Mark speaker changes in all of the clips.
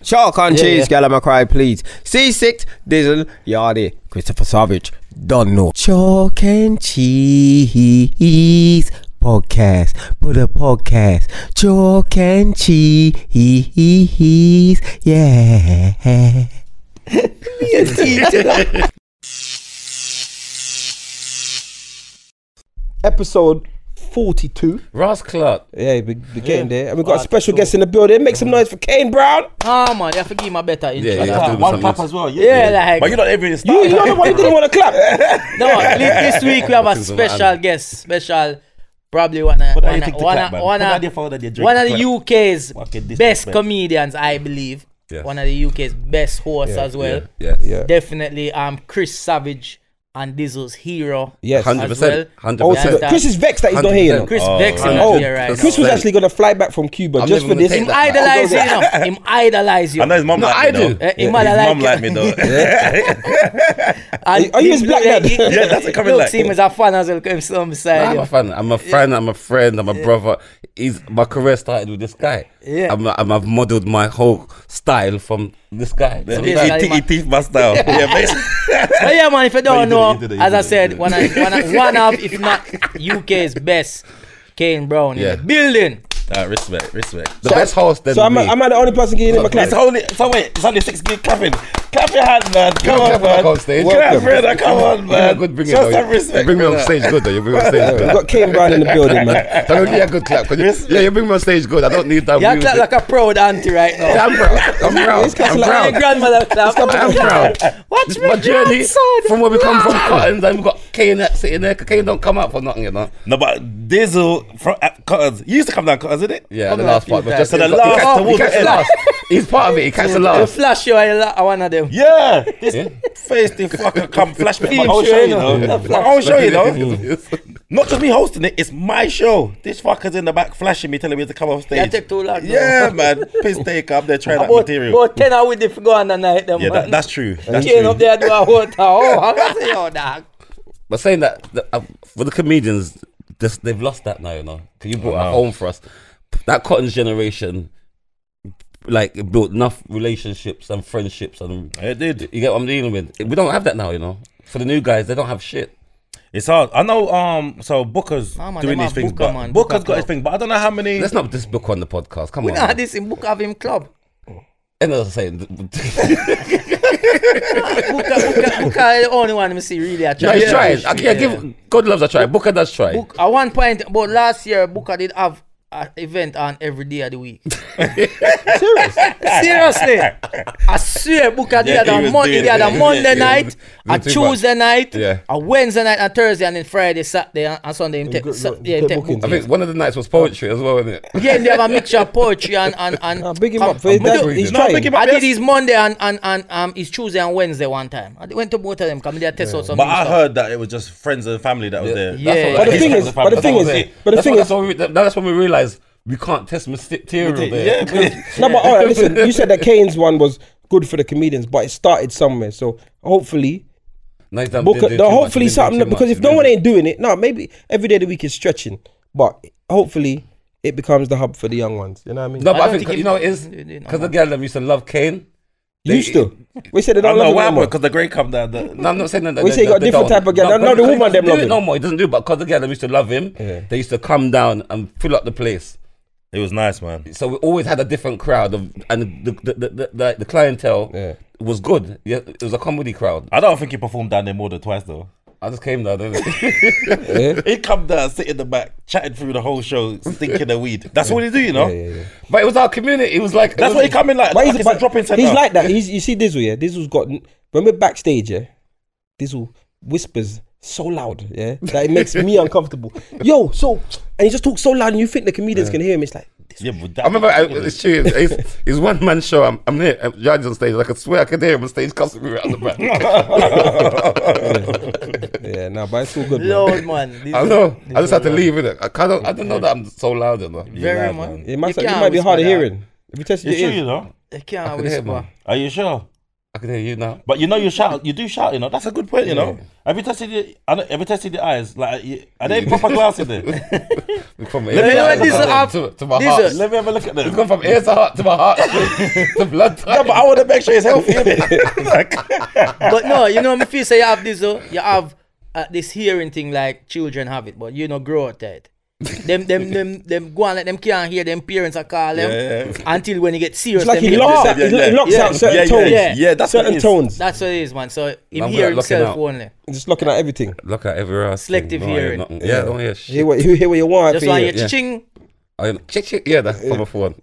Speaker 1: Shark on
Speaker 2: Yeah,
Speaker 1: cheese,
Speaker 2: yeah.
Speaker 1: girl, I'm cry, please. C6, Dizzle, Yardy, Christopher Savage, Donald. Chalk and cheese podcast. Put a podcast. Chalk and cheese. Yeah.
Speaker 3: Episode 42.
Speaker 2: Ross Clark.
Speaker 3: Yeah, we we're getting
Speaker 2: Yeah.
Speaker 3: there. And we got
Speaker 2: Ah,
Speaker 3: a special
Speaker 2: cool.
Speaker 3: guest in the building. Make some noise for Kane Brown.
Speaker 4: Ah man, you have to give him a better intro.
Speaker 2: yeah, you have to do
Speaker 5: One
Speaker 2: something
Speaker 5: clap
Speaker 2: else.
Speaker 5: as well.
Speaker 4: Yeah,
Speaker 5: Yeah.
Speaker 4: like
Speaker 2: But Oh, you're not every star.
Speaker 3: You, you're the one who didn't want to clap.
Speaker 4: no, at least this week we have a
Speaker 2: This is what
Speaker 4: special
Speaker 2: I'm-
Speaker 4: guest, special probably one of
Speaker 5: What are
Speaker 4: one
Speaker 5: you
Speaker 4: of
Speaker 5: think to
Speaker 4: one
Speaker 5: clap,
Speaker 4: of
Speaker 3: Oh,
Speaker 5: man?
Speaker 4: one
Speaker 5: What are they
Speaker 4: of
Speaker 5: for that they drink?
Speaker 4: one of the
Speaker 5: Clap.
Speaker 4: UK's
Speaker 5: Fucking
Speaker 4: best
Speaker 5: disrespect.
Speaker 4: comedians, I believe.
Speaker 2: Yes.
Speaker 4: One of the UK's best hosts as well.
Speaker 2: Yeah.
Speaker 3: Yeah.
Speaker 4: Definitely, um, Chris Savage and Dizzle's hero.
Speaker 3: Yes.
Speaker 2: Hundred
Speaker 4: As well.
Speaker 2: percent. Hundred
Speaker 3: Oh,
Speaker 4: Yeah,
Speaker 3: so
Speaker 2: percent.
Speaker 4: that-
Speaker 3: Chris is vexed that he's not here. You know?
Speaker 2: 100%.
Speaker 4: Chris
Speaker 2: Oh,
Speaker 4: Vex him
Speaker 2: man.
Speaker 4: not
Speaker 3: Oh,
Speaker 4: here right
Speaker 3: Chris
Speaker 4: now.
Speaker 3: was
Speaker 2: Like-
Speaker 3: actually gonna fly back from Cuba
Speaker 2: I'm
Speaker 3: just
Speaker 2: never
Speaker 3: for
Speaker 2: gonna
Speaker 3: this.
Speaker 2: take
Speaker 4: Him idolize you, you know. Him idolize you.
Speaker 5: I know his mom
Speaker 2: No,
Speaker 5: like
Speaker 2: I
Speaker 5: me though.
Speaker 2: do.
Speaker 4: Eh, his
Speaker 5: His
Speaker 4: mother like
Speaker 5: mom
Speaker 4: you.
Speaker 5: like me though.
Speaker 4: And
Speaker 3: Are you
Speaker 4: he-
Speaker 3: his black
Speaker 4: yeah,
Speaker 3: dad?
Speaker 4: he-
Speaker 5: Yeah, that's what coming
Speaker 4: Look,
Speaker 5: like.
Speaker 4: see him as a fan as well. Come some beside
Speaker 2: I'm
Speaker 4: you.
Speaker 2: a fan. I'm a friend. I'm a friend. I'm a brother. He's, my career started with this guy.
Speaker 4: Yeah.
Speaker 2: I'm, I'm, I've modeled my whole style from this guy. So
Speaker 5: He-
Speaker 4: Yeah,
Speaker 5: he
Speaker 4: like
Speaker 5: te-
Speaker 4: my-
Speaker 5: He teeth my style. Yeah, basically.
Speaker 4: But yeah, man, if you don't
Speaker 5: you do
Speaker 4: know,
Speaker 5: it, you do it, you
Speaker 4: as
Speaker 5: do
Speaker 4: I
Speaker 5: it,
Speaker 4: said,
Speaker 5: you do
Speaker 4: one of, one, of, one of, if not UK's best, Kane Brown in
Speaker 2: Yeah.
Speaker 4: the building.
Speaker 5: Ah, respect, respect.
Speaker 2: the best host. Then
Speaker 3: So am
Speaker 2: me.
Speaker 3: I, am I the only person giving him a clap?
Speaker 5: It's only so wait, it's only six gig clapping. Clap your hand, man. Come
Speaker 2: clap
Speaker 5: on,
Speaker 2: back
Speaker 5: man.
Speaker 2: on stage.
Speaker 5: Clap,
Speaker 3: Welcome.
Speaker 5: brother. Come on,
Speaker 2: You're a
Speaker 5: man.
Speaker 2: good bringer,
Speaker 5: Show
Speaker 2: though.
Speaker 5: some
Speaker 2: You
Speaker 5: respect.
Speaker 2: bring me on stage good, though. You bring me on stage
Speaker 3: We
Speaker 2: good.
Speaker 3: got Kane Brown in the building, man.
Speaker 2: I'm gonna give you a good clap. 'cause you- Yeah, you bring me on stage good. I don't need that
Speaker 4: You act
Speaker 2: music.
Speaker 4: like, like a proud auntie right now.
Speaker 2: I'm proud. I'm proud. I'm
Speaker 4: Like
Speaker 2: proud.
Speaker 4: your grandmother clap.
Speaker 2: I'm proud.
Speaker 4: Watch
Speaker 2: This is
Speaker 4: me
Speaker 2: my journey
Speaker 4: grandson.
Speaker 2: from where we come from, Cottons, and we've got Kane that's sitting there. Kane don't come out for nothing, you know.
Speaker 5: No, but Dizzle from uh, Cottons. You used to come down Cottons, didn't it?
Speaker 2: Yeah,
Speaker 4: Come
Speaker 2: the
Speaker 4: on,
Speaker 2: last
Speaker 4: few
Speaker 2: part. But
Speaker 4: times.
Speaker 2: just
Speaker 5: So the
Speaker 2: he
Speaker 5: last
Speaker 2: catch- he
Speaker 5: towards
Speaker 2: catch
Speaker 5: the end.
Speaker 2: last. He's part of it. He catches the
Speaker 4: They
Speaker 2: last.
Speaker 4: flash you, you're like one of them.
Speaker 5: Yeah, this feisty fucker come flash me. My whole show, you know. My whole show, you know. Not just me hosting it, it's my show. This fucker's in the back flashing me, telling me to come off stage.
Speaker 4: Yeah, take too long, though.
Speaker 5: Yeah, man. Piss take up there trying that
Speaker 4: About,
Speaker 5: material.
Speaker 4: about 10 hours if you go on the night, them,
Speaker 5: yeah,
Speaker 4: man.
Speaker 5: that, that's true. That's
Speaker 4: Kane
Speaker 5: true.
Speaker 4: up there do a water. Oh, I'm gonna say, yo, dog.
Speaker 2: But saying that, that, uh, for the comedians, this, they've lost that now, you know. 'Cause you brought that home for us. That Cotton's generation, like, it built enough relationships and friendships. and
Speaker 5: It did.
Speaker 2: You get what I'm dealing with? We don't have that now, you know. For the new guys, they don't have shit.
Speaker 5: It's hard. I know. Um. So Booker's
Speaker 4: Nah, man,
Speaker 5: doing
Speaker 4: them
Speaker 5: his
Speaker 4: are
Speaker 5: things,
Speaker 4: Booker,
Speaker 5: but
Speaker 4: man.
Speaker 5: Booker's
Speaker 4: Booker
Speaker 5: got his
Speaker 4: club.
Speaker 5: thing. But I don't know how many.
Speaker 2: Let's not just book on the podcast. Come
Speaker 4: We
Speaker 2: on.
Speaker 4: don't have this in Book of Him Club.
Speaker 2: End of the saying.
Speaker 4: Book of, book of, book of the only one we see really a
Speaker 2: No,
Speaker 4: try.
Speaker 2: he's trying. Okay, yeah. give God loves a try. Booker does try.
Speaker 4: Book, at one point, but last year, Booker did have an event on every day of the week. Seriously. I swear, Booker did
Speaker 5: Yeah,
Speaker 4: had
Speaker 5: he
Speaker 4: a
Speaker 5: was
Speaker 4: Monday,
Speaker 5: doing
Speaker 4: they had
Speaker 5: it.
Speaker 4: a
Speaker 5: Yeah,
Speaker 4: Monday
Speaker 2: yeah.
Speaker 4: night,
Speaker 2: Doing
Speaker 4: a
Speaker 2: too much.
Speaker 4: Tuesday night,
Speaker 2: Yeah.
Speaker 4: a Wednesday night, and Thursday, and then Friday, Saturday, and and Sunday. Him take,
Speaker 3: got-
Speaker 4: Sa-
Speaker 3: got-
Speaker 4: yeah, him
Speaker 3: take
Speaker 4: take
Speaker 3: bookings.
Speaker 2: I
Speaker 4: bookings.
Speaker 2: think one of the nights was poetry as well, isn't it?
Speaker 4: Yeah, and they have a mixture of poetry and. and, and
Speaker 3: Nah, big him
Speaker 4: com-
Speaker 3: up for his
Speaker 4: We do-
Speaker 3: dad. He's
Speaker 5: No,
Speaker 3: trying.
Speaker 5: big him up.
Speaker 4: I
Speaker 5: Yes.
Speaker 4: did his Monday and, and, and um his Tuesday and Wednesday one time. I went to both of them, come there test out some
Speaker 5: But
Speaker 4: new
Speaker 5: I
Speaker 4: stuff.
Speaker 5: heard that it was just friends and family that was
Speaker 2: Yeah.
Speaker 5: there.
Speaker 4: Yeah.
Speaker 2: That's
Speaker 3: But
Speaker 2: what-
Speaker 3: the thing
Speaker 5: He's
Speaker 3: is, but the
Speaker 5: that's
Speaker 3: thing
Speaker 5: what
Speaker 3: is,
Speaker 5: I'm saying.
Speaker 3: but the
Speaker 2: that's
Speaker 3: thing
Speaker 2: what-
Speaker 3: is,
Speaker 2: that's when we, that- that's when we realised we can't test material there.
Speaker 5: Yeah.
Speaker 3: no, but all right, listen. You said that Kane's one was good for the comedians, but it started somewhere. So hopefully,
Speaker 2: No, he's done-
Speaker 3: Book,
Speaker 2: didn't do
Speaker 3: though,
Speaker 2: too much,
Speaker 3: hopefully
Speaker 2: didn't do
Speaker 3: something
Speaker 2: too
Speaker 3: because
Speaker 2: much,
Speaker 3: if no one
Speaker 2: didn't
Speaker 3: ain't doing it, no, maybe every day of the week is stretching, but hopefully it becomes the hub for the young ones. You know what I mean?
Speaker 2: do- No, but
Speaker 4: I
Speaker 2: I,
Speaker 4: don't
Speaker 2: think,
Speaker 4: think
Speaker 2: you know it
Speaker 4: he-
Speaker 2: is
Speaker 4: he did, no,
Speaker 2: because the girl that used to love Kane.
Speaker 3: you still. We said they
Speaker 5: I
Speaker 3: don't
Speaker 5: know
Speaker 3: love
Speaker 5: why,
Speaker 3: him anymore.
Speaker 5: because the grey come down. The,
Speaker 2: No, I'm not saying that.
Speaker 3: We
Speaker 2: they-
Speaker 3: say he
Speaker 2: they-
Speaker 3: got
Speaker 2: they
Speaker 3: different
Speaker 2: don't.
Speaker 3: type of girl. No, no,
Speaker 2: but
Speaker 3: the
Speaker 2: he
Speaker 3: woman
Speaker 2: doesn't
Speaker 3: them
Speaker 2: do it
Speaker 3: love
Speaker 2: No
Speaker 3: him.
Speaker 2: more, he doesn't do. it, But because the girl that used to love him,
Speaker 3: Yeah.
Speaker 2: they used to come down and fill up the place.
Speaker 5: it was nice, man.
Speaker 2: so we always had a different crowd of, and the the, the, the, the, the clientele
Speaker 3: Yeah.
Speaker 2: was good. Yeah, it was a comedy crowd.
Speaker 5: I don't think he performed down there more than twice though.
Speaker 2: I just came there. Didn't
Speaker 5: He come down, sit in the back, chatting through the whole show, stinking the weed. That's what he do, you know.
Speaker 3: Yeah, yeah, yeah.
Speaker 2: but it was our community. It was like
Speaker 5: That's
Speaker 2: it was,
Speaker 5: what he come in like.
Speaker 3: But
Speaker 5: like
Speaker 3: he's,
Speaker 5: it's a
Speaker 3: but
Speaker 5: drop-in centre.
Speaker 3: he's like that. He's, you see Dizzle, yeah? Dizzle's got, when we're backstage, yeah? Dizzle whispers so loud, yeah? That it makes me uncomfortable. Yo, so, and he just talks so loud and you think the comedians can hear him. It's like,
Speaker 5: Yeah, but
Speaker 2: I
Speaker 5: that,
Speaker 2: remember I, it's true. It's, it's, it's one man show. I'm, I'm there. I'm judging on stage. I could swear I could hear him on stage cussing me out the back.
Speaker 3: yeah, no, but it's all good, man.
Speaker 4: Lord, man. this
Speaker 2: I
Speaker 4: is-
Speaker 2: know.
Speaker 4: this
Speaker 2: I just
Speaker 4: is
Speaker 2: had to leave it. I kind of. I didn't know that I'm so loud. You know.
Speaker 4: Very
Speaker 5: loud,
Speaker 4: much.
Speaker 5: man.
Speaker 3: It, must,
Speaker 4: You
Speaker 3: it
Speaker 4: can't
Speaker 3: might be
Speaker 4: whisper
Speaker 3: hard of
Speaker 4: that.
Speaker 3: hearing. If you tested
Speaker 5: you
Speaker 3: your
Speaker 5: sure you
Speaker 3: ears.
Speaker 5: know?
Speaker 4: They can't
Speaker 2: could hear,
Speaker 4: whisper.
Speaker 2: man.
Speaker 5: Are you sure?
Speaker 2: I can hear you now.
Speaker 5: But you know, you shout, you do shout, you know. That's a good point, you know. Have you tested your, I don't- have you tested your eyes? Like, you- are they proper glass in there?
Speaker 2: We've come from
Speaker 4: know
Speaker 2: ear
Speaker 4: what,
Speaker 2: to
Speaker 4: this is
Speaker 2: heart
Speaker 4: up-
Speaker 2: to, to my
Speaker 4: this
Speaker 2: heart.
Speaker 4: is-
Speaker 5: Let me have a look at
Speaker 2: We've
Speaker 5: them.
Speaker 2: gone from ear to heart to my heart. the blood type.
Speaker 5: Yeah, but I want to make sure it's healthy. innit? Like,
Speaker 4: but no, you know, me feel say you have this though. You have uh, this hearing thing like children have it, but you know, grow out that. them, them, them, them, go on, let them can't hear them parents are call them
Speaker 5: Yeah, yeah.
Speaker 4: until when you get serious.
Speaker 3: It's like
Speaker 4: them
Speaker 3: he
Speaker 4: hit
Speaker 3: locks
Speaker 4: the-
Speaker 3: out, he lo-
Speaker 5: yeah.
Speaker 3: he locks
Speaker 4: Yeah.
Speaker 3: out certain
Speaker 5: Yeah, yeah,
Speaker 3: tones.
Speaker 4: yeah.
Speaker 5: Yeah, that's what it
Speaker 3: certain
Speaker 5: is.
Speaker 3: tones.
Speaker 4: That's what it is, man. So him
Speaker 2: I'm
Speaker 4: hear
Speaker 2: good at locking
Speaker 4: himself
Speaker 2: out.
Speaker 4: only.
Speaker 3: Just looking at everything.
Speaker 2: Look at everywhere else.
Speaker 4: Selective
Speaker 2: No, I hear
Speaker 4: hearing.
Speaker 2: nothing. Yeah, I don't hear
Speaker 3: You hear
Speaker 2: shit.
Speaker 3: what you, hear what you want.
Speaker 4: Just
Speaker 3: for
Speaker 4: like
Speaker 3: you.
Speaker 4: your
Speaker 2: yeah.
Speaker 4: ching,
Speaker 2: I hear chick, chick. Yeah, that's from a phone.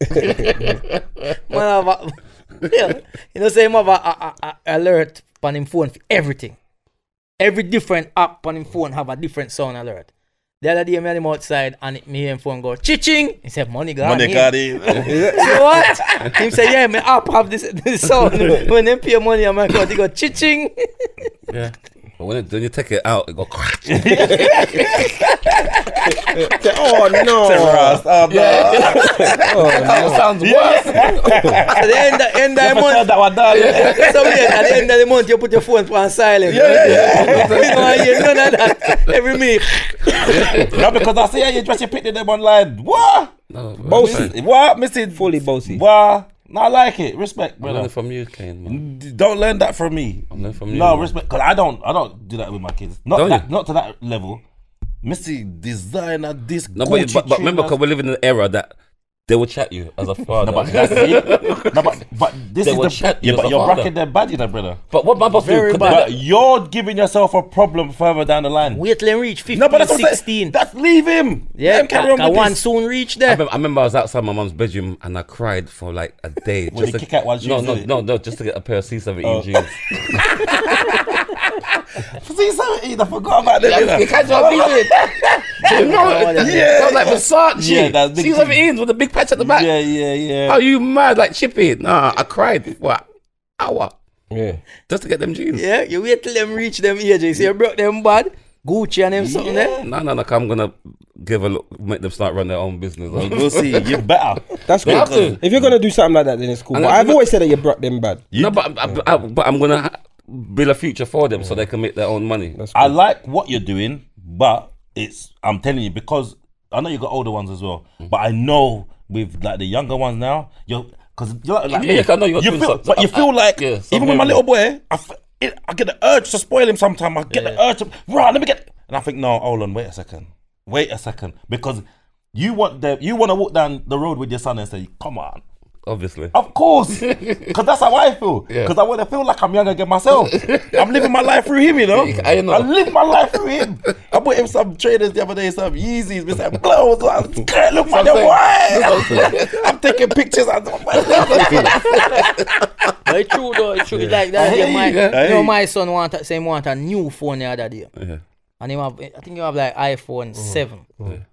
Speaker 4: man. Have a, yeah, you know, say him have a, a, a, a alert on him phone for everything. Every different app on him phone have a different sound alert. The other day, me had him outside and me hear him phone go ching. He said, "Money, God,
Speaker 5: Money
Speaker 4: in."
Speaker 5: got it.
Speaker 4: Say what? Him say, yeah, my app have this, this sound. when them pay money on my account, they go ching.
Speaker 2: Yeah. But when, it, when you take it out, it go crack.
Speaker 3: Oh no!
Speaker 5: Terrorized. Oh, no.
Speaker 2: Oh, That sounds worse.
Speaker 4: At the end, of- end of the
Speaker 5: Tell
Speaker 4: month,
Speaker 5: that one down. innit?
Speaker 4: some day, at the end of the month, you put your phone on silent.
Speaker 5: Yeah, yeah, yeah.
Speaker 4: You know, I hear none of that. Every minute.
Speaker 5: No, because I see how you dress your picture them online. What?
Speaker 2: No, bro,
Speaker 3: Bossy.
Speaker 5: What? Missing.
Speaker 3: Fully bossy.
Speaker 5: What? No, I like it. Respect,
Speaker 2: I'm learning
Speaker 5: brother.
Speaker 2: from you, Kane. Man.
Speaker 5: D- Don't learn that from me.
Speaker 2: I'm learning from you.
Speaker 5: No
Speaker 2: man.
Speaker 5: respect, because I don't, I don't do that with my kids. Not
Speaker 2: Don't
Speaker 5: that,
Speaker 2: you?
Speaker 5: not to that level. Missy designer this.
Speaker 2: No, but,
Speaker 5: Gucci
Speaker 2: but, but remember,
Speaker 5: trainers.
Speaker 2: because we live in an era that they will chat you as a father.
Speaker 5: no, but that's it. No, but but this
Speaker 2: They
Speaker 5: is
Speaker 2: will
Speaker 5: the
Speaker 2: chat you
Speaker 5: yeah,
Speaker 2: as a
Speaker 5: but you're
Speaker 2: father.
Speaker 5: bracking them bad, you know, brother.
Speaker 2: But what my boss
Speaker 4: Very
Speaker 2: do? could
Speaker 4: bad.
Speaker 2: that-
Speaker 5: But you're giving yourself a problem further down the line.
Speaker 4: Wait till him reach 15,
Speaker 5: no, but that's what I'm saying.
Speaker 4: 16.
Speaker 5: That's leave him.
Speaker 4: yeah,
Speaker 5: Let him carry on
Speaker 4: I
Speaker 5: with
Speaker 4: one
Speaker 5: this.
Speaker 4: soon reach
Speaker 2: I
Speaker 4: there.
Speaker 2: remember, I remember I was outside my mum's bedroom and I cried for like a day.
Speaker 5: When they kick out one
Speaker 2: No,
Speaker 5: shoes,
Speaker 2: no,
Speaker 5: is it?
Speaker 2: no, no, just to get a pair of C17
Speaker 5: Oh.
Speaker 2: jeans.
Speaker 5: See, seventeen. I forgot about them. you know.
Speaker 2: can't just beat it. You know,
Speaker 4: Yeah.
Speaker 2: that was like Versace.
Speaker 5: Yeah, that big
Speaker 2: C17s with a big patch at the back.
Speaker 5: Yeah, yeah, yeah.
Speaker 2: Are you mad? Like chippy? Nah, I cried for an hour
Speaker 3: Yeah.
Speaker 2: just to get them jeans.
Speaker 4: Yeah, you wait till them reach them age. You see, you broke them bad. Gucci and them something there.
Speaker 2: No, no, no. I'm gonna give a look, make them start running their own business.
Speaker 5: We'll see. You better.
Speaker 3: That's
Speaker 2: They
Speaker 3: good.
Speaker 2: have to.
Speaker 3: If you're gonna do something like that, then it's cool.
Speaker 2: And
Speaker 3: But
Speaker 2: I-
Speaker 3: I've always said that you brought them bad.
Speaker 2: no, but I, I, I, but I'm gonna ha- build a future for them so they can make their own money.
Speaker 3: That's
Speaker 5: I like what you're doing, but it's I'm telling you because I know you got older ones as well,
Speaker 2: Mm.
Speaker 5: but I know with like the younger ones now, you're because you're like, like
Speaker 2: Yeah,
Speaker 5: me,
Speaker 2: yeah, I know you're
Speaker 5: you
Speaker 2: doing
Speaker 5: feel,
Speaker 2: some-
Speaker 5: but you
Speaker 2: I-
Speaker 5: feel
Speaker 2: I-
Speaker 5: like
Speaker 2: yeah, some
Speaker 5: even with my
Speaker 2: women.
Speaker 5: little boy, I, f- it, I get the urge to spoil him sometime. I get the urge to right, let me get, and I think no, hold on, wait a second, wait a second, because you want the you want to walk down the road with your son and say, come on.
Speaker 2: Obviously.
Speaker 3: Oh,
Speaker 5: Of course, because that's how I feel.
Speaker 2: Yeah.
Speaker 5: Because I want to feel like I'm young again myself. I'm living my life through him, you know.
Speaker 2: Yeah, I know.
Speaker 5: live my life through him. I bought him some trainers the other day, some Yeezys, with some clothes. on. Girl, Look at
Speaker 2: what I'm saying.
Speaker 5: the boy. I'm taking pictures. I'm-
Speaker 4: But it's true though, it's true. It's like that.
Speaker 5: Hey,
Speaker 4: yeah, my,
Speaker 5: yeah.
Speaker 4: You know,
Speaker 5: Hey.
Speaker 4: my son want a, same want a new phone the other day.
Speaker 2: Yeah.
Speaker 4: And he have, I think you have like iPhone 7.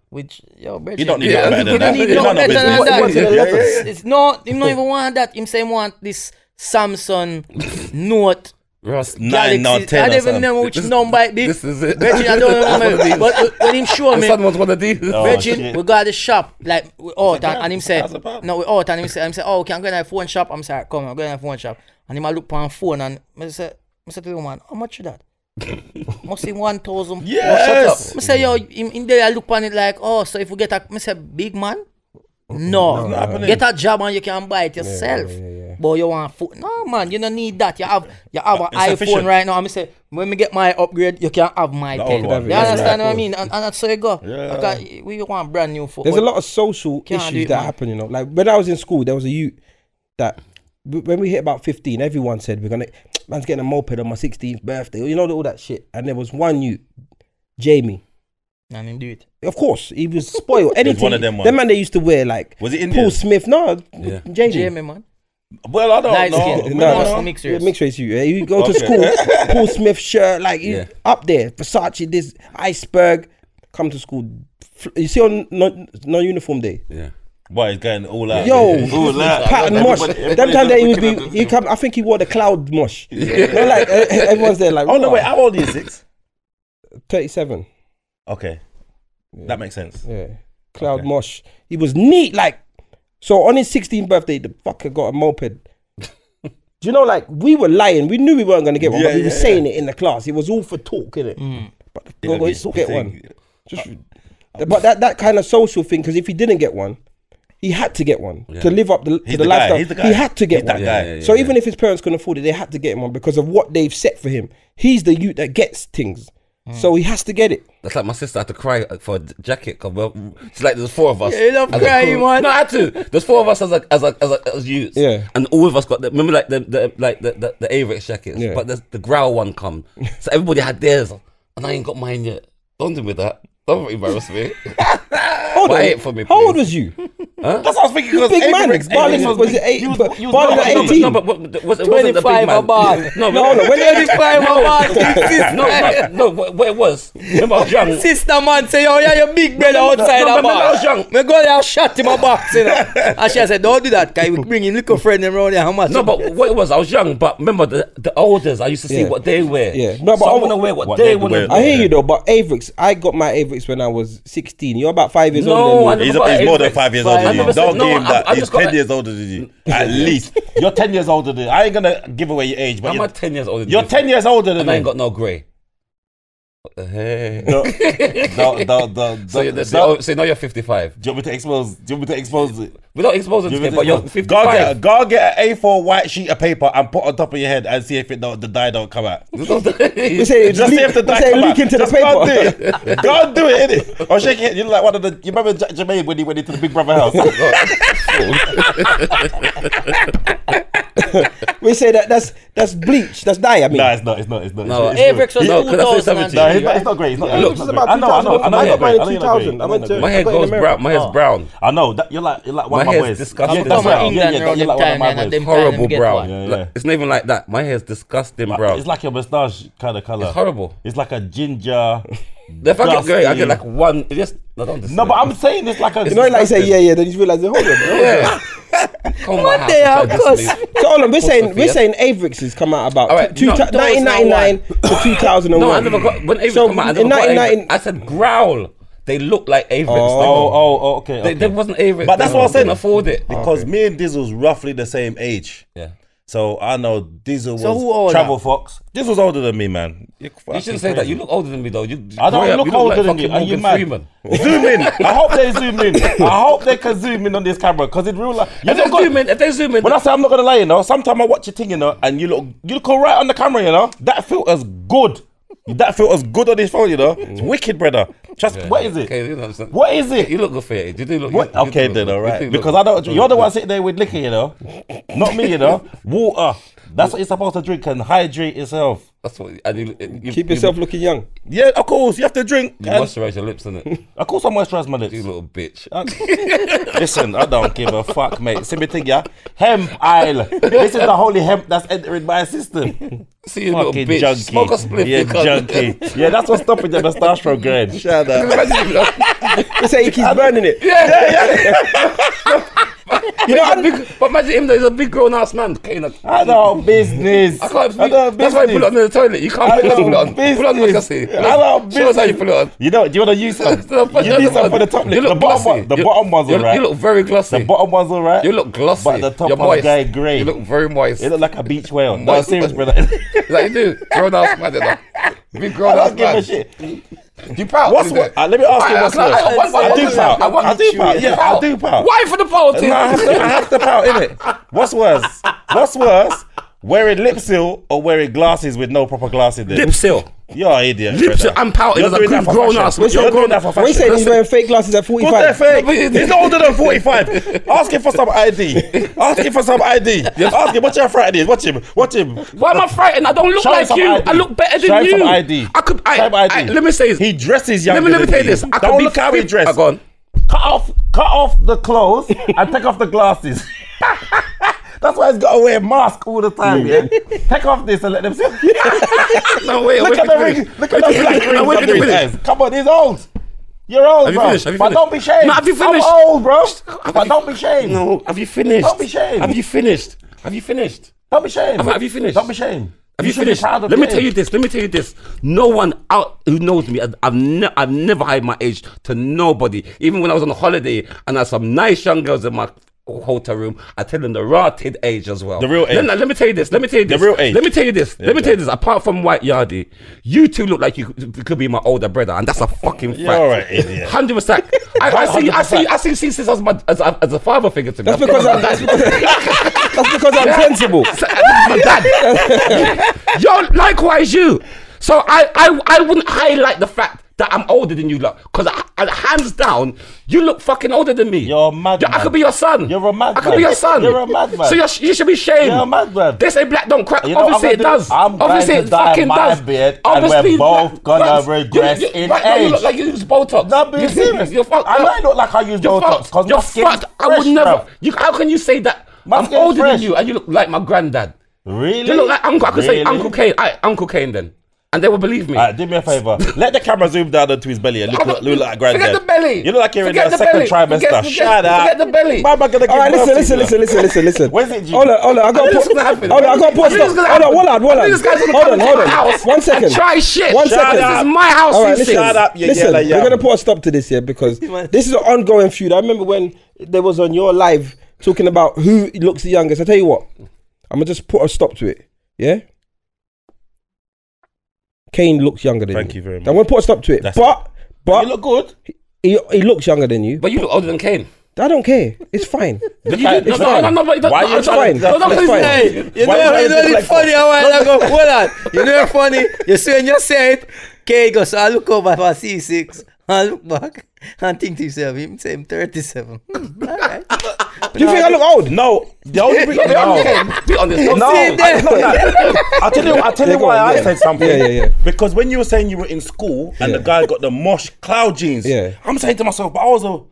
Speaker 4: Which, yo, bro.
Speaker 5: You don't need
Speaker 2: Yeah,
Speaker 5: that better than
Speaker 2: you don't need
Speaker 5: that. You don't
Speaker 2: no
Speaker 5: need
Speaker 2: better
Speaker 5: that.
Speaker 2: than
Speaker 5: What-
Speaker 2: that.
Speaker 5: what-
Speaker 2: Yeah,
Speaker 5: yeah, yeah, yeah.
Speaker 4: It's no, him not even want that. Him say him want this Samsung Note
Speaker 2: Ross,
Speaker 5: Nine, not
Speaker 4: Galaxy.
Speaker 5: ten
Speaker 4: I don't even
Speaker 5: or something.
Speaker 4: remember which
Speaker 2: This-
Speaker 4: number it be.
Speaker 2: this is it.
Speaker 4: Bet you I don't remember.
Speaker 2: This
Speaker 4: But when him show me,
Speaker 2: son was one of these.
Speaker 5: Oh,
Speaker 4: Virgin,
Speaker 5: shit.
Speaker 4: we go at the shop, like we out, and, and him
Speaker 5: It's a
Speaker 4: said,
Speaker 5: thousand pound.
Speaker 4: no, we out, and him said, him said, oh, okay, I'm going to the phone shop. I'm sorry, come, I'm going to the phone shop. And him I look on phone, and I said, I said to the woman, how much is that? Must be 1,000.
Speaker 5: Yes.
Speaker 4: I say, yo, in, in there I look on it like, oh, so if we get a, I say, big man, no,
Speaker 5: happening.
Speaker 4: get a job and you can buy it yourself.
Speaker 3: yeah, yeah, yeah.
Speaker 4: But you want food? No, man, you don't need that. You have you have an
Speaker 5: It's
Speaker 4: iPhone
Speaker 5: sufficient.
Speaker 4: right now. I'm say when we get my upgrade, you can have my
Speaker 5: The
Speaker 4: thing.
Speaker 5: old one.
Speaker 4: You
Speaker 3: Yeah,
Speaker 4: understand
Speaker 3: yeah.
Speaker 4: what I mean? And, and that's so you go.
Speaker 5: Yeah.
Speaker 4: I got, we want brand new phone.
Speaker 3: There's a lot of social
Speaker 4: Can't do
Speaker 3: issues
Speaker 4: it,
Speaker 3: that
Speaker 4: man.
Speaker 3: happen, you know. Like when I was in school, there was a youth that w- when we hit about 15, everyone said we're gonna man's getting a moped on my 16th birthday, you know all that shit. And there was one youth, Jamie.
Speaker 4: And him do it.
Speaker 3: Of course, he was spoiled. Anything,
Speaker 5: one of them ones.
Speaker 3: Them man they used to wear like
Speaker 5: Was it Indian?
Speaker 3: Paul Smith. No,
Speaker 2: Yeah.
Speaker 3: Jamie.
Speaker 4: Jamie, man.
Speaker 5: Well, I don't
Speaker 4: Light
Speaker 5: know.
Speaker 4: skin.
Speaker 5: We
Speaker 3: No,
Speaker 5: don't
Speaker 3: no.
Speaker 4: That's
Speaker 5: know.
Speaker 4: the mixed
Speaker 3: Yeah,
Speaker 4: race.
Speaker 3: mixed race you. Yeah, you go to
Speaker 5: Okay.
Speaker 3: school, Paul Smith shirt, like you
Speaker 2: Yeah.
Speaker 3: up there, Versace, this iceberg. Come to school, fl- you see on non uniform day.
Speaker 2: Yeah.
Speaker 5: Boy, he's going all out.
Speaker 3: Yo,
Speaker 5: all out.
Speaker 3: pattern mosh. Them time that he would be, he come. I think he wore the cloud mosh. You know, like eh, eh, everyone's there, like
Speaker 5: Oh no,
Speaker 3: "Wow,
Speaker 5: wait. How old is six?
Speaker 3: thirty-seven.
Speaker 5: Okay, that makes sense.
Speaker 3: Yeah, cloud mosh. He was neat, like so. On his 16th birthday, the fucker got a moped. Do you know, like we were lying. We knew we weren't gonna get one,
Speaker 5: Yeah,
Speaker 3: but we
Speaker 5: yeah, Mm.
Speaker 3: were saying it in the class. It was all for talk, innit? But
Speaker 5: You know,
Speaker 3: go- go,
Speaker 5: this
Speaker 3: still get
Speaker 5: thing-
Speaker 3: one. Just, but that, that kind of social thing, because if he didn't get one, he had to get one to live up the, to
Speaker 5: He's
Speaker 3: the,
Speaker 5: the guy,
Speaker 3: lifestyle.
Speaker 5: he's the guy.
Speaker 3: He had to get
Speaker 5: He's that
Speaker 3: one.
Speaker 5: guy. Yeah, yeah,
Speaker 3: so even if his parents couldn't afford it, they had to get him one because of what they've set for him. He's the youth that gets things,
Speaker 5: Mm.
Speaker 3: so he has to get it.
Speaker 2: That's like my sister had to cry uh, for a jacket. Cause well, it's like there's four of us.
Speaker 4: Yeah, you love
Speaker 2: As a
Speaker 4: crying,
Speaker 2: crew.
Speaker 4: man.
Speaker 2: No, I had to. There's four of us as a as a as, a, as youths.
Speaker 3: Yeah.
Speaker 2: And all of us got the, remember like the, the like the the, the Avex jackets,
Speaker 3: Yeah.
Speaker 2: but there's the growl one come. So everybody had theirs, and I ain't got mine yet. Don't do with that. Don't embarrass me.
Speaker 3: Hold
Speaker 2: Buy
Speaker 3: on.
Speaker 2: it for me,
Speaker 3: How
Speaker 2: please.
Speaker 3: old was you?
Speaker 5: That's what I was thinking. Because
Speaker 3: Big man.
Speaker 5: Avericks-
Speaker 3: Barley
Speaker 5: Avericks
Speaker 3: was, was it eight?
Speaker 5: he was-
Speaker 3: but-
Speaker 5: he was-
Speaker 3: Barley
Speaker 5: no,
Speaker 3: was
Speaker 5: no, no,
Speaker 2: No,
Speaker 3: 18.
Speaker 2: but, but, but it wasn't the
Speaker 4: 25
Speaker 2: big
Speaker 4: a
Speaker 2: man.
Speaker 4: bar.
Speaker 2: No,
Speaker 3: No, no, when they-
Speaker 4: 25
Speaker 2: no,
Speaker 4: no,
Speaker 2: no, no, what, what it was. Remember, I was young.
Speaker 4: Sister man say, oh yeah, your big brother outside
Speaker 2: no,
Speaker 4: the
Speaker 2: but when I
Speaker 4: bar.
Speaker 2: was young-
Speaker 4: Me go there and shot him a box, you know. And she said, don't do that, guy. We bring him little friend them around here. How much?
Speaker 2: No, but what it was, I was young, but remember the, the olders, I used to see
Speaker 3: Yeah.
Speaker 2: what they wear.
Speaker 3: Yeah. No, but
Speaker 2: so I
Speaker 3: I-
Speaker 2: want to wear what, they want to
Speaker 3: I
Speaker 2: wear.
Speaker 3: hear you though, but Avrix, I got my Avrix when I was 16. You're about five years
Speaker 2: No,
Speaker 3: older
Speaker 2: I
Speaker 3: than me.
Speaker 5: He's,
Speaker 2: But
Speaker 5: he's more than
Speaker 2: Avericks-
Speaker 5: five years
Speaker 4: but I
Speaker 5: older than
Speaker 4: never
Speaker 5: you.
Speaker 2: said-
Speaker 5: Don't
Speaker 2: no,
Speaker 5: give him
Speaker 2: I-
Speaker 5: that.
Speaker 2: I
Speaker 5: he's
Speaker 2: just got
Speaker 5: ten
Speaker 2: that-
Speaker 5: years older than you. At least you're ten years older than. I ain't gonna give away your age, but
Speaker 2: I'm
Speaker 5: you're,
Speaker 2: like 10 years older than
Speaker 5: you're
Speaker 2: you.
Speaker 5: ten years older than
Speaker 2: and I ain't
Speaker 5: me.
Speaker 2: got no grey. What the heck?
Speaker 5: No, the, the, the, the,
Speaker 2: so, you-
Speaker 5: the-
Speaker 2: so, oh, so now you're 55.
Speaker 5: do you want me to expose? Do you want me to expose it?
Speaker 2: We're not exposing
Speaker 5: Do
Speaker 2: this,
Speaker 5: you
Speaker 2: but
Speaker 5: want me to
Speaker 2: you're
Speaker 5: expose- Go
Speaker 2: 55.
Speaker 5: get, go get an A4 white sheet of paper and put on top of your head and see if it don't, the dye don't come out.
Speaker 3: You say
Speaker 5: Just
Speaker 3: leak,
Speaker 5: see if the
Speaker 3: you
Speaker 5: dye
Speaker 3: say
Speaker 5: come
Speaker 3: leak
Speaker 5: out.
Speaker 3: into the
Speaker 5: Just go and
Speaker 3: paper.
Speaker 5: do it. Go and do it, innit? Or shake it. You're like one of the. You remember Jack Jermaine when he went into the Big Brother house?
Speaker 3: We say that that's that's bleach, that's dye. I mean,
Speaker 5: no, it's not. It's not. It's not.
Speaker 2: No,
Speaker 5: it's not-
Speaker 4: Avex was
Speaker 2: No,
Speaker 5: No,
Speaker 2: 'cause that's
Speaker 4: 2000.
Speaker 5: No, he's not, it's not great. It's not,
Speaker 2: Look, this
Speaker 5: it's not
Speaker 2: is
Speaker 5: great.
Speaker 3: about
Speaker 5: I know, I know, I know.
Speaker 3: 2000.
Speaker 5: you're great.
Speaker 3: I got mine in
Speaker 5: know you're great.
Speaker 3: 2000. I
Speaker 5: know
Speaker 3: went
Speaker 5: you're great.
Speaker 2: my hair
Speaker 3: I got it in
Speaker 2: goes
Speaker 3: America.
Speaker 2: brown. My hair's
Speaker 5: Oh.
Speaker 2: brown.
Speaker 5: I know that you're like you're like one
Speaker 2: My
Speaker 5: of my
Speaker 2: hair's
Speaker 5: boys.
Speaker 2: disgusting.
Speaker 5: Yeah,
Speaker 2: Come on,
Speaker 5: that's right. Yeah,
Speaker 4: England
Speaker 5: yeah,
Speaker 4: around
Speaker 5: you're like
Speaker 4: them
Speaker 5: one of my
Speaker 4: time, man,
Speaker 5: boys.
Speaker 4: them
Speaker 2: Horrible
Speaker 4: get
Speaker 2: brown.
Speaker 4: one.
Speaker 5: Yeah,
Speaker 2: Like,
Speaker 5: yeah.
Speaker 2: it's not even like that. My hair's disgusting brown.
Speaker 5: It's like your moustache kind of color.
Speaker 2: It's horrible.
Speaker 5: It's like a ginger.
Speaker 2: if I get grey, I get like
Speaker 5: dusty.
Speaker 2: one. It just no, don't
Speaker 5: no, but I'm saying this like a.
Speaker 3: You know, like you say, yeah, yeah. Then you realize, hold on. bro.
Speaker 2: Yeah. Come
Speaker 4: What
Speaker 2: on,
Speaker 4: they are,
Speaker 2: house, it's
Speaker 4: of
Speaker 2: like
Speaker 4: course.
Speaker 2: this
Speaker 3: So hold on, we're saying
Speaker 2: Sophia.
Speaker 3: we're saying Avrix has come out about
Speaker 2: All right,
Speaker 3: two,
Speaker 2: no,
Speaker 3: two,
Speaker 2: no, it's not
Speaker 3: 1999 to 2001.
Speaker 2: No, I never got when Avery
Speaker 3: So
Speaker 2: come out. I,
Speaker 3: in
Speaker 2: never got
Speaker 3: 1990
Speaker 2: Avery. I said growl. They look like Avery.
Speaker 5: Oh, oh, oh, okay.
Speaker 2: they,
Speaker 5: okay.
Speaker 2: they wasn't Avery.
Speaker 5: But that's what I said. Oh,
Speaker 2: Couldn't afford it.
Speaker 5: because me and Dizzle's roughly the same age.
Speaker 2: Yeah.
Speaker 5: So I know Dizzle
Speaker 4: So who
Speaker 5: was
Speaker 4: older?
Speaker 5: Travel Fox. Dizzle's older than me, man. You
Speaker 2: You shouldn't say that. You look older than me, though. You,
Speaker 5: I don't
Speaker 2: grow up,
Speaker 5: look
Speaker 2: you
Speaker 5: older
Speaker 2: like
Speaker 5: than you.
Speaker 2: fucking
Speaker 5: Are you
Speaker 2: Morgan
Speaker 5: mad?
Speaker 2: Freeman.
Speaker 5: Zoom in. I hope they zoom in. I hope they can zoom in on this camera because in real life, you
Speaker 2: If
Speaker 5: look
Speaker 2: they
Speaker 5: good.
Speaker 2: zoom in, if they zoom in,
Speaker 5: When I say I'm not gonna lie, you know, sometimes I watch a thing, you know, and you look, you look all right on the camera, you know. That filter's good. That filter's good on this phone, you know. It's wicked, brother. Just what is it?
Speaker 2: Okay, you know what I'm saying.
Speaker 5: What is it?
Speaker 2: You look good for it. You do look.
Speaker 5: What?
Speaker 2: You, you
Speaker 5: Okay
Speaker 2: do look
Speaker 5: then,
Speaker 2: good.
Speaker 5: all
Speaker 2: You do
Speaker 5: right.
Speaker 2: look
Speaker 5: Because I don't.
Speaker 2: good.
Speaker 5: You're the one sitting there with liquor, you know. Not me, you know. Water. That's what you're supposed to drink and hydrate yourself.
Speaker 2: That's what. And you, you,
Speaker 3: Keep
Speaker 2: you,
Speaker 3: yourself looking young.
Speaker 5: Yeah, of course. You have to drink.
Speaker 2: You
Speaker 5: and-
Speaker 2: moisturize your lips, innit?
Speaker 5: of course, I moisturize my lips.
Speaker 2: You little bitch.
Speaker 5: Uh, Listen, I don't give a fuck, mate. See me thing, yeah. Hemp aisle. This is the holy hemp that's entering my system.
Speaker 2: See you little
Speaker 5: Fucking
Speaker 2: bitch.
Speaker 5: junkie.
Speaker 2: Smoke a spliff.
Speaker 5: yeah,
Speaker 2: you cunt.
Speaker 5: junkie. Yeah, that's what's stopping the moustache from growing. Shut up.
Speaker 3: They say he keeps burning it.
Speaker 2: You know, a big, but imagine him. There's a big grown ass man. carrying a-
Speaker 5: I know business.
Speaker 2: I can't.
Speaker 5: I know
Speaker 2: that's why you put it
Speaker 5: business.
Speaker 2: on the toilet. You can't
Speaker 5: I
Speaker 2: put it on.
Speaker 5: know
Speaker 2: Put it on the
Speaker 5: business.
Speaker 2: pussy.
Speaker 5: I know
Speaker 2: Show us how you
Speaker 5: business.
Speaker 2: put it on.
Speaker 5: You know, do you want to use some? you need some for the top lip.
Speaker 2: You
Speaker 5: The
Speaker 2: look
Speaker 5: bottom
Speaker 2: glossy.
Speaker 5: one. The
Speaker 2: You-
Speaker 5: bottom one's
Speaker 2: you look-
Speaker 5: alright.
Speaker 2: You look very glossy.
Speaker 5: The bottom one's alright.
Speaker 2: You look glossy.
Speaker 5: But the top
Speaker 2: You're
Speaker 5: one's
Speaker 2: moist.
Speaker 5: guy grey.
Speaker 2: You look very moist.
Speaker 5: It look like a beach whale. No,
Speaker 2: Moist.
Speaker 5: serious, brother. I
Speaker 2: Like you do. Grown ass man. you know. Big grown ass
Speaker 5: don't give a
Speaker 2: man.
Speaker 5: shit.
Speaker 2: You proud?
Speaker 5: What's
Speaker 2: isn't it?
Speaker 5: what? Uh, let me ask you
Speaker 2: I- I-
Speaker 5: what's
Speaker 2: I- I-
Speaker 5: worse.
Speaker 2: I- I-
Speaker 5: I
Speaker 2: I-
Speaker 5: do
Speaker 2: I-
Speaker 5: pout.
Speaker 2: I- I-
Speaker 5: I do pout. Yeah, I do pout.
Speaker 2: Why for the politics?
Speaker 5: No, I have to, I have to pout, innit? What's worse? What's worse? Wearing lip seal or wearing glasses with no proper glasses in
Speaker 2: Lip seal.
Speaker 5: You're an idiot.
Speaker 2: Lip
Speaker 5: brother.
Speaker 2: seal. I'm pouting as
Speaker 5: You're
Speaker 2: a
Speaker 5: doing that for
Speaker 2: grown
Speaker 5: fashion.
Speaker 2: ass.
Speaker 5: You're,
Speaker 2: You're
Speaker 5: doing
Speaker 2: grown-
Speaker 5: that for
Speaker 3: When he
Speaker 5: fashion.
Speaker 3: said he's
Speaker 5: Listen,
Speaker 3: wearing fake glasses at
Speaker 5: Put
Speaker 3: 45.
Speaker 5: that fake.
Speaker 2: No, but it-
Speaker 5: He's older than 45. Ask him for some ID. Ask him for some ID. Ask him, what's your Friday? Watch him. Watch him.
Speaker 2: Why am I frightened? I don't look
Speaker 5: Show him
Speaker 2: like
Speaker 5: some
Speaker 2: you.
Speaker 5: ID.
Speaker 2: I look better than
Speaker 5: Show him
Speaker 2: you.
Speaker 5: some ID.
Speaker 2: I could. I,
Speaker 5: Show him ID.
Speaker 2: I- let me say.
Speaker 5: He dresses
Speaker 2: Let me
Speaker 5: younger
Speaker 2: let me
Speaker 5: than
Speaker 2: tell you
Speaker 5: you.
Speaker 2: this. I
Speaker 5: Don't
Speaker 2: could be
Speaker 5: look how he
Speaker 2: fit-
Speaker 5: dressed.
Speaker 2: I gone.
Speaker 5: cut off cut off the clothes and take off the glasses. That's why he's got to wear a mask all the time, yeah? Take off this and let them see.
Speaker 2: No wait.
Speaker 5: look
Speaker 2: wait,
Speaker 5: at the
Speaker 2: wait,
Speaker 5: ring.
Speaker 2: wait.
Speaker 5: Look at the black
Speaker 2: No,
Speaker 5: rings
Speaker 2: wait, wait,
Speaker 5: under his
Speaker 2: wait.
Speaker 5: eyes. Come on, he's old. You're old,
Speaker 2: Have you
Speaker 5: bro.
Speaker 2: finished? Have you
Speaker 5: but
Speaker 2: finished?
Speaker 5: don't be shamed.
Speaker 2: No, have you finished?
Speaker 5: I'm old, bro.
Speaker 2: Have
Speaker 5: But
Speaker 2: you-
Speaker 5: don't be shamed.
Speaker 2: No. Have you finished?
Speaker 5: Don't be ashamed.
Speaker 2: Have you finished? Have you finished?
Speaker 5: Don't be shamed.
Speaker 2: Have- have you finished?
Speaker 5: Don't be shamed.
Speaker 2: Have you,
Speaker 5: should be
Speaker 2: finished?
Speaker 5: proud of
Speaker 2: Let me
Speaker 5: your
Speaker 2: tell you
Speaker 5: age.
Speaker 2: this. Let me tell you this. No one out who knows me. I- I've, ne- I've never hid my age to nobody. Even when I was on holiday and I had some nice young girls in my hotel room. I tell them the rotted age as well.
Speaker 5: The real
Speaker 2: Let,
Speaker 5: age.
Speaker 2: let me tell you this. Let me tell you
Speaker 5: The
Speaker 2: this.
Speaker 5: real age.
Speaker 2: Let me tell you this.
Speaker 5: Yeah,
Speaker 2: let me tell you this. Apart from White Yardie, you two look like you could could be my older brother, and that's a fucking fact.
Speaker 5: You're an idiot.
Speaker 2: Hundred percent. I, I see. I see. I see. Sisters as my as, a- as a father figure to me.
Speaker 3: That's because I'm. That's because, that's because I'm sensible.
Speaker 2: my dad. Yo, likewise you. So I, I, I wouldn't highlight the fact that I'm older than you, lot. Because hands down, you look fucking older than me.
Speaker 5: You're a madman.
Speaker 2: I could be your son.
Speaker 5: You're a
Speaker 2: I could
Speaker 5: madman.
Speaker 2: be your son.
Speaker 5: You're a madman.
Speaker 2: So you're, you should be shamed.
Speaker 5: You're a madman.
Speaker 2: They say black don't crack.
Speaker 5: You know what
Speaker 2: Obviously
Speaker 5: I'm
Speaker 2: it
Speaker 5: gonna do?
Speaker 2: does.
Speaker 5: I'm going
Speaker 2: Obviously
Speaker 5: to
Speaker 2: it
Speaker 5: dye
Speaker 2: fucking
Speaker 5: my
Speaker 2: does.
Speaker 5: beard and we're both gonna regress
Speaker 2: you, you,
Speaker 5: in
Speaker 2: right now You
Speaker 5: age.
Speaker 2: look like you use Botox.
Speaker 5: No, I'm being
Speaker 2: You're
Speaker 5: serious.
Speaker 2: You're fucked
Speaker 5: I
Speaker 2: up.
Speaker 5: know I look like I use
Speaker 2: You're
Speaker 5: Botox,
Speaker 2: fucked.
Speaker 5: 'cause my
Speaker 2: You're
Speaker 5: skin's
Speaker 2: fucked. I would
Speaker 5: fresh,
Speaker 2: never.
Speaker 5: bruv.
Speaker 2: You, how can you say that?
Speaker 5: My
Speaker 2: I'm
Speaker 5: skin's
Speaker 2: older
Speaker 5: fresh.
Speaker 2: than you, and you look like my granddad.
Speaker 5: Really?
Speaker 2: You look like Uncle. I could say
Speaker 5: Really?
Speaker 2: Uncle Kane. Aye, Uncle Kane then, and they will believe me.
Speaker 5: Alright, do me a favor. Let the camera zoom down onto his belly and look,
Speaker 2: I'm
Speaker 5: look,
Speaker 2: not-
Speaker 5: look like granddad.
Speaker 2: Forget the belly.
Speaker 5: You look like you're
Speaker 2: Forget
Speaker 5: in
Speaker 2: the
Speaker 5: the second
Speaker 2: belly.
Speaker 5: trimester.
Speaker 2: Forget- forget-
Speaker 5: Shut up.
Speaker 2: forget the belly.
Speaker 5: Why am I gonna give
Speaker 3: All right,
Speaker 5: birth
Speaker 3: listen,
Speaker 5: to
Speaker 3: listen,
Speaker 5: you?
Speaker 3: listen, listen, listen, listen.
Speaker 5: Where's it, G?
Speaker 3: Hold on, hold on. I
Speaker 2: I
Speaker 3: got.
Speaker 2: think this is gonna happen.
Speaker 3: Hold on, I got
Speaker 2: I
Speaker 3: pause
Speaker 2: think this is
Speaker 3: stuff.
Speaker 2: gonna
Speaker 3: Hold on, hold
Speaker 2: happen.
Speaker 3: on, hold
Speaker 2: I
Speaker 3: on.
Speaker 2: think this guy's gonna come
Speaker 3: Hold on,
Speaker 2: into
Speaker 3: hold
Speaker 2: my
Speaker 3: on.
Speaker 2: house
Speaker 3: One
Speaker 2: and
Speaker 3: second.
Speaker 2: try shit.
Speaker 3: One
Speaker 2: Shut
Speaker 3: second.
Speaker 2: up. This is my house,
Speaker 3: All
Speaker 2: you
Speaker 3: right, listen.
Speaker 2: Shut
Speaker 5: up, you
Speaker 3: listen,
Speaker 5: yellow
Speaker 3: we're
Speaker 5: yam.
Speaker 3: gonna put a stop to this here because this is an ongoing feud. I remember when there was on your live talking about who looks the youngest. I tell you what, I'm gonna just put a stop to it. Yeah. Kane looks younger than
Speaker 5: Thank
Speaker 3: you.
Speaker 5: you very
Speaker 3: I'm gonna put a stop to it.
Speaker 5: That's-
Speaker 3: but but
Speaker 5: You look good.
Speaker 3: he, he looks younger than you.
Speaker 2: But you look older than Kane.
Speaker 3: I don't care. It's fine.
Speaker 5: Look
Speaker 2: You
Speaker 5: like-
Speaker 2: do-
Speaker 5: look
Speaker 2: no,
Speaker 5: like-
Speaker 2: no, no, but it doesn't-
Speaker 5: Why
Speaker 2: no,
Speaker 5: you
Speaker 2: it's
Speaker 5: trying
Speaker 3: fine.
Speaker 5: to-
Speaker 2: No, no,
Speaker 3: It's
Speaker 2: it's-
Speaker 3: fine.
Speaker 4: Hey, you
Speaker 5: Why
Speaker 4: know,
Speaker 5: is
Speaker 4: you know
Speaker 5: that
Speaker 4: the
Speaker 5: like-
Speaker 4: funny a while ago. Hold on. You know the funny. You see when you say it, okay, go. So I look over for C6. I look back and think to yourself, him Hmm, say him 37. Alright.
Speaker 3: Do you think I look old?
Speaker 5: No, the only
Speaker 2: Be
Speaker 5: reason.
Speaker 2: honest,
Speaker 5: No.
Speaker 2: Kane. Be honest. Don't
Speaker 5: No,
Speaker 2: say
Speaker 5: I,
Speaker 2: it.
Speaker 4: there.
Speaker 5: no, no. I'll tell you, I'll tell
Speaker 3: Yeah,
Speaker 5: you
Speaker 3: go
Speaker 5: why
Speaker 3: on,
Speaker 5: I
Speaker 3: yeah.
Speaker 5: said something.
Speaker 3: Yeah, yeah, yeah.
Speaker 5: Because when you were saying you were in school and the
Speaker 3: Yeah.
Speaker 5: guy got the mosh cloud jeans,
Speaker 3: Yeah.
Speaker 5: I'm saying to myself, but I was a,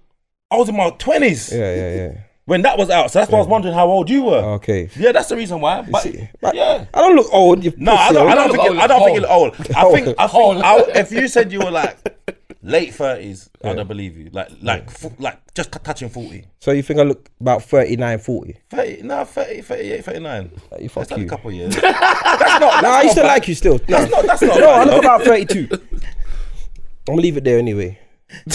Speaker 5: I was in my twenties
Speaker 3: Yeah, yeah, yeah.
Speaker 5: when that was out, so that's why I was wondering how old you were.
Speaker 2: Oh,
Speaker 3: Okay.
Speaker 5: Yeah, that's the reason why. But,
Speaker 3: See, but
Speaker 5: yeah.
Speaker 3: I don't look old. You
Speaker 5: No, I don't, I don't
Speaker 2: Look
Speaker 5: think it,
Speaker 2: old,
Speaker 5: I don't think it's
Speaker 2: look
Speaker 5: old. I
Speaker 3: Old.
Speaker 5: think I
Speaker 2: Old.
Speaker 5: think I, if you said you were like late thirties, I don't believe you. Like like fu- like just c- touching 40.
Speaker 3: So you think I look about 39, 40?
Speaker 5: 30, no, 30, 38, 39.
Speaker 3: you fuck
Speaker 5: that's like
Speaker 3: you.
Speaker 5: a couple of years. that's not.
Speaker 3: Nah, I
Speaker 5: that's
Speaker 3: used to
Speaker 5: not bad.
Speaker 3: like you still. No,
Speaker 5: That's not. That's not.
Speaker 3: no I
Speaker 5: bad.
Speaker 3: look about 32. I'm gonna leave it there anyway.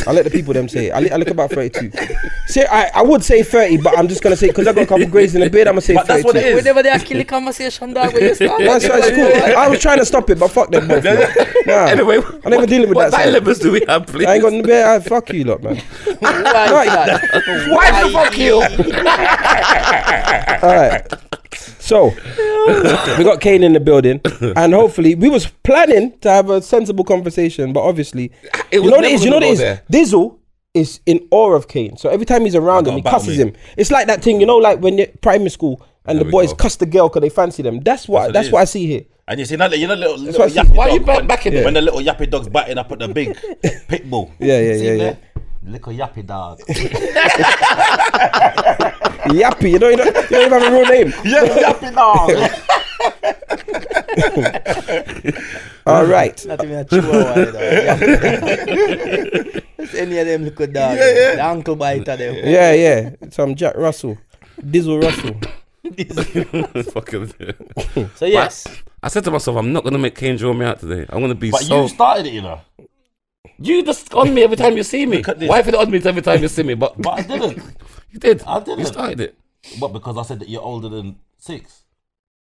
Speaker 3: I'll let the people them say it. I, li- I look about 32. See, I, I would say 30, but I'm just gonna say because I got a couple grades in the beard, I'm gonna say
Speaker 5: But
Speaker 3: 32.
Speaker 5: that's what it is.
Speaker 4: Whenever they are killing conversation, dog, when you start.
Speaker 3: That's why it's cool. I was trying to stop it, but fuck them both. man. Nah,
Speaker 2: Anyway,
Speaker 3: I'm never dealing with
Speaker 2: what
Speaker 3: that. side.
Speaker 2: dilemmas do we have, please?
Speaker 3: I ain't got no beard. I fuck you lot, man.
Speaker 2: Why the fuck you?
Speaker 3: All right. So we got Kane in the building, and hopefully we was planning to have a sensible conversation, but obviously,
Speaker 2: It
Speaker 3: you
Speaker 2: was
Speaker 3: know what it
Speaker 2: never
Speaker 3: is. You know what
Speaker 2: gonna
Speaker 3: it is.
Speaker 2: go there.
Speaker 3: Dizzle is in awe of Kane, so every time he's around him, he
Speaker 5: battle
Speaker 3: cusses
Speaker 5: me.
Speaker 3: him. It's like that thing, you know, like when you're primary school and the
Speaker 2: we
Speaker 3: boys
Speaker 2: go.
Speaker 3: cuss the girl because they fancy them. That's what.
Speaker 5: it
Speaker 3: That's,
Speaker 5: is.
Speaker 3: what I see here.
Speaker 5: And you see, now that you know, little, little
Speaker 3: why I said-
Speaker 5: yappy
Speaker 2: Why
Speaker 5: dog,
Speaker 2: you back-
Speaker 5: when-
Speaker 2: backing
Speaker 5: when
Speaker 2: it?
Speaker 5: the little yappy dog's biting up at the big pit bull.
Speaker 3: Yeah, yeah,
Speaker 5: See
Speaker 3: yeah,
Speaker 5: there? Little yappy dog.
Speaker 3: Yappy, you don't, you don't, you don't even have a real name.
Speaker 5: yeah, yappy dog.
Speaker 3: All right.
Speaker 4: Not even a chihuahua. you know. Yeah. Just any of them little dog. The ankle biter them.
Speaker 3: Yeah, yeah. So I'm Jack Russell, Dizzle Russell.
Speaker 2: Fucking.
Speaker 4: So yes,
Speaker 2: I said to myself, I'm not gonna make Kane draw me out today. I'm gonna be
Speaker 5: But
Speaker 2: so.
Speaker 5: you started it, you know.
Speaker 2: You just on me every time you see me.
Speaker 5: Look at this.
Speaker 2: Why if it on me every time you see me? But,
Speaker 5: But I didn't.
Speaker 2: you did.
Speaker 5: I didn't.
Speaker 2: You started it.
Speaker 5: what? Because I said that you're older than six.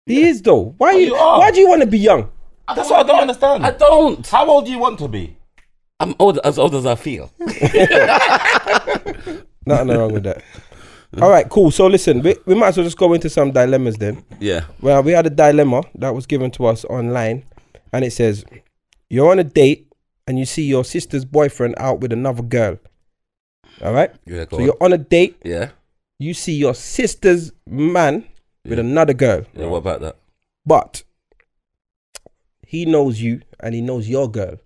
Speaker 3: He is though. Why you?
Speaker 5: you are.
Speaker 3: Why do you want to be young?
Speaker 5: That's what I don't understand.
Speaker 2: I don't.
Speaker 5: How old do you want to be?
Speaker 2: I'm old as old as I feel.
Speaker 3: Nothing wrong with that. All right, cool. So listen, we, we might as well just go into some dilemmas then.
Speaker 2: Yeah.
Speaker 3: Well, we had a dilemma that was given to us online, and it says, "You're on a date and you see your sister's boyfriend out with another girl." All right.
Speaker 2: Yeah. Go
Speaker 3: So
Speaker 2: on.
Speaker 3: you're on a date,
Speaker 2: Yeah.
Speaker 3: you see your sister's man with
Speaker 2: Yeah.
Speaker 3: another girl,
Speaker 2: Yeah. What about that?
Speaker 3: but he knows you and he knows your girl,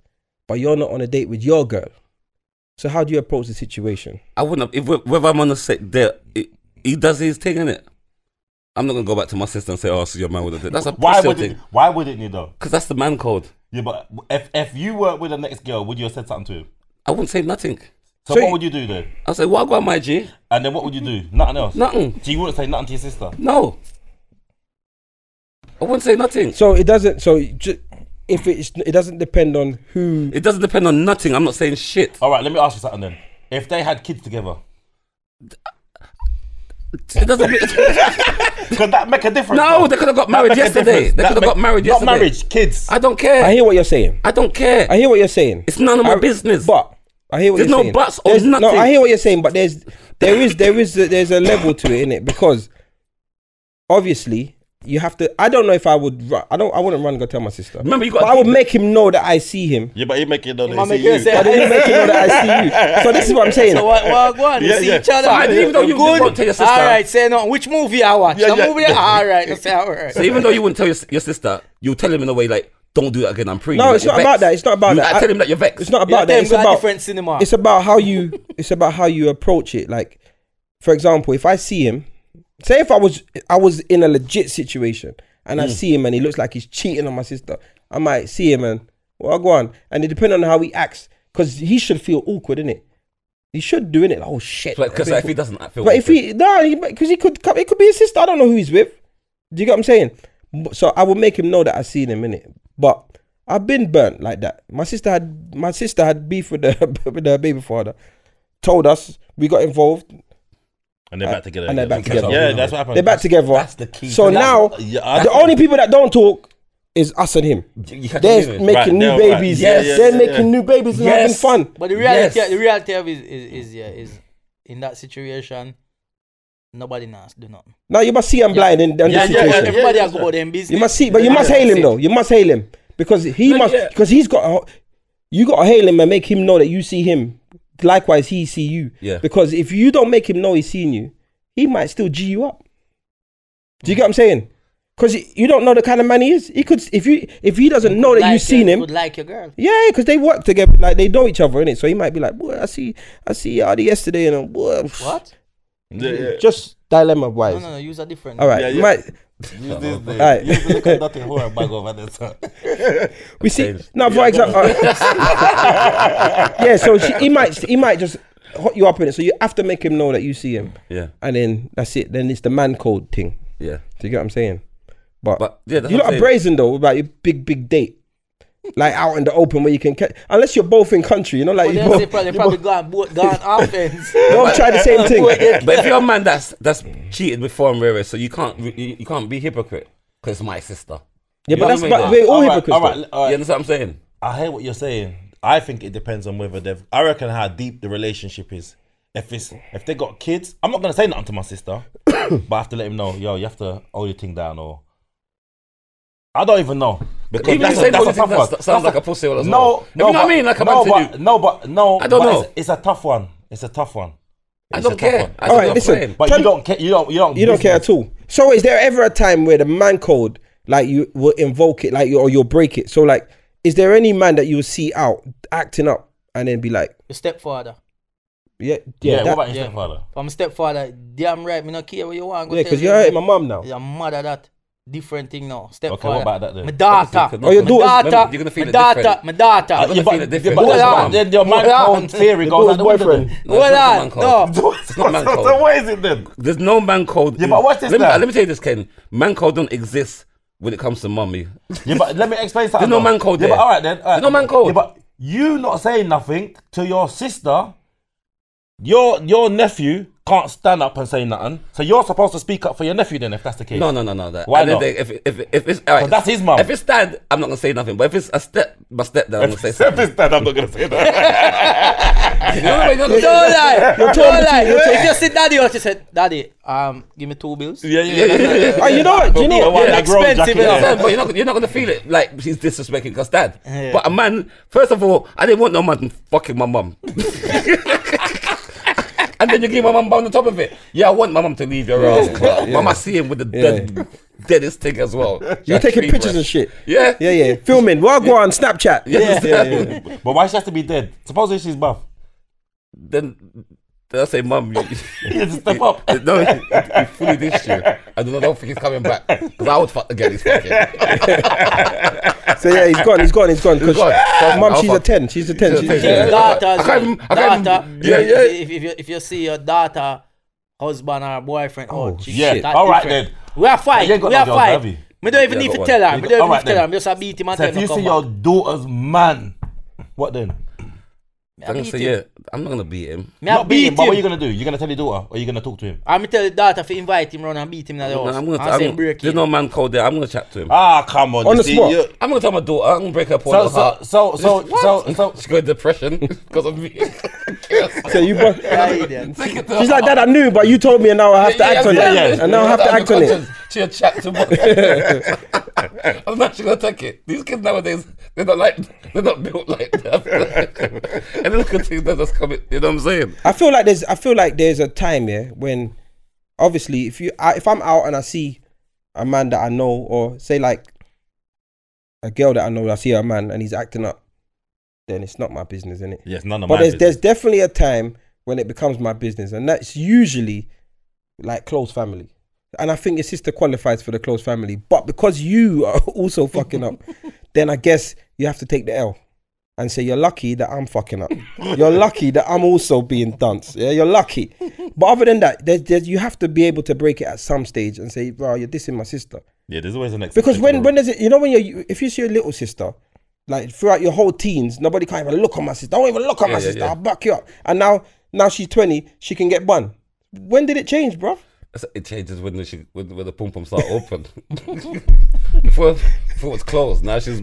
Speaker 3: but you're not on a date with your girl. So how do you approach the situation?
Speaker 2: I wouldn't. Have, if whether I'm on the set there, it, he does his thing in it. I'm not gonna go back to my sister and say, "Oh, so your man would have done." That's a
Speaker 5: Why
Speaker 2: pussy
Speaker 5: would
Speaker 2: thing.
Speaker 5: it, Why wouldn't you though?
Speaker 2: Because that's the man code.
Speaker 5: Yeah, but if if you were with the next girl, would you have said something to him?
Speaker 2: I wouldn't say nothing.
Speaker 5: So,
Speaker 3: So
Speaker 5: what
Speaker 3: you-
Speaker 5: would you do then?
Speaker 2: I'll say, "What well, my G?
Speaker 5: And then what would you do? Nothing else.
Speaker 2: Nothing.
Speaker 5: So you wouldn't say nothing to your sister.
Speaker 2: No. I wouldn't say nothing.
Speaker 3: So it doesn't. So ju- if it's, it doesn't depend on who.
Speaker 2: It doesn't depend on nothing. I'm not saying shit.
Speaker 5: All right, let me ask you something then. If they had kids together,
Speaker 2: It doesn't.
Speaker 5: Could that make a difference?
Speaker 2: no,
Speaker 5: though?
Speaker 2: they could have got
Speaker 5: That
Speaker 2: married
Speaker 5: make a
Speaker 2: yesterday.
Speaker 5: difference.
Speaker 2: They
Speaker 5: That
Speaker 2: could have got
Speaker 5: make-
Speaker 2: married yesterday.
Speaker 5: Not marriage, kids.
Speaker 2: I don't
Speaker 3: I
Speaker 2: care.
Speaker 3: hear what you're saying.
Speaker 2: I don't care.
Speaker 3: I hear what you're saying.
Speaker 2: It's none of my
Speaker 3: I-
Speaker 2: business.
Speaker 3: But I hear what
Speaker 2: There's
Speaker 3: you're
Speaker 2: no
Speaker 3: saying.
Speaker 2: buts or
Speaker 3: There's- No,
Speaker 2: nothing.
Speaker 3: I hear what you're saying, but there's there is there is a, there's a level to it in it because obviously you have to. I don't know if I would. Ru- I don't. I wouldn't run and go tell my sister.
Speaker 2: Remember, you
Speaker 3: but
Speaker 2: gotta
Speaker 3: I would
Speaker 2: think-
Speaker 3: make him know that I see him.
Speaker 5: Yeah, but you make it know
Speaker 4: might
Speaker 5: that
Speaker 4: make
Speaker 5: it's you.
Speaker 4: it say-
Speaker 3: I didn't make him know that I see you. So this is what I'm saying.
Speaker 4: So what? What? What? You
Speaker 5: Yeah,
Speaker 4: see
Speaker 5: yeah.
Speaker 4: each other.
Speaker 2: So I- even though you
Speaker 4: good.
Speaker 2: won't tell your sister.
Speaker 4: All right. Say no. Which movie I watch?
Speaker 5: Yeah,
Speaker 4: the
Speaker 5: yeah.
Speaker 4: movie. All right. That's all right.
Speaker 2: So even though you wouldn't tell your, your sister, you tell him in a way like, "Don't do that again. I'm pre."
Speaker 3: No, it's not about that. It's not about that.
Speaker 2: I
Speaker 3: I-
Speaker 2: tell him that you're vexed.
Speaker 3: It's not
Speaker 4: Yeah,
Speaker 3: about that.
Speaker 4: them
Speaker 3: It's
Speaker 4: got
Speaker 3: about
Speaker 4: different cinema.
Speaker 3: it's about how you it's about how you approach it like for example if i see him say if i was i was in a legit situation and i see him and he looks like he's cheating on my sister i might see him and well go on and it depends on how he acts because he should feel awkward in it he should do it like, oh shit
Speaker 2: because
Speaker 3: I feel
Speaker 2: if he doesn't, I feel.
Speaker 3: but if
Speaker 2: awkward.
Speaker 3: he no, because he, could come, it could be his sister. I don't know who he's with. Do you get what I'm saying? M- So I would make him know that I seen him in it. But I've been burnt like that. My sister had my sister had beef with her with her baby father. Told us we got involved.
Speaker 5: And they're back together.
Speaker 3: And they're
Speaker 5: again.
Speaker 3: back together.
Speaker 5: Yeah, Oh, that's what happened.
Speaker 3: They're back together.
Speaker 2: that's the key.
Speaker 3: So
Speaker 2: That's-
Speaker 3: now
Speaker 5: yeah, I-
Speaker 3: the only people that don't talk is us and him.
Speaker 2: You catch what I'm
Speaker 3: They're
Speaker 2: saying?
Speaker 3: making
Speaker 5: Right,
Speaker 3: new
Speaker 5: no, right.
Speaker 3: babies.
Speaker 5: Yeah, yeah,
Speaker 3: They're
Speaker 5: yeah,
Speaker 3: making
Speaker 5: yeah.
Speaker 3: new babies and
Speaker 2: Yes.
Speaker 3: having fun.
Speaker 4: But the reality,
Speaker 2: Yes.
Speaker 4: the reality of it is, is, is yeah, is in that situation, nobody knows do nothing.
Speaker 3: Now you must see I'm blind in, in
Speaker 5: Yeah,
Speaker 3: this
Speaker 5: yeah,
Speaker 3: situation.
Speaker 5: yeah.
Speaker 4: Everybody has about them business.
Speaker 3: You must see, but you must hail him though. You must hail him because he
Speaker 2: No,
Speaker 3: must
Speaker 2: yeah.
Speaker 3: because he's got. You got to hail him and make him know that you see him. Likewise, he see you.
Speaker 2: Yeah.
Speaker 3: Because if you don't make him know he's seen you, he might still g you up. Do you get what I'm saying? Because you don't know the kind of man he is. He could if you if he doesn't know that
Speaker 4: Like
Speaker 3: you've seen
Speaker 4: your-
Speaker 3: him.
Speaker 4: Would like your girl.
Speaker 3: Yeah, because they work together, like they know each other, innit? So he might be like, "Boy, I see, I see Yadi yesterday," and I'm, "Boy, pff."
Speaker 4: What?
Speaker 5: Yeah, yeah.
Speaker 3: Just dilemma wise.
Speaker 4: No, no, no. Use a different.
Speaker 3: All right,
Speaker 5: Yeah, yeah.
Speaker 3: might-
Speaker 5: Use this thing.
Speaker 3: Alright.
Speaker 5: Use the little nothing horror bag over there, sir.
Speaker 3: We see
Speaker 2: Changed.
Speaker 3: now, for example, uh, yeah. So she, he might he might just hot you up in it, so you have to make him know that you see him,
Speaker 2: Yeah,
Speaker 3: and then that's it. Then it's the man code thing.
Speaker 2: yeah.
Speaker 3: Do you get what I'm saying? But,
Speaker 2: But yeah, that's
Speaker 3: you're
Speaker 2: what I'm
Speaker 3: not
Speaker 2: saying.
Speaker 3: brazen though about your big big date, like out in the open where you can catch. Unless you're both in country, you know, like
Speaker 4: But
Speaker 3: you
Speaker 4: they'll say
Speaker 3: both,
Speaker 4: probably, probably gone, bo- gone offense.
Speaker 3: both try the same thing.
Speaker 2: But if you're a man that's that's cheated before and rare, so you can't re- you, you can't be hypocrite because my sister.
Speaker 3: Yeah, but
Speaker 2: You
Speaker 3: that's
Speaker 2: know what I
Speaker 3: but
Speaker 2: mean?
Speaker 3: we're all
Speaker 5: Alright,
Speaker 3: hypocrites.
Speaker 5: alright,
Speaker 3: though.
Speaker 5: alright.
Speaker 2: You understand what I'm saying?
Speaker 5: I hear what you're saying. I think it depends on whether they've. I reckon how deep the relationship is. If it's if they got kids, I'm not gonna say nothing to my sister, but I have to let him know. Yo, you have to hold your thing down, or I don't even know because
Speaker 2: Even if
Speaker 5: that's
Speaker 2: you
Speaker 5: a,
Speaker 2: say
Speaker 5: that's
Speaker 2: hold
Speaker 5: a
Speaker 2: your
Speaker 5: tough
Speaker 2: thing
Speaker 5: one.
Speaker 2: down, that sounds
Speaker 5: That's
Speaker 2: like a pussy all as
Speaker 5: no,
Speaker 2: well. You
Speaker 5: No,
Speaker 2: know what I
Speaker 5: but-
Speaker 2: mean? Like I'm
Speaker 5: no,
Speaker 2: to
Speaker 5: but,
Speaker 2: you.
Speaker 5: no, but no.
Speaker 2: I don't
Speaker 5: but
Speaker 2: know.
Speaker 5: It's, it's a tough one. It's a tough one.
Speaker 2: I
Speaker 5: It's a
Speaker 2: don't
Speaker 5: tough
Speaker 2: care.
Speaker 5: one.
Speaker 2: I
Speaker 3: All
Speaker 2: don't
Speaker 3: right,
Speaker 2: know what I'm
Speaker 3: listen.
Speaker 2: saying.
Speaker 5: But you don't care. You don't. You don't.
Speaker 3: You don't care
Speaker 5: business.
Speaker 3: at all. So is there ever a time where the man code like you will invoke it, like you or you'll break it? So like, is there any man that you will see out acting up and then be like,
Speaker 4: Your stepfather.
Speaker 3: yeah,
Speaker 5: Yeah.
Speaker 3: yeah,
Speaker 5: what
Speaker 3: that-
Speaker 5: about your
Speaker 4: yeah.
Speaker 5: stepfather?
Speaker 4: If I'm a stepfather, damn right, me not care what you want. go
Speaker 3: yeah,
Speaker 4: tell
Speaker 3: because
Speaker 4: your
Speaker 3: you're hurting
Speaker 4: girl.
Speaker 3: my mum now.
Speaker 4: You're mad at that. Different thing now. Stepfather.
Speaker 5: about that then?
Speaker 4: My daughter.
Speaker 2: Oh,
Speaker 3: your
Speaker 4: my
Speaker 3: daughter's-
Speaker 4: daughter.
Speaker 2: Remember, you're gonna feel
Speaker 4: my
Speaker 2: it
Speaker 4: daughter.
Speaker 2: different.
Speaker 4: My daughter.
Speaker 2: I don't gonna
Speaker 5: Yeah,
Speaker 2: feel
Speaker 5: Ah, but,
Speaker 2: it
Speaker 5: yeah,
Speaker 2: different.
Speaker 5: but
Speaker 2: Well,
Speaker 5: that's
Speaker 2: I-
Speaker 5: mad. then your man
Speaker 4: Well, I-
Speaker 5: code theory goes out
Speaker 3: Girl's
Speaker 5: the window.
Speaker 3: boyfriend.
Speaker 2: No,
Speaker 5: then.
Speaker 2: it's
Speaker 4: Well,
Speaker 2: not
Speaker 4: I-
Speaker 2: man code.
Speaker 4: no.
Speaker 2: It's not man
Speaker 5: So-
Speaker 2: code.
Speaker 5: So what is it then?
Speaker 2: There's no man code.
Speaker 5: Yeah, but what's this
Speaker 2: Let me,
Speaker 5: now?
Speaker 2: let me tell you this, Ken. Man code don't exist when it comes to mummy.
Speaker 5: Yeah, but let me explain something.
Speaker 2: no
Speaker 5: though.
Speaker 2: man code
Speaker 5: Yeah,
Speaker 2: there.
Speaker 5: but all right then. all right.
Speaker 2: There's no man code.
Speaker 5: Yeah, but you not saying nothing to your sister. Your your nephew can't stand up and say nothing. So you're supposed to speak up for your nephew then, if that's the case.
Speaker 2: No, no, no, no. That.
Speaker 5: Why
Speaker 2: and then
Speaker 5: not?
Speaker 2: They, if, if, if it's all right,
Speaker 5: 'Cause that's his mum.
Speaker 2: If it's dad, I'm not gonna say nothing. But if it's a step, my step dad, I'm gonna say
Speaker 5: Except
Speaker 2: something.
Speaker 5: his dad, I'm not gonna say that.
Speaker 2: You know what I mean? You're not gonna-
Speaker 4: Don't lie. Don't
Speaker 3: torn
Speaker 4: lie. If you see daddy, you just said, daddy, um, give me two bills.
Speaker 5: yeah, yeah, yeah.
Speaker 3: Oh, you know what? Do you know? what?
Speaker 5: Yeah,
Speaker 3: Yeah,
Speaker 5: like grown
Speaker 4: expensive,
Speaker 5: jacket,
Speaker 4: you know.
Speaker 5: yeah.
Speaker 2: But you're not, you're not gonna feel it like she's disrespecting us dad. But a man, first of all, I didn't want no man fucking my mum. and then you give my mum on the top of it. Yeah, I want my mum to leave your ass. But mum, I see him with the dead, deadest thing as well.
Speaker 3: You're taking
Speaker 2: Tree
Speaker 3: pictures
Speaker 2: branch.
Speaker 3: and shit.
Speaker 2: Yeah.
Speaker 3: Yeah, yeah. Filming. Well, go on Snapchat.
Speaker 2: Yeah.
Speaker 5: But why she has to be dead? Supposedly she's buff.
Speaker 2: Then, then I say, mum, you,
Speaker 5: You have to step up.
Speaker 2: no, he, he fully dissed you. I do not don't think he's coming back. Because I would fuck again. He's fucking.
Speaker 3: So yeah, he's gone. He's gone. He's gone.
Speaker 2: He's gone.
Speaker 3: Because mum,
Speaker 2: I'll
Speaker 3: she's a
Speaker 2: fuck.
Speaker 3: ten. She's a ten. She's a
Speaker 2: Yeah.
Speaker 3: ten.
Speaker 4: Daughter,
Speaker 2: I can't even- I can't even-
Speaker 4: daughter.
Speaker 2: Yeah,
Speaker 4: if-
Speaker 2: yeah.
Speaker 4: If, if, you, if you see your daughter, husband or boyfriend, oh,
Speaker 3: Oh,
Speaker 4: she-
Speaker 5: yeah.
Speaker 4: that
Speaker 5: All right
Speaker 4: different.
Speaker 5: then.
Speaker 4: We are
Speaker 5: You
Speaker 4: fight.
Speaker 5: ain't got
Speaker 4: We
Speaker 5: no
Speaker 4: are
Speaker 5: girls,
Speaker 4: fight.
Speaker 5: have you?
Speaker 4: Me don't even
Speaker 2: Yeah,
Speaker 4: need
Speaker 2: got
Speaker 4: to
Speaker 2: one.
Speaker 4: tell her.
Speaker 5: You
Speaker 4: Me
Speaker 5: got-
Speaker 4: don't even
Speaker 5: alright
Speaker 4: need to tell
Speaker 5: then.
Speaker 4: her. I'm just a beat him and
Speaker 5: So
Speaker 4: tell
Speaker 5: if
Speaker 4: him
Speaker 5: you
Speaker 4: to
Speaker 5: see
Speaker 4: come
Speaker 5: your
Speaker 4: back.
Speaker 5: daughter's man, what then?
Speaker 4: Me a
Speaker 2: I'm gonna
Speaker 4: beat
Speaker 2: say,
Speaker 4: him.
Speaker 2: yeah. I'm not gonna beat him.
Speaker 4: Me
Speaker 5: Not
Speaker 4: not
Speaker 5: beat him, but what are you
Speaker 4: him.
Speaker 5: gonna do? You're gonna tell your daughter, or you gonna talk to him?
Speaker 4: I'm tell the daughter to invite him round and beat him in the
Speaker 2: No,
Speaker 4: house.
Speaker 2: I'm gonna.
Speaker 4: and say
Speaker 2: I'm,
Speaker 4: break
Speaker 2: there's
Speaker 4: him.
Speaker 2: no man called there. I'm gonna chat to him.
Speaker 5: Ah, come on.
Speaker 3: On
Speaker 5: you
Speaker 3: the
Speaker 5: see,
Speaker 3: spot.
Speaker 5: you- uh,
Speaker 2: I'm gonna tell my daughter. I'm gonna break her
Speaker 5: So,
Speaker 2: apart.
Speaker 5: so, so, so, so, so,
Speaker 2: She's got depression because of me.
Speaker 3: So you bro-
Speaker 4: Yeah, idiot.
Speaker 3: She's like, Dad, I knew, but you told me, and now I have to act on it. And now I have to act on it.
Speaker 2: She a chat to my- I'm not gonna take it. These kids nowadays, they're not like, they're not built like that. and they look at things that just coming. You know what I'm saying?
Speaker 3: I feel like there's I feel like there's a time yeah when obviously if you I, if I'm out and I see a man that I know or say like a girl that I know I see a man and he's acting up then it's not my business innit?
Speaker 5: yes, none of
Speaker 3: But
Speaker 5: my
Speaker 3: there's
Speaker 5: business.
Speaker 3: there's definitely a time when it becomes my business and that's usually like close family. And I think your sister qualifies for the close family, but because you are also fucking up, then I guess you have to take the L and say you're lucky that I'm fucking up. You're lucky that I'm also being dunce. Yeah, you're lucky. But other than that, there's, there's, you have to be able to break it at some stage and say, "Bro, you're dissing my sister."
Speaker 5: yeah, there's always an next.
Speaker 3: Because when when there's a, you know when you're if you see your little sister, like throughout your whole teens, nobody can't even look at my sister. I won't even look at my
Speaker 2: yeah,
Speaker 3: sister.
Speaker 2: yeah.
Speaker 3: I'll back you up. And now now she's twenty, she can get one. When did it change, bruv?
Speaker 2: So It changes when she when, when the pom poms start open. before, before it's closed. Now she's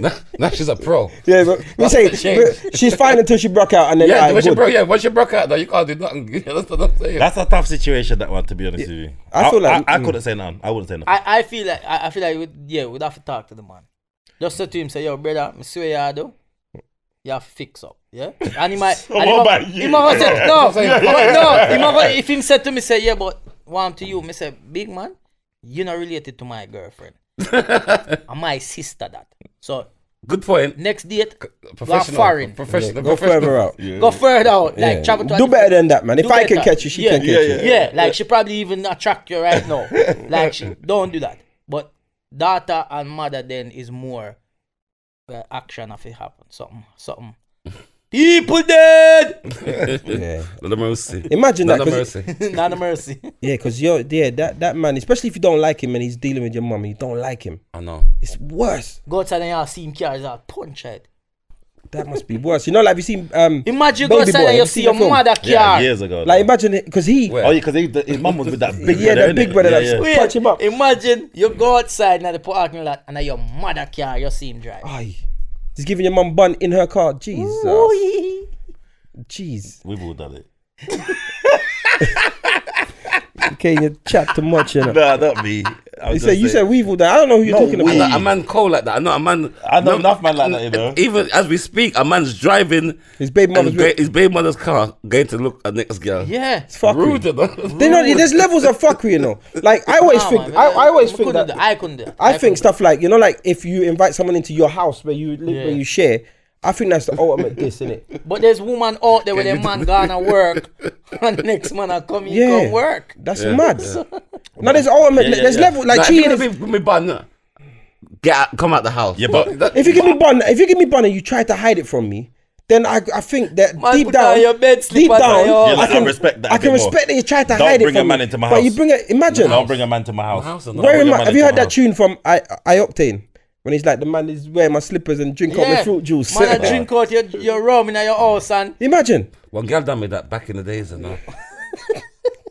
Speaker 2: now, now she's a pro.
Speaker 3: Yeah, but we say
Speaker 2: That's the change.
Speaker 3: but she's fine until she broke out, and then
Speaker 2: Yeah,
Speaker 3: yeah,
Speaker 2: once you
Speaker 3: good.
Speaker 2: broke, yeah, once you broke out, though, you can't do nothing. That's what I'm saying.
Speaker 5: that's a tough situation, that one. To be honest with you,
Speaker 3: I feel like-
Speaker 5: I, I
Speaker 3: mm.
Speaker 5: couldn't say nothing. I wouldn't say nothing.
Speaker 4: I, I feel like I, I feel like we'd, yeah, we'd have to talk to the man. Just say to him, say, yo, brother, I swear you do. You have to fix up. Yeah? And he might
Speaker 5: So
Speaker 4: and
Speaker 5: what
Speaker 4: he might-
Speaker 5: about
Speaker 4: he
Speaker 5: you?
Speaker 4: might have said, no,
Speaker 2: Yeah, yeah,
Speaker 4: but no, he might have- if him said to me, say, yeah, but what I'm to you, me say, big man, you're not related to my girlfriend. and my sister that. So
Speaker 2: Good point.
Speaker 4: next date,
Speaker 2: Professional.
Speaker 4: foreign.
Speaker 2: Professional.
Speaker 3: Go
Speaker 2: professional.
Speaker 3: further out.
Speaker 4: go further out. Like
Speaker 3: Mm. Yeah.
Speaker 4: travel to a
Speaker 3: Do
Speaker 4: different-
Speaker 3: better than that, man. If
Speaker 4: Do
Speaker 3: I can
Speaker 4: better.
Speaker 3: catch you, she
Speaker 4: Yeah.
Speaker 3: can catch
Speaker 5: Yeah,
Speaker 3: you.
Speaker 5: yeah.
Speaker 4: yeah, like she probably even attract you right now. like she don't do that. But daughter and mother then is more uh, action if it happen. Something, something. People dead.
Speaker 3: Yeah.
Speaker 2: Not a mercy.
Speaker 3: Imagine
Speaker 2: Not
Speaker 3: that,
Speaker 2: a
Speaker 3: 'cause-
Speaker 2: mercy.
Speaker 4: Not a mercy.
Speaker 3: Yeah, because you're yeah that that man, especially if you don't like him and he's dealing with your mum and you don't like him,
Speaker 2: I know.
Speaker 3: it's worse.
Speaker 4: Go outside and y'all see him cars out punch head.
Speaker 3: That must be worse. You know, like we seen um
Speaker 4: Imagine you
Speaker 3: Baby
Speaker 4: go outside
Speaker 3: Boy,
Speaker 4: and
Speaker 3: you
Speaker 4: you
Speaker 3: seen
Speaker 4: see your
Speaker 3: the film?
Speaker 4: mother
Speaker 5: yeah,
Speaker 4: car.
Speaker 5: years ago.
Speaker 3: like imagine it because he
Speaker 2: Where?
Speaker 5: oh yeah, because his mum was with that big
Speaker 3: Yeah,
Speaker 5: brother.
Speaker 3: that big
Speaker 5: innit?
Speaker 3: brother
Speaker 5: Yeah,
Speaker 3: that's-
Speaker 5: yeah.
Speaker 4: Wait,
Speaker 3: Punch him up.
Speaker 4: Imagine you go outside in the parking lot and your mother car, you see him drive.
Speaker 3: Aye. He's giving your mum bun in her car. Jesus. Jeez.
Speaker 5: We've all done it.
Speaker 3: Okay, you chat too much, you know.
Speaker 5: Nah, not me. I
Speaker 3: You
Speaker 5: was
Speaker 3: said
Speaker 5: just
Speaker 3: you said
Speaker 5: saying-
Speaker 3: we've all done. I don't know who you're
Speaker 5: No,
Speaker 3: talking
Speaker 5: we-
Speaker 3: about.
Speaker 2: Like, a man cold like that. I know a man.
Speaker 5: I know
Speaker 2: no-
Speaker 5: enough man like that, you know.
Speaker 2: Even as we speak, a man's driving
Speaker 3: His baby
Speaker 2: and
Speaker 3: mother's
Speaker 2: ga-
Speaker 3: with-
Speaker 2: his baby mother's car going to look at next girl.
Speaker 4: Yeah.
Speaker 3: It's fuckery.
Speaker 2: Rude, you know.
Speaker 3: They know- there's levels of fuckery, you know. Like I always
Speaker 4: Nah,
Speaker 3: think,
Speaker 4: Oh, man,
Speaker 3: I, I always
Speaker 4: we
Speaker 3: think
Speaker 4: couldn't
Speaker 3: that.
Speaker 4: do I couldn't do that.
Speaker 3: I think
Speaker 4: couldn't do
Speaker 3: stuff like you know, like if you invite someone into your house where you live,
Speaker 4: Yeah.
Speaker 3: where you share. I think that's the ultimate diss, isn't it?
Speaker 4: But there's woman out there where their man gone to work and next man I come in
Speaker 3: Yeah.
Speaker 4: come work.
Speaker 3: That's mad. No, there's ultimate.
Speaker 5: Yeah, yeah,
Speaker 3: there's
Speaker 5: yeah.
Speaker 3: level like
Speaker 2: Nah, if you
Speaker 3: cheating.
Speaker 2: wanna
Speaker 3: If,
Speaker 2: be with me bun, nah, get out, come out the house.
Speaker 5: Yeah, but-
Speaker 2: That-
Speaker 3: if you give me bun, if you give me bun and you try to hide it from me, then I, I think that
Speaker 4: Man,
Speaker 3: deep
Speaker 4: put down
Speaker 3: down,
Speaker 4: your bed, oh.
Speaker 3: deep
Speaker 4: slip on
Speaker 3: down,
Speaker 4: your-
Speaker 5: Yeah,
Speaker 3: I
Speaker 5: I
Speaker 3: can
Speaker 5: respect that
Speaker 3: I
Speaker 5: a
Speaker 3: can
Speaker 5: bit more.
Speaker 3: respect that you try to
Speaker 5: Don't
Speaker 3: hide it
Speaker 5: bring a
Speaker 3: from
Speaker 5: man
Speaker 3: me,
Speaker 5: into my
Speaker 3: But you
Speaker 5: house.
Speaker 3: bring it. Imagine.
Speaker 5: Don't bring a man to my house.
Speaker 2: house or not?
Speaker 3: Where am
Speaker 5: Don't bring
Speaker 3: I?
Speaker 5: a man
Speaker 3: Have you
Speaker 5: into
Speaker 3: heard
Speaker 5: my
Speaker 3: that
Speaker 5: house.
Speaker 3: tune from I I Octane? When he's like the man is wearing my slippers and drink out my fruit juice.
Speaker 4: Man, I drink out your, your rum in your house and
Speaker 3: Imagine.
Speaker 2: One girl done me that back in the days, and I.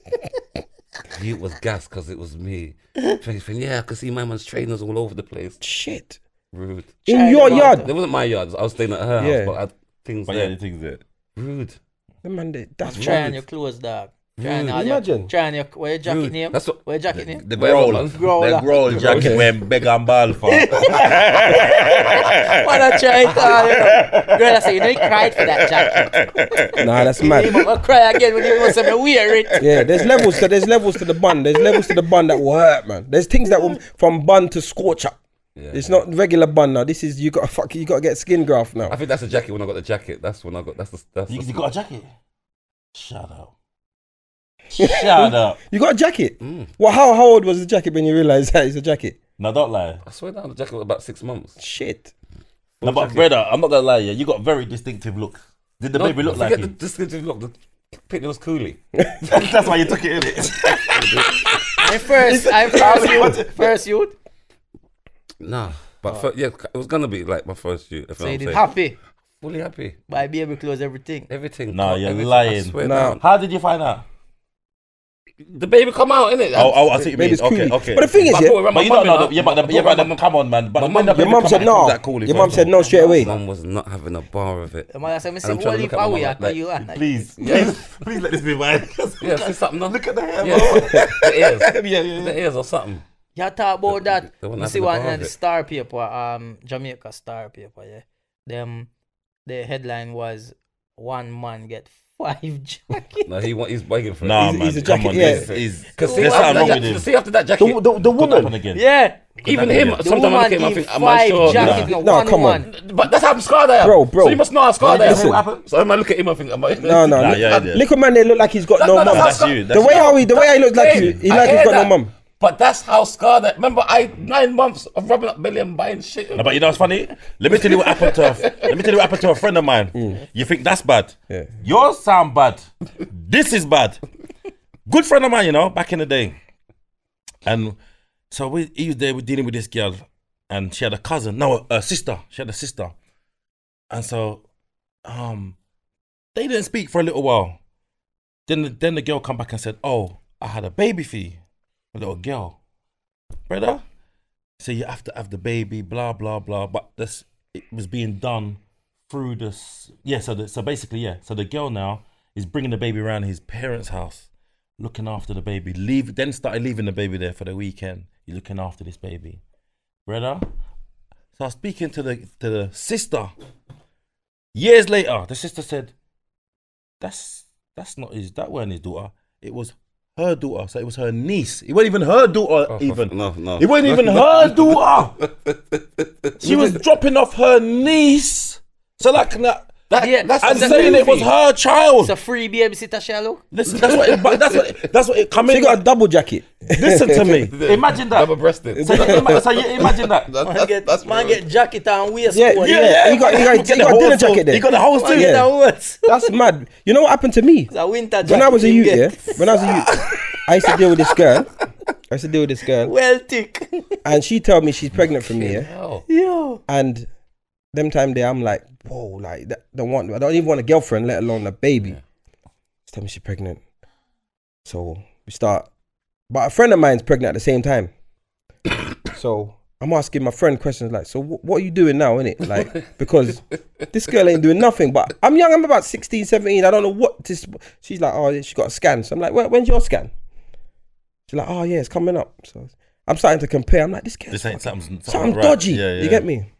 Speaker 2: it was gas because it was me. Thinking, yeah, I could see my man's trainers all over the place.
Speaker 3: Shit.
Speaker 2: Rude.
Speaker 3: In your
Speaker 4: Child
Speaker 3: yard.
Speaker 2: They wasn't my yards. I was staying at her
Speaker 3: Yeah.
Speaker 2: house, but I had things
Speaker 5: But yeah,
Speaker 2: there.
Speaker 5: the thing's it.
Speaker 2: Rude.
Speaker 3: The man did- that's
Speaker 4: trying
Speaker 3: mad. Mm.
Speaker 4: your clothes, dog. Trying
Speaker 2: Rude.
Speaker 4: all your-
Speaker 3: Imagine.
Speaker 4: Trying your where your jacket
Speaker 2: Rude.
Speaker 4: name.
Speaker 2: That's what-
Speaker 4: where your jacket name.
Speaker 5: The
Speaker 2: Whatever,
Speaker 5: growl,
Speaker 2: man.
Speaker 4: Growler.
Speaker 5: the growl jacket when big and ball for.
Speaker 4: Man, I try it all. You know. Girl, I say you know you cried for that jacket.
Speaker 3: Nah, that's
Speaker 4: You
Speaker 3: mad.
Speaker 4: might cry again when you want something wear it.
Speaker 3: Yeah, there's levels to there's levels to the bun. There's levels to the bun that will hurt, man. There's things that will from bun to scorch up. It's not regular bun now. This is you got to fuck. You got to get skin graft now.
Speaker 2: I think that's the jacket when I got the jacket. That's when I got. That's the. That's
Speaker 5: You,
Speaker 2: the
Speaker 5: you got a jacket? Shut up. Shut up.
Speaker 3: You got a jacket.
Speaker 2: mm.
Speaker 3: Well, how how old was the jacket when you realised that it's a jacket?
Speaker 5: No, don't lie.
Speaker 2: I swear down the jacket was about six months.
Speaker 3: Shit.
Speaker 5: No, but brother, I'm not gonna lie. Yeah, you got a very distinctive look. Did the baby look like
Speaker 2: forget
Speaker 5: you?
Speaker 2: the description. Look, the picture was coolie.
Speaker 5: That's why you took it in it.
Speaker 4: I first, I first youth, first youth.
Speaker 2: Nah, but fir- yeah, it was gonna be like my first year. If
Speaker 4: So you
Speaker 2: I'm
Speaker 4: did
Speaker 2: saying.
Speaker 4: happy.
Speaker 2: Fully happy.
Speaker 4: But I be able to close everything.
Speaker 2: Everything.
Speaker 5: Nah,
Speaker 2: co-
Speaker 5: you're
Speaker 2: everything, I
Speaker 5: lying.
Speaker 2: swear
Speaker 3: Nah.
Speaker 2: down.
Speaker 5: How did you find out?
Speaker 2: The baby come out, innit?
Speaker 5: Oh, oh, I see what you
Speaker 3: Maybe
Speaker 5: mean.
Speaker 3: it's
Speaker 5: Okay,
Speaker 3: coolie.
Speaker 5: okay.
Speaker 3: But the thing is, yeah,
Speaker 5: but you don't know. The, yeah, but the, yeah, but the, come on, man. But
Speaker 2: my
Speaker 5: when
Speaker 2: mum-
Speaker 5: the
Speaker 2: your
Speaker 5: baby
Speaker 3: mum
Speaker 5: come
Speaker 3: said
Speaker 5: out, it's
Speaker 3: no.
Speaker 5: That cool, if
Speaker 3: Your
Speaker 5: I
Speaker 3: mum
Speaker 5: know.
Speaker 3: said no straight away.
Speaker 2: Mum was not having a bar of it.
Speaker 4: The man said, me say,
Speaker 2: I'm
Speaker 4: "Wally,
Speaker 2: trying to look at my
Speaker 4: Bowie,
Speaker 2: mum
Speaker 4: I
Speaker 2: like-
Speaker 4: tell you that."
Speaker 5: Please, please, please let this be mine.
Speaker 2: Yeah, see something. no?
Speaker 5: Look at the hair.
Speaker 2: Yeah, the ears.
Speaker 5: yeah, yeah.
Speaker 2: The ears or something.
Speaker 4: You talk about that.
Speaker 2: the one
Speaker 4: you
Speaker 2: that's
Speaker 4: see
Speaker 2: in the
Speaker 4: one
Speaker 2: bar,
Speaker 4: in the
Speaker 2: is it?
Speaker 4: Star paper, um, Jamaica Star paper, yeah. Them, the headline was one man get five jackets.
Speaker 2: No, he want, he's begging for it.
Speaker 5: Nah,
Speaker 3: He's-
Speaker 5: man.
Speaker 3: he's a
Speaker 5: come
Speaker 3: jacket,
Speaker 5: on,
Speaker 3: yeah.
Speaker 5: this is.
Speaker 2: Because see,
Speaker 5: There's
Speaker 2: after
Speaker 5: something
Speaker 2: that
Speaker 5: wrong
Speaker 2: jacket-
Speaker 5: with him.
Speaker 2: see, after that jacket,
Speaker 5: The, the, the woman. Again.
Speaker 4: yeah,
Speaker 2: even
Speaker 5: that
Speaker 2: him,
Speaker 5: again.
Speaker 4: the
Speaker 2: sometimes I
Speaker 4: woman
Speaker 2: look at him, I
Speaker 4: give
Speaker 2: think, am I
Speaker 4: five
Speaker 2: sure?
Speaker 4: jackets. No,
Speaker 3: Nah,
Speaker 4: one
Speaker 3: come on.
Speaker 4: woman.
Speaker 2: But that's how I'm scarred I am.
Speaker 3: Bro, bro.
Speaker 2: So you must know how scarred I am.
Speaker 3: Listen.
Speaker 2: So when I look at him, I think, am I...
Speaker 3: No, no,
Speaker 5: Nah,
Speaker 3: li-
Speaker 5: yeah, yeah.
Speaker 3: little man, they look like he's got no
Speaker 2: no,
Speaker 3: mum.
Speaker 2: that's-
Speaker 5: That's you.
Speaker 3: The
Speaker 5: That's
Speaker 3: way
Speaker 5: you.
Speaker 3: how he, the way how he looks like, he,
Speaker 2: Hey,
Speaker 3: he
Speaker 2: I
Speaker 3: like he's
Speaker 2: hear
Speaker 3: got
Speaker 2: that.
Speaker 3: no mum.
Speaker 2: But that's how scarred I Remember, I nine months of rubbing up belly and buying shit.
Speaker 5: No, but you know what's funny? Let me tell you what happened to. A, let me tell you what happened to a friend of mine.
Speaker 3: Mm.
Speaker 5: You think that's bad?
Speaker 3: Yeah.
Speaker 5: Yours sound bad. this is bad. Good friend of mine, you know, back in the day, and so we he was there. We're dealing with this girl, and she had a cousin. No, a sister. She had a sister, and so um, they didn't speak for a little while. Then the, then the girl come back and said, "Oh, I had a baby for you, a little girl, brother." So you have to have the baby, blah blah blah. But this it was being done through this. Yeah. So the, so basically, yeah. So the girl now is bringing the baby around his parents' house, looking after the baby. Leave then started leaving the baby there for the weekend. You're looking after this baby, brother. So I was speaking to the to the sister. Years later, the sister said, "That's that's not his. That weren't his daughter. It was." Her daughter, so it was her niece. It wasn't even her daughter,
Speaker 2: Oh,
Speaker 5: even.
Speaker 2: no, no.
Speaker 5: It wasn't even her daughter. Oh. She was dropping off her niece. So like that, that
Speaker 4: Yeah,
Speaker 2: that's-
Speaker 5: and
Speaker 2: that's
Speaker 5: saying it was
Speaker 2: crazy.
Speaker 5: her
Speaker 4: It's
Speaker 5: child.
Speaker 4: a free babysitter, Shallow.
Speaker 5: Listen, that's what. It, but that's what. It, that's what. It, come
Speaker 3: So he
Speaker 5: in.
Speaker 3: got a double jacket.
Speaker 5: listen to me. Imagine that.
Speaker 2: Double breasted.
Speaker 5: So, you ima- so you imagine that.
Speaker 4: Man get, man get jacket and waistcoat.
Speaker 3: Yeah, yeah, yeah. He got, he got, he
Speaker 5: You the
Speaker 3: got a
Speaker 5: whole
Speaker 3: dinner
Speaker 5: suit.
Speaker 3: jacket there.
Speaker 5: You got the whole
Speaker 4: Man
Speaker 5: suit.
Speaker 4: get
Speaker 3: Yeah.
Speaker 4: a words.
Speaker 3: That's mad. You know what happened to me?
Speaker 4: It's a winter jacket.
Speaker 3: When I was a
Speaker 4: you
Speaker 3: youth,
Speaker 4: get.
Speaker 3: yeah. When I was a youth, I used to deal with this girl. I used to deal with this girl,
Speaker 4: Well thick.
Speaker 3: and she told me she's pregnant from me. Yeah?
Speaker 2: Hell.
Speaker 4: Yo.
Speaker 3: And them time there, I'm like, whoa, like that, don't want, I don't even want a girlfriend, let alone a baby. She told me she's pregnant, so we start. But a friend of mine's pregnant at the same time, so I'm asking my friend questions like, so wh- what are you doing now, innit? Like because this girl ain't doing nothing. But I'm young. I'm about 16, 17. I don't know what this. She's like, oh, she got a scan. So I'm like, well, when's your scan? She's like, oh yeah, it's coming up. So I'm starting to compare. I'm like, this girl,
Speaker 5: This ain't something.
Speaker 3: something dodgy.
Speaker 5: Yeah, yeah.
Speaker 3: You get me?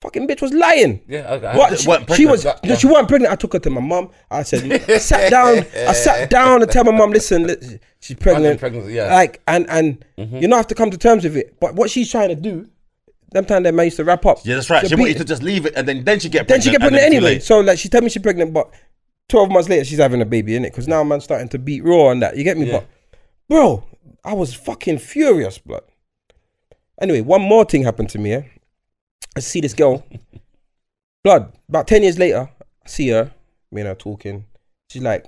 Speaker 3: Fucking bitch was lying.
Speaker 2: Yeah, I, I,
Speaker 3: What? She,
Speaker 5: weren't
Speaker 3: she
Speaker 5: pregnant.
Speaker 3: was.
Speaker 5: That-
Speaker 3: no, she wasn't pregnant. I took her to my mum. I said, I sat down. I sat down and tell my mum, listen, li- she's
Speaker 2: Pregnant,
Speaker 3: pregnant.
Speaker 2: pregnant, yeah.
Speaker 3: Like, and and
Speaker 5: Mm-hmm.
Speaker 3: you know, I have to come to terms with it. But what she's trying to do, them time they man used to wrap up.
Speaker 5: Yeah, that's right. She
Speaker 3: She'll
Speaker 5: wanted
Speaker 3: beat-
Speaker 5: you to just leave it, and then then she get
Speaker 3: then she get
Speaker 5: and
Speaker 3: pregnant
Speaker 5: it's too
Speaker 3: anyway.
Speaker 5: late.
Speaker 3: So like she tell me she's pregnant, but twelve months later she's having a baby, innit? Because now man's starting to beat raw on that. You get me? But bro, I was fucking furious, blood. Anyway, one more thing happened to me. Yeah? I see this girl, blood. About ten years later, I see her. Me and her talking. She's like,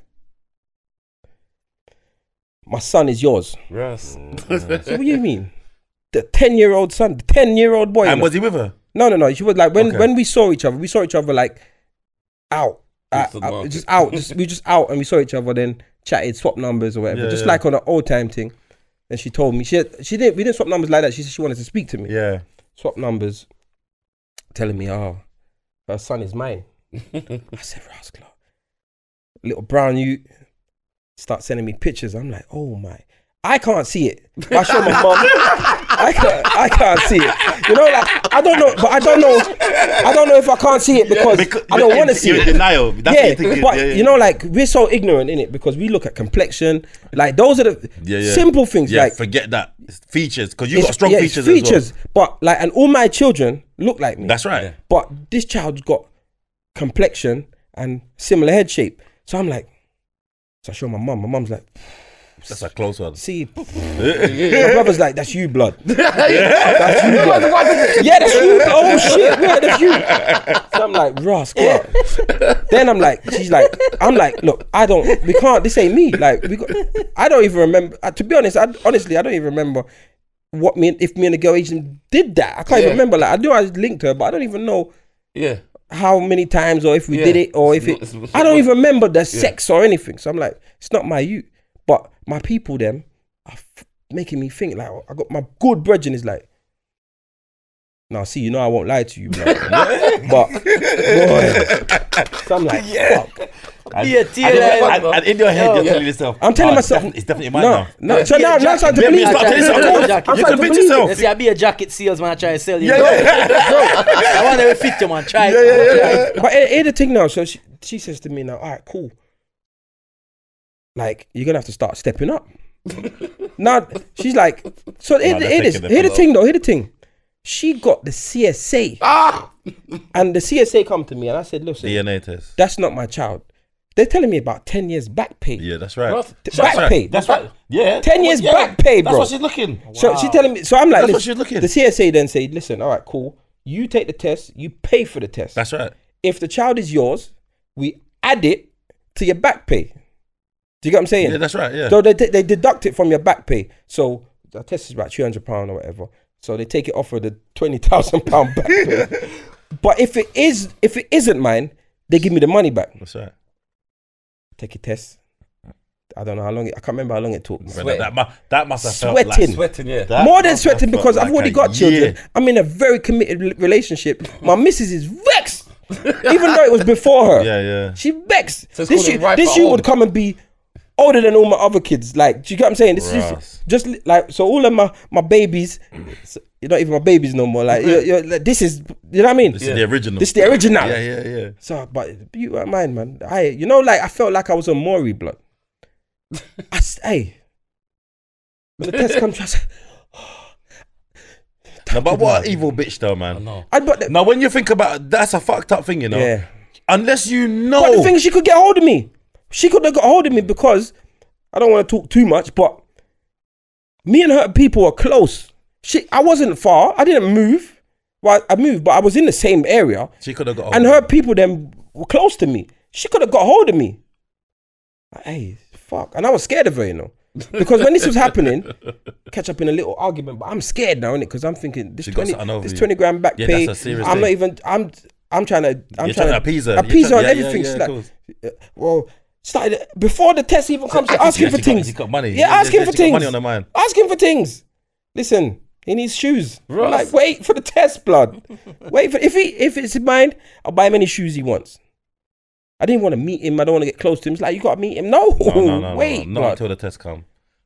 Speaker 3: "My son is yours."
Speaker 2: Russ. Mm.
Speaker 3: So what do you mean? The ten-year-old son, the ten-year-old boy.
Speaker 5: And
Speaker 3: innit?
Speaker 5: was he with her?
Speaker 3: No, no, no. She was like when
Speaker 5: Okay.
Speaker 3: when we saw each other, we saw each other like out, uh,
Speaker 2: Instant
Speaker 3: uh,
Speaker 2: market.
Speaker 3: just out. Just, we just out and we saw each other. Then chatted, swap numbers or whatever,
Speaker 5: Yeah,
Speaker 3: just
Speaker 5: yeah.
Speaker 3: like on an old time thing. And she told me she had, she didn't we didn't swap numbers like that. She said she wanted to speak to me.
Speaker 5: Yeah.
Speaker 3: Swap numbers, telling me, oh, her son is mine. I said, rascal, little brown you start sending me pictures. I'm like, oh my. I can't see it. I show my mom. I can't, I can't see it. You know, like I don't know, but I don't know. I don't know if I can't see it because, I don't want to see
Speaker 5: you're in
Speaker 3: it.
Speaker 5: denial. That's what
Speaker 3: Yeah,
Speaker 5: you think it is.
Speaker 3: but
Speaker 5: yeah, yeah.
Speaker 3: you know, like we're so ignorant in it because we look at complexion. Like those are the
Speaker 5: Yeah, yeah.
Speaker 3: simple things.
Speaker 5: Yeah,
Speaker 3: like
Speaker 5: forget that It's features because you got
Speaker 3: it's-
Speaker 5: strong
Speaker 3: yeah, it's
Speaker 5: features. As
Speaker 3: features. But like, and all my children look like me.
Speaker 5: well. That's right.
Speaker 3: But this child's got complexion and similar head shape. So I'm like, so I show my mum. My mum's like,
Speaker 5: That's a close one.
Speaker 3: see, my brother's like, that's you, blood.
Speaker 2: That's you. Why, why did it?
Speaker 3: Yeah, that's you. Oh shit, yeah, that's you. So I'm like, Ross, come on. Then I'm like, she's like, I'm like, look, I don't, we can't. This ain't me. Like, we got, I don't even remember. uh, to be honest, I, honestly, I don't even remember what me and if me and the girl agent did that. I can't even
Speaker 2: Yeah.
Speaker 3: remember. Like, I knew I linked her, but I don't even know
Speaker 2: Yeah.
Speaker 3: how many times or if we
Speaker 2: Yeah.
Speaker 3: did it or
Speaker 2: It's
Speaker 3: if
Speaker 2: not-
Speaker 3: it.
Speaker 2: it's not-
Speaker 3: I don't even remember the sex or anything. So I'm like, it's not my you. But my people, them, are f- making me think like, I got my good brethren is like, now see, you know, I won't lie to you, blood." but boy. So I'm like, fuck.
Speaker 5: And-
Speaker 4: Yeah,
Speaker 5: and-
Speaker 4: tear that-
Speaker 5: and- and in your head, you're
Speaker 4: Yeah.
Speaker 5: telling yourself.
Speaker 3: I'm telling
Speaker 5: "Oh, it's
Speaker 3: myself-
Speaker 5: defi- It's definitely mine
Speaker 3: No,
Speaker 5: now.
Speaker 3: no. So now, now I'm starting to
Speaker 5: Yeah, me
Speaker 3: believe.
Speaker 5: start
Speaker 3: I'm
Speaker 5: telling
Speaker 3: starting
Speaker 5: myself,
Speaker 3: to
Speaker 5: "Oh, You
Speaker 3: believe
Speaker 5: convince
Speaker 3: it.
Speaker 5: yourself.
Speaker 4: Let's say I be a jacket salesman. I try to sell you.
Speaker 5: Yeah,
Speaker 4: No,
Speaker 5: yeah.
Speaker 4: no. I want to fit you, man. Try. it.
Speaker 3: But here, here the thing now. So she, she says to me now, all right, cool. Like you're gonna have to start stepping up. now she's like, so here,
Speaker 5: Nah,
Speaker 3: the-
Speaker 5: they're
Speaker 3: here, this,
Speaker 5: taking the
Speaker 3: here the
Speaker 5: piss.
Speaker 3: thing though. Here the thing. She got the CSA. Ah! And the CSA come to me and I said, listen,
Speaker 5: DNA test.
Speaker 3: that's not my child. They're telling me about ten years back pay.
Speaker 5: Yeah, that's right.
Speaker 2: Rough.
Speaker 5: That's
Speaker 3: Back
Speaker 5: right.
Speaker 3: pay.
Speaker 5: That's right. Yeah.
Speaker 3: 10 years
Speaker 5: Yeah.
Speaker 3: back pay,
Speaker 5: That's
Speaker 3: bro.
Speaker 5: what she's looking.
Speaker 3: So she's telling me. So I'm like,
Speaker 5: That's what
Speaker 3: listen,
Speaker 5: she's looking.
Speaker 3: The CSA then said, listen, all right, cool. You take the test. You pay for the test.
Speaker 5: That's right.
Speaker 3: if the child is yours, we add it to your back pay. Do you get what I'm saying?
Speaker 5: Yeah, that's right. Yeah.
Speaker 3: So they, they deduct it from your back pay. So the test is about three hundred pound or whatever. So they take it off of the twenty thousand pound back pay. but if it is if it isn't mine, they give me the money back.
Speaker 5: That's right.
Speaker 3: Take your test. I don't know how long it, I can't remember how long it took.
Speaker 5: That, that, mu- that must have felt like
Speaker 3: Sweating.
Speaker 2: Sweating, yeah.
Speaker 5: That
Speaker 3: More than
Speaker 5: must have
Speaker 3: sweating
Speaker 5: felt
Speaker 3: because I've
Speaker 5: like
Speaker 3: already
Speaker 5: a
Speaker 3: got children.
Speaker 5: year.
Speaker 3: I'm in a very committed l- relationship. My missus is vexed, even though it was before her.
Speaker 5: Yeah, yeah.
Speaker 3: She vexed.
Speaker 2: So it's
Speaker 3: this
Speaker 2: called
Speaker 3: you,
Speaker 2: a ripe
Speaker 3: this
Speaker 2: at
Speaker 3: you
Speaker 2: all.
Speaker 3: would come and be older than all my other kids. Like, do you get what I'm saying? This
Speaker 5: Ras.
Speaker 3: is just li- like so. All of my my babies, so you're not even my babies no more. Like, you're, you're, like this is you know what I mean?
Speaker 5: This is the original.
Speaker 3: This is the original.
Speaker 5: Yeah, yeah, yeah.
Speaker 3: So, but you weren't mine, man. I, you know, like I felt like I was on Maury blood. I s- hey, when the test comes, I said,
Speaker 5: No, but what an evil bitch though, man.
Speaker 2: No.
Speaker 3: I but the,
Speaker 5: Now, when you think about it, that's a fucked up thing, you know.
Speaker 3: yeah.
Speaker 5: Unless you
Speaker 3: But the
Speaker 5: know.
Speaker 3: thing is, she could get hold of me. She could have got hold of me because I don't want to talk too much, but me and her people are close. She, I wasn't far. I didn't move. Well, I moved, but I was in the same area,
Speaker 5: She could have got.
Speaker 3: and
Speaker 5: hold
Speaker 3: her
Speaker 5: of it.
Speaker 3: people then were close to me. She could have got hold of me. Like, Hey, fuck! And I was scared of her, you know, because when this was happening, catch up in a little argument. But I'm scared now, innit? Because I'm thinking this
Speaker 5: She got
Speaker 3: twenty,
Speaker 5: something over
Speaker 3: this
Speaker 5: you.
Speaker 3: twenty grand back
Speaker 5: Yeah,
Speaker 3: pay.
Speaker 5: that's a serious
Speaker 3: I'm not
Speaker 5: thing.
Speaker 3: even. I'm. I'm trying to. I'm
Speaker 5: You're trying to appease her. You're
Speaker 3: Appease her
Speaker 5: trying-
Speaker 3: on
Speaker 5: yeah, yeah,
Speaker 3: everything. She's
Speaker 5: yeah,
Speaker 3: like,
Speaker 5: of course.
Speaker 3: uh, well, started before the test even comes.
Speaker 5: I can see
Speaker 3: asking
Speaker 5: that
Speaker 3: for
Speaker 5: she got-
Speaker 3: things.
Speaker 5: she got money.
Speaker 3: Yeah,
Speaker 5: Yeah,
Speaker 3: asking
Speaker 5: yeah,
Speaker 3: for
Speaker 5: she got
Speaker 3: things.
Speaker 5: money on her mind.
Speaker 3: Asking for things. Listen, he needs shoes. I'm
Speaker 2: Ross.
Speaker 3: Like, wait for the test, blood. wait for if he if it's mine, I'll buy him any shoes he wants. I didn't want to meet him. I don't want to get close to him. It's like you got to meet him. No,
Speaker 5: No, no, no,
Speaker 3: wait,
Speaker 5: wait, no, no, not
Speaker 3: blood.
Speaker 5: until the test come.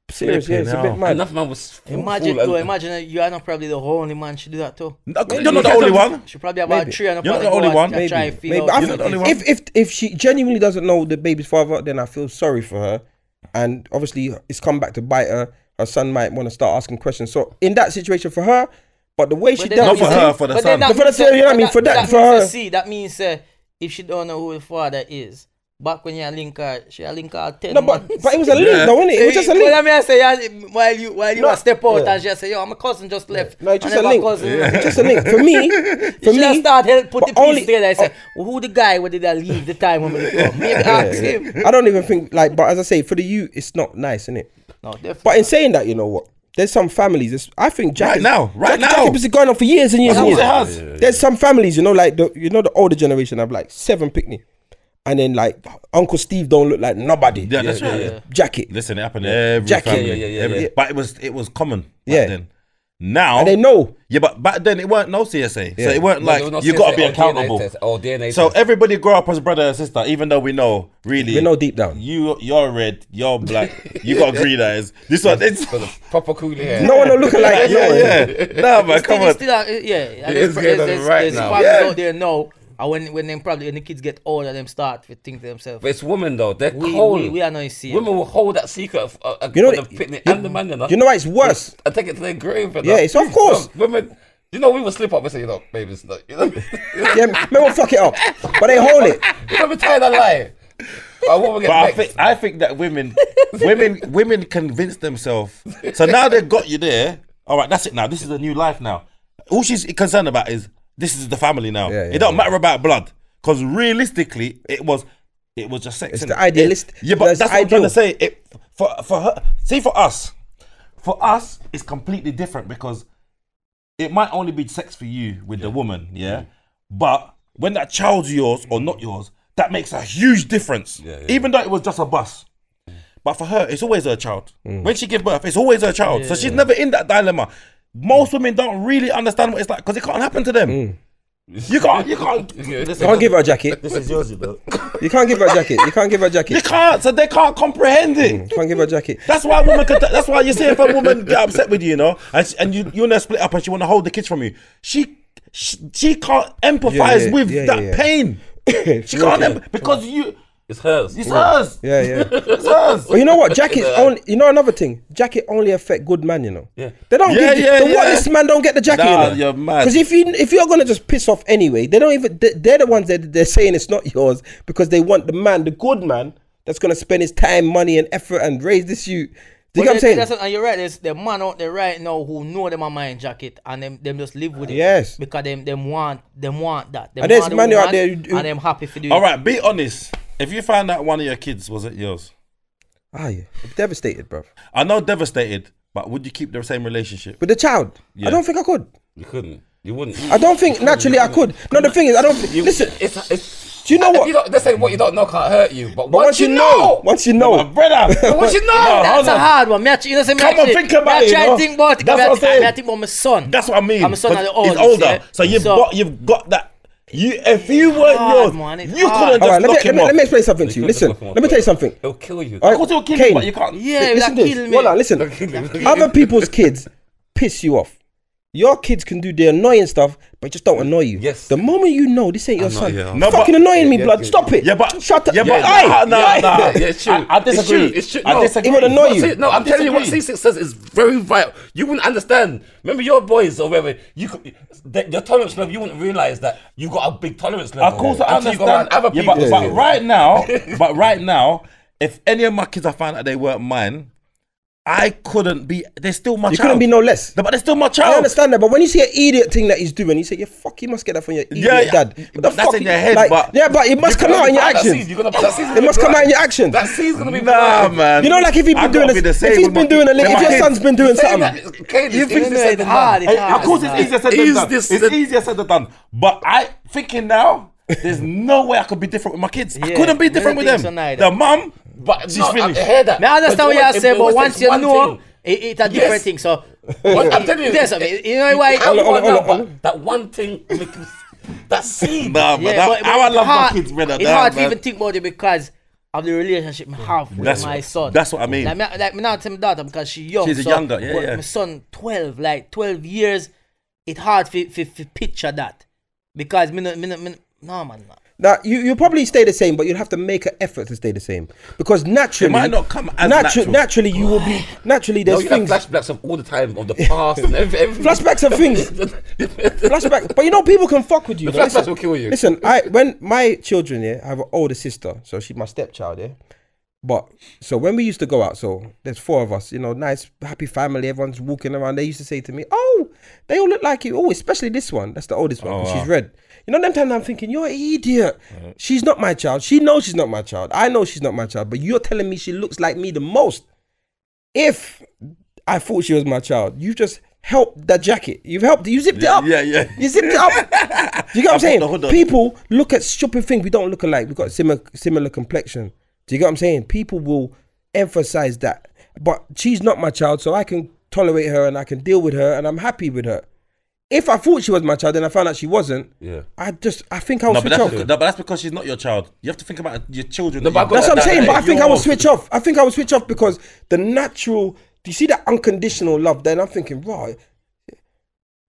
Speaker 3: Serious, yeah, it's a bit
Speaker 5: flipping
Speaker 3: mad.
Speaker 2: Enough man was.
Speaker 4: Imagine,
Speaker 2: fool,
Speaker 4: though,
Speaker 2: and-
Speaker 4: imagine uh, you are not probably the only man should do that too.
Speaker 5: No, you're not the only one.
Speaker 4: She probably about
Speaker 3: Maybe.
Speaker 4: three and
Speaker 5: You're not
Speaker 4: probably
Speaker 5: the only
Speaker 4: go out
Speaker 5: one.
Speaker 4: and try
Speaker 3: Maybe,
Speaker 4: and feel
Speaker 3: maybe.
Speaker 4: out
Speaker 3: I
Speaker 5: You're
Speaker 3: feel-
Speaker 5: not the only
Speaker 4: something.
Speaker 5: one.
Speaker 3: if if if she genuinely doesn't know the baby's father, then I feel sorry for her, and obviously it's come back to bite her. Her son might want to start asking questions. So in that situation for her, but the way she
Speaker 4: But then
Speaker 3: dealt
Speaker 4: that
Speaker 3: with
Speaker 5: Not for
Speaker 4: means-
Speaker 5: her,
Speaker 3: him,
Speaker 5: for the
Speaker 4: but then
Speaker 5: son.
Speaker 4: that
Speaker 5: But
Speaker 3: for the
Speaker 4: means, uh,
Speaker 3: theory, you know what I mean?
Speaker 4: that-
Speaker 3: For that-
Speaker 4: that
Speaker 3: for
Speaker 4: means, uh,
Speaker 3: her.
Speaker 4: See, that means uh, if she don't know who the father is, back when you link her, she a link her ten
Speaker 3: no, but
Speaker 4: months.
Speaker 3: but it was a link,
Speaker 5: Yeah.
Speaker 3: though, wasn't it? It was
Speaker 4: So
Speaker 3: just a
Speaker 4: you- Well, I
Speaker 3: link.
Speaker 4: mean, I say, yeah, while you while you
Speaker 3: No,
Speaker 4: a step out
Speaker 3: yeah.
Speaker 4: and she say, yo, my cousin just left.
Speaker 3: No, it's
Speaker 4: And
Speaker 3: just a
Speaker 4: then my
Speaker 3: link.
Speaker 4: cousin-
Speaker 3: It's just a link for me. For
Speaker 4: she just
Speaker 3: me,
Speaker 4: start help put
Speaker 3: but
Speaker 4: the pieces
Speaker 3: only-
Speaker 4: together. I say, well, who the guy? Where did I leave the time when we come? Maybe ask him.
Speaker 3: I don't even think like. But as I say, for the you, it's not nice, isn't it?
Speaker 4: No, definitely.
Speaker 3: But in saying that, you know what? There's some families. It's, I think Jack
Speaker 5: Right
Speaker 3: is-
Speaker 5: now, right
Speaker 3: Jack,
Speaker 5: now.
Speaker 3: Jack has gone on for years and years and years.
Speaker 5: That's what it has.
Speaker 3: There's some families, you know, like the you know the older generation have like seven picnic, and then like Uncle Steve don't look like nobody.
Speaker 5: Yeah, that's right. yeah.
Speaker 3: Jacket.
Speaker 5: Listen, it happened to every
Speaker 3: Jacket.
Speaker 5: family.
Speaker 3: Yeah,
Speaker 2: yeah, yeah, yeah,
Speaker 5: every-
Speaker 2: yeah.
Speaker 5: But it was it was common back
Speaker 3: Yeah.
Speaker 5: then. Now
Speaker 3: And they know.
Speaker 5: Yeah, but back then it weren't no CSA. So it weren't
Speaker 2: No,
Speaker 5: like
Speaker 2: there was no
Speaker 5: you got
Speaker 2: CSA
Speaker 5: to be
Speaker 2: or DNA
Speaker 5: accountable.
Speaker 2: test Oh, or DNA
Speaker 5: So
Speaker 2: test.
Speaker 5: everybody grow up as brother and sister, even though we know really
Speaker 3: We know deep down.
Speaker 5: you you're red, you're black, you got green eyes. This one, it's
Speaker 2: Got a proper cool hair.
Speaker 3: No one will look
Speaker 5: yeah,
Speaker 3: alike. no one.
Speaker 5: yeah. Nah, man,
Speaker 4: Still-
Speaker 5: come on.
Speaker 4: Still, uh, yeah, and there's,
Speaker 2: is getting
Speaker 4: there's,
Speaker 2: right
Speaker 4: there's
Speaker 2: now.
Speaker 4: fathers
Speaker 5: Yeah.
Speaker 4: out there now, and when when them probably when the kids get older, them start to think to themselves,
Speaker 2: But it's women though. They're
Speaker 4: we,
Speaker 2: cold.
Speaker 4: we, we are not seeing.
Speaker 2: Women will hold that secret of uh, uh,
Speaker 3: You know
Speaker 2: for the
Speaker 3: that-
Speaker 2: picnic
Speaker 3: you-
Speaker 2: and the man. You know.
Speaker 3: You know why it's worse?
Speaker 2: I take it to their grave. You know?
Speaker 3: Yeah, it's of course.
Speaker 2: No, women. You know, we would slip up and say, you know, baby, it's not. You know,
Speaker 3: Yeah, men will fuck it up, but they hold it.
Speaker 2: you know, we tell that lie. But women get
Speaker 5: But I
Speaker 2: vexed.
Speaker 5: think I think that women women women convince themselves. So now they've got you there. All right, that's it now. This is a new life now. All she's concerned about is this is the family now.
Speaker 3: Yeah, yeah,
Speaker 5: it don't matter about blood because realistically, it was it was just sex.
Speaker 3: It's
Speaker 5: innit?
Speaker 3: the idealist-
Speaker 5: It- yeah, but
Speaker 3: that's
Speaker 5: that's, what I'm trying
Speaker 3: ideal.
Speaker 5: to say. It for for her. See, for us, for us, it's completely different because it might only be sex for you with the woman, yeah, but when that child's yours or not yours, that makes a huge difference.
Speaker 2: yeah.
Speaker 5: Even though it was just a bus. But for her, it's always her child.
Speaker 3: Mm.
Speaker 5: When she gives birth, it's always her child. so she's never in that dilemma. Most women don't really understand what it's like because it can't happen to them. You can't, you can't,
Speaker 3: You Mm. can't give her a jacket.
Speaker 2: This is yours, you know.
Speaker 3: You can't give her a jacket. You can't give her a
Speaker 5: you
Speaker 3: jacket.
Speaker 5: can't. So they can't comprehend it.
Speaker 3: You can't give her a jacket.
Speaker 5: That's why women. Could, that's why you see if a woman get upset with you, you know, and she, and you you and her split up, and she want to hold the kids from you. She she, she can't empathize
Speaker 3: Yeah, yeah,
Speaker 5: with
Speaker 3: yeah,
Speaker 5: that
Speaker 3: yeah.
Speaker 5: pain. She can't emp- because you.
Speaker 2: It's hers.
Speaker 5: It's hers.
Speaker 3: Yeah, yeah.
Speaker 5: It's hers.
Speaker 3: But you know what? Jackets only. You know another thing. Jacket only affect good man. You know.
Speaker 2: Yeah.
Speaker 3: They don't.
Speaker 5: Yeah,
Speaker 3: give,
Speaker 5: yeah,
Speaker 3: the
Speaker 5: yeah.
Speaker 3: worthless man don't get the jacket.
Speaker 5: Nah,
Speaker 3: you know?
Speaker 5: you're mad.
Speaker 3: Because if you if you're gonna just piss off anyway, they don't even. They, they're the ones that they're saying it's not yours because they want the man, the good man, that's gonna spend his time, money, and effort and raise this you. Do you
Speaker 4: But
Speaker 3: get what I'm
Speaker 4: that-
Speaker 3: saying?
Speaker 4: that's what- and you're right. There's the man out there right now who know them a mind jacket and them them just live with it.
Speaker 3: Yes.
Speaker 4: Because them them want them want that. Them
Speaker 3: And there's
Speaker 4: want the
Speaker 3: man out
Speaker 4: woman
Speaker 3: there who do-
Speaker 4: and them happy for do.
Speaker 5: All right, be honest. If you found out one of your kids was it yours,
Speaker 3: Ah, yeah. I'm devastated, bro.
Speaker 5: I know devastated, but would you keep the same relationship?
Speaker 3: With the child,
Speaker 5: Yeah.
Speaker 3: I don't think I could.
Speaker 2: You couldn't. You wouldn't.
Speaker 3: I don't think naturally I could. No, the thing is, I don't. thi- listen,
Speaker 6: It's, it's,
Speaker 3: do you know
Speaker 6: You
Speaker 3: what?
Speaker 6: don't, they say what you don't know can't hurt you, but,
Speaker 3: But once you know, once you know,
Speaker 5: My brother.
Speaker 6: once you know,
Speaker 4: That's
Speaker 5: hold
Speaker 4: a
Speaker 5: on.
Speaker 4: hard one. Me actually, you know, say me
Speaker 5: Come on,
Speaker 4: actually-
Speaker 5: think about
Speaker 4: me
Speaker 5: it,
Speaker 4: I
Speaker 5: you know?
Speaker 4: think about it.
Speaker 5: That's
Speaker 4: me
Speaker 5: what I'm
Speaker 4: actually-
Speaker 5: saying.
Speaker 4: Me I think about my son.
Speaker 5: That's what I mean.
Speaker 4: I'm a son of
Speaker 5: 'Cause
Speaker 4: the oldest,
Speaker 5: He's older,
Speaker 4: yeah?
Speaker 5: so you've
Speaker 4: So-
Speaker 5: got you've got that. You if you weren't
Speaker 4: hard,
Speaker 5: yours,
Speaker 4: man, it's
Speaker 5: you
Speaker 4: hard.
Speaker 5: couldn't
Speaker 3: all
Speaker 5: just
Speaker 3: right. Let me,
Speaker 5: knock
Speaker 3: let
Speaker 5: him
Speaker 3: me,
Speaker 5: off.
Speaker 3: let me explain something to you.
Speaker 2: couldn't
Speaker 3: Listen,
Speaker 2: knock him off,
Speaker 3: let me tell you something.
Speaker 2: They'll kill you.
Speaker 3: All
Speaker 5: Of course,
Speaker 3: right,
Speaker 5: he'll kill you,
Speaker 3: Kane,
Speaker 5: but you can't.
Speaker 4: Yeah,
Speaker 3: listen
Speaker 4: that
Speaker 3: to this.
Speaker 4: kill
Speaker 3: Hold
Speaker 4: me.
Speaker 3: on, listen. Other people's kids piss you off. Your kids can do the annoying stuff, but just don't annoy you.
Speaker 2: Yes.
Speaker 3: The moment you know this ain't your son,
Speaker 2: yeah.
Speaker 5: No,
Speaker 3: fucking
Speaker 5: but-
Speaker 3: annoying me,
Speaker 2: yeah,
Speaker 3: blood.
Speaker 2: yeah,
Speaker 3: Stop it.
Speaker 5: Yeah, but
Speaker 3: shut up.
Speaker 5: Yeah, but
Speaker 3: Aye,
Speaker 5: nah, nah,
Speaker 3: aye.
Speaker 5: nah.
Speaker 6: Yeah, it's true.
Speaker 5: I, I disagree.
Speaker 6: It's true. It's true.
Speaker 5: I
Speaker 6: No,
Speaker 5: disagree.
Speaker 3: it would annoy
Speaker 6: No,
Speaker 3: you.
Speaker 6: see, no, I'm telling you what
Speaker 5: disagree.
Speaker 6: C6 says is very vital. You wouldn't understand. Remember your boys or whatever, you could, the, your tolerance level, you wouldn't realize that you've got a big tolerance level.
Speaker 5: Of course, I
Speaker 6: Until you go around
Speaker 5: understand.
Speaker 6: Other
Speaker 5: Yeah,
Speaker 6: people.
Speaker 5: but, but right now, but right now, if any of my kids I found out they weren't mine, I couldn't be. They're still my
Speaker 3: You
Speaker 5: child.
Speaker 3: couldn't be no less.
Speaker 5: No, But they're still my
Speaker 3: I
Speaker 5: child.
Speaker 3: understand that, but when you see an idiot thing that he's doing, you say, "Yeah, fuck, you must get that from your idiot
Speaker 5: Yeah, yeah.
Speaker 3: dad." What the
Speaker 5: That's
Speaker 3: fuck
Speaker 5: in
Speaker 3: you-
Speaker 5: your head,
Speaker 3: like-
Speaker 5: but-
Speaker 3: yeah, but it must come out in your actions.
Speaker 6: You're gonna, that seed's gonna
Speaker 3: It must
Speaker 6: be
Speaker 3: come out in your
Speaker 6: black.
Speaker 3: actions.
Speaker 6: That seed's gonna be
Speaker 5: Nah,
Speaker 6: black.
Speaker 5: man.
Speaker 3: You know, like if he's
Speaker 5: I
Speaker 3: been
Speaker 5: gotta
Speaker 3: doing,
Speaker 5: be
Speaker 3: this,
Speaker 5: the
Speaker 3: if
Speaker 5: same
Speaker 3: he's
Speaker 5: with
Speaker 3: been
Speaker 5: my
Speaker 3: doing a
Speaker 5: kids.
Speaker 3: little,
Speaker 5: They're
Speaker 3: if your
Speaker 5: my
Speaker 3: son's
Speaker 5: kids.
Speaker 3: been doing
Speaker 6: Saying
Speaker 3: something,
Speaker 6: that, Kane,
Speaker 5: You
Speaker 6: it's
Speaker 5: think
Speaker 6: easier
Speaker 5: this
Speaker 6: said
Speaker 4: is
Speaker 6: than
Speaker 4: hard,
Speaker 6: done.
Speaker 4: it's
Speaker 5: Of course, it's easier said than
Speaker 6: Is
Speaker 5: done.
Speaker 6: this
Speaker 5: It's
Speaker 6: the-
Speaker 5: easier said than done. But I thinking now, there's no way I could be different with my kids. I
Speaker 4: Yeah,
Speaker 5: couldn't be
Speaker 4: I don't
Speaker 5: different with
Speaker 4: think
Speaker 5: them.
Speaker 4: so neither.
Speaker 5: the mum,
Speaker 6: But
Speaker 5: she's
Speaker 6: no, I-
Speaker 5: finished.
Speaker 6: I hear that.
Speaker 4: Me understand
Speaker 6: But
Speaker 4: what
Speaker 6: it-
Speaker 4: you're saying,
Speaker 6: it
Speaker 4: but
Speaker 6: was
Speaker 4: once
Speaker 6: just
Speaker 4: you
Speaker 6: one
Speaker 4: know,
Speaker 6: thing.
Speaker 4: it, it's a different
Speaker 6: Yes.
Speaker 4: thing. So
Speaker 6: What I'm telling you,
Speaker 4: There's something. You know why?
Speaker 6: How you
Speaker 3: Hold on,
Speaker 6: want
Speaker 3: hold on,
Speaker 6: now,
Speaker 3: hold on.
Speaker 6: but That one thing, make you- that seed.
Speaker 5: Nah, but that, how I
Speaker 4: it's
Speaker 5: love
Speaker 4: hard-
Speaker 5: my kids, brother.
Speaker 4: It's
Speaker 5: Nah,
Speaker 4: hard
Speaker 5: man.
Speaker 4: to even think about it because of the relationship I have with
Speaker 5: That's
Speaker 4: my
Speaker 5: what-
Speaker 4: son.
Speaker 5: that's what I mean.
Speaker 4: Like, me, like me not tell my daughter because she young.
Speaker 5: She's a
Speaker 4: so-
Speaker 5: younger, yeah,
Speaker 4: but
Speaker 5: yeah.
Speaker 4: My son, twelve, like twelve years. It's hard for for, for picture that because me, no- me, no- me, no no, man. no.
Speaker 3: Now you you probably stay the same, but you'll have to make an effort to stay the same because naturally
Speaker 5: might not come as natural.
Speaker 3: Naturally, you will be naturally
Speaker 6: No,
Speaker 3: there's
Speaker 6: you have
Speaker 3: things
Speaker 6: flashbacks of all the time of the past and everything. everything.
Speaker 3: flashbacks of things flashback. But you know people can fuck with you.
Speaker 6: The
Speaker 3: though.
Speaker 6: flashbacks
Speaker 3: Listen-
Speaker 6: will kill you.
Speaker 3: Listen, I when my children yeah, I have an older sister, so she's my stepchild yeah. But so when we used to go out, so there's four of us, you know, nice happy family. Everyone's walking around. They used to say to me, "Oh, they all look like you." Oh, especially this one. That's the oldest
Speaker 5: Oh,
Speaker 3: one. 'cause She's red. You know, them times I'm thinking, "You're an idiot. She's not my child. She knows she's not my child. I know she's not my child. But you're telling me she looks like me the most." If I thought she was my child, you just helped that jacket. You've helped. You zipped it up.
Speaker 5: yeah, yeah.
Speaker 3: You zipped it up. Do you get what I'm
Speaker 5: I've got the
Speaker 3: saying?
Speaker 5: hood on.
Speaker 3: People look at stupid things. We don't look alike. We've got similar similar complexion. Do you get what I'm saying? People will emphasize that. But she's not my child, so I can tolerate her and I can deal with her and I'm happy with her. If I thought she was my child and I found out she wasn't,
Speaker 2: Yeah.
Speaker 3: I just I think I would
Speaker 5: No, but
Speaker 3: switch
Speaker 5: that's,
Speaker 3: off.
Speaker 5: no, but that's because she's not your child. You have to think about your children.
Speaker 6: No,
Speaker 5: that
Speaker 6: but
Speaker 5: you-
Speaker 6: I've
Speaker 3: That's
Speaker 6: got
Speaker 3: what I'm
Speaker 6: that-
Speaker 3: saying,
Speaker 6: that-
Speaker 3: but I think I
Speaker 5: you're
Speaker 3: would
Speaker 5: off.
Speaker 3: switch off. I think I would switch off because the natural. Do you see that unconditional love? Then I'm thinking, right,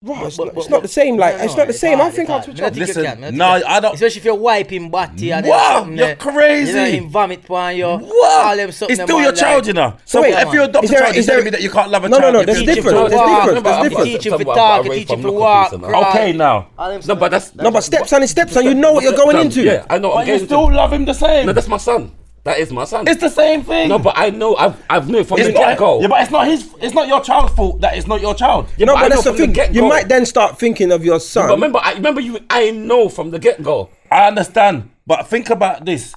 Speaker 3: right, it's,
Speaker 4: But-
Speaker 3: not,
Speaker 4: but-
Speaker 3: it's not
Speaker 4: but-
Speaker 3: the same. Like
Speaker 4: no,
Speaker 3: it's
Speaker 4: no,
Speaker 3: not the same. I
Speaker 4: hard,
Speaker 3: think
Speaker 4: it's
Speaker 3: I'd
Speaker 4: hard.
Speaker 3: switch
Speaker 4: Me not
Speaker 3: off.
Speaker 4: think you
Speaker 5: Listen,
Speaker 4: can, me not
Speaker 5: no,
Speaker 4: think you can.
Speaker 5: I don't-
Speaker 4: Especially if you're wiping body. and then
Speaker 5: Wow,
Speaker 4: something,
Speaker 5: you're
Speaker 4: eh,
Speaker 5: crazy.
Speaker 4: You know, him vomit upon you. All
Speaker 5: What?
Speaker 4: them
Speaker 5: It's
Speaker 4: something
Speaker 5: still
Speaker 4: about
Speaker 5: your
Speaker 4: like-
Speaker 5: child, you know. So
Speaker 3: Wait,
Speaker 5: if you adopt a
Speaker 3: is there-
Speaker 5: child,
Speaker 3: is
Speaker 5: you're
Speaker 3: there-
Speaker 5: telling me that you can't love a
Speaker 3: No, no,
Speaker 5: child.
Speaker 3: no,
Speaker 5: if
Speaker 3: there's
Speaker 5: you-
Speaker 3: different. There's different. There's
Speaker 6: I'm-
Speaker 3: different.
Speaker 4: Teach him
Speaker 6: I'm-
Speaker 4: to
Speaker 6: I'm-
Speaker 4: talk,
Speaker 6: I'm
Speaker 4: teach him
Speaker 6: from
Speaker 4: to
Speaker 6: local
Speaker 4: walk,
Speaker 6: people, man.
Speaker 4: cry.
Speaker 5: Okay, now.
Speaker 4: All them
Speaker 6: No,
Speaker 4: something.
Speaker 6: but that's
Speaker 3: No, but stepson is stepson. You know what you're going into.
Speaker 6: Yeah, I know. I'm
Speaker 5: But you
Speaker 6: getting
Speaker 5: still
Speaker 6: to-
Speaker 5: love him the same.
Speaker 6: No, that's my son. That is my son.
Speaker 5: It's the same thing.
Speaker 6: No, but I know. I've I've known from
Speaker 5: it's
Speaker 6: the
Speaker 5: not,
Speaker 6: get go.
Speaker 5: yeah, but it's not his. It's not your child's fault that it's not your child.
Speaker 3: No,
Speaker 6: but
Speaker 3: but
Speaker 6: I
Speaker 3: that's
Speaker 6: know from
Speaker 3: the
Speaker 6: the
Speaker 3: thing. You
Speaker 6: get-go.
Speaker 3: might then start thinking of your son.
Speaker 6: But remember, I remember you. I know from the get go.
Speaker 5: I understand, but think about this: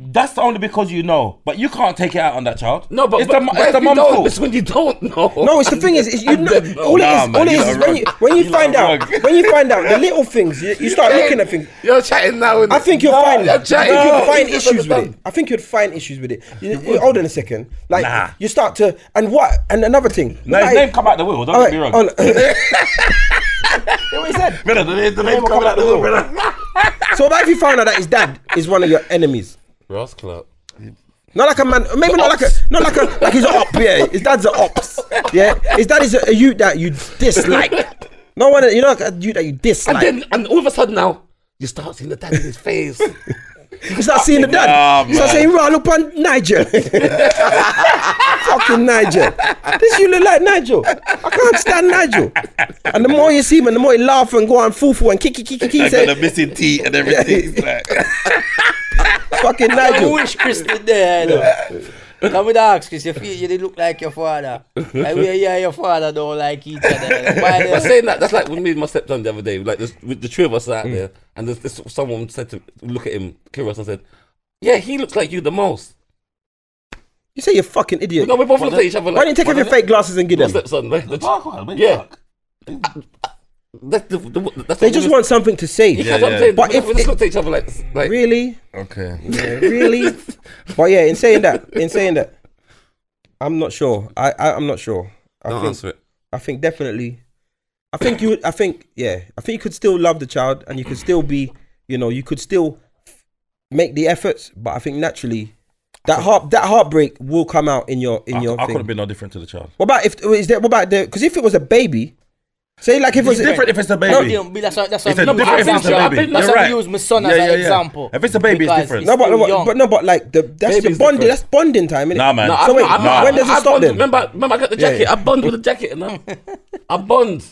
Speaker 5: That's only because you know, but you can't take it out on that child.
Speaker 2: No, but
Speaker 5: it's
Speaker 2: but,
Speaker 5: the, mu-
Speaker 2: but
Speaker 5: it's
Speaker 2: if
Speaker 5: the
Speaker 2: you
Speaker 5: mum's
Speaker 2: don't-
Speaker 5: fault.
Speaker 2: It's when you don't know.
Speaker 3: No, it's the thing is, is you know,
Speaker 2: then-
Speaker 3: all it
Speaker 5: Nah,
Speaker 3: is,
Speaker 5: man,
Speaker 3: all it
Speaker 5: you
Speaker 3: is,
Speaker 5: lot
Speaker 3: is
Speaker 5: are
Speaker 3: when
Speaker 5: wrong.
Speaker 3: you when you
Speaker 5: You lot
Speaker 3: find
Speaker 5: are
Speaker 3: out,
Speaker 5: wrong.
Speaker 3: when you find out the little things, you, you start looking at things.
Speaker 2: You're chatting now. innit?
Speaker 3: I think you'll
Speaker 2: No,
Speaker 3: find.
Speaker 2: You're chatting.
Speaker 3: I think
Speaker 2: No,
Speaker 3: you'll find
Speaker 2: it's just
Speaker 3: issues with it.
Speaker 2: understand.
Speaker 3: I think you'd find issues with it. You, you, hold on a second. Like
Speaker 5: Nah.
Speaker 3: you start to and what and another thing.
Speaker 5: No, his
Speaker 3: like,
Speaker 5: name come out the will. Don't
Speaker 3: alright,
Speaker 5: get me wrong.
Speaker 3: hold on. You know what he said?
Speaker 5: Brother, the name, the name come out the will, brother.
Speaker 3: So what if you found out that his dad is one of your enemies?
Speaker 2: Ross Clark.
Speaker 3: Not like a man, maybe not like a, not like a, like he's an op, yeah. His dad's an ops, yeah. His dad is a, a youth that you dislike. No one, you know, like a youth that you
Speaker 2: And
Speaker 3: dislike.
Speaker 2: then, and all of a sudden now, you start seeing the dad in his face.
Speaker 3: You start seeing the dad.
Speaker 5: Nah,
Speaker 3: you start
Speaker 5: man.
Speaker 3: saying, "Right, look on Nigel. Fucking Nigel. This you look like Nigel. I can't stand Nigel. And the more you see him, and the more he laugh and go and foo foo and kiki kiki kiki.
Speaker 5: Got the
Speaker 3: Say,
Speaker 5: missing teeth and everything. It's like-
Speaker 3: fucking
Speaker 4: I
Speaker 3: Nigel.
Speaker 4: wish Chris did there, you know. Come with ask Chris, you feel you didn't look like your father. Like we yeah, your father don't like each other. Why
Speaker 2: but
Speaker 4: the
Speaker 2: saying that, that's like with me and my stepson the other day. Like this, with the three of us out there, and there's this, someone said to look at him, Kiros, and said, "Yeah, he looks like you the most."
Speaker 3: You say you're fucking idiot.
Speaker 2: No, we both looked at each other. Like,
Speaker 3: Why don't you take off your fake glasses and give
Speaker 2: My
Speaker 3: them?
Speaker 2: stepson, like, the,
Speaker 5: Fuck, man, wait,
Speaker 2: Yeah.
Speaker 5: fuck.
Speaker 2: that's the, the, that's
Speaker 3: They just want something to say.
Speaker 2: Yeah, yeah. I'm saying,
Speaker 3: But
Speaker 2: but
Speaker 3: if
Speaker 2: if we just
Speaker 3: it-
Speaker 2: looked at each other like, like
Speaker 3: Really?
Speaker 5: Okay.
Speaker 3: Yeah, really? but yeah, in saying that, in saying that, I'm not sure. I, I I'm not sure. I
Speaker 2: don't
Speaker 3: think
Speaker 2: answer it.
Speaker 3: I think definitely. I think you. would- I think yeah. I think you could still love the child, and you could still be. You know, you could still make the efforts, but I think naturally, that heart that heartbreak will come out in your in
Speaker 5: I,
Speaker 3: your
Speaker 5: I could
Speaker 3: thing.
Speaker 5: have been no different to the child.
Speaker 3: What about if is there? What about the? Because if it was a baby, say like if it was
Speaker 5: It's different if it's a baby.
Speaker 4: you know, that's what, that's what
Speaker 5: It's a
Speaker 4: I mean.
Speaker 5: different
Speaker 4: I
Speaker 5: if it's
Speaker 4: think
Speaker 5: a
Speaker 4: I
Speaker 5: baby.
Speaker 4: think that's
Speaker 5: You're
Speaker 4: why I
Speaker 5: right.
Speaker 4: use my son
Speaker 5: Yeah,
Speaker 4: as
Speaker 5: yeah,
Speaker 4: an
Speaker 5: yeah.
Speaker 4: example.
Speaker 5: If it's a baby, it's
Speaker 4: Because
Speaker 5: different.
Speaker 3: No, but,
Speaker 4: still
Speaker 3: no, but,
Speaker 4: young.
Speaker 3: but no, but like the that's
Speaker 2: Baby's
Speaker 3: the bonding.
Speaker 2: different.
Speaker 3: That's bonding time, innit?
Speaker 5: Nah, man.
Speaker 2: No, I'm
Speaker 3: So wait,
Speaker 2: not, I'm
Speaker 5: nah.
Speaker 2: not,
Speaker 3: when does it
Speaker 2: I
Speaker 3: stop
Speaker 2: bond,
Speaker 3: then?
Speaker 2: Remember, remember, I got the jacket. I bond with the jacket, and I, I bond.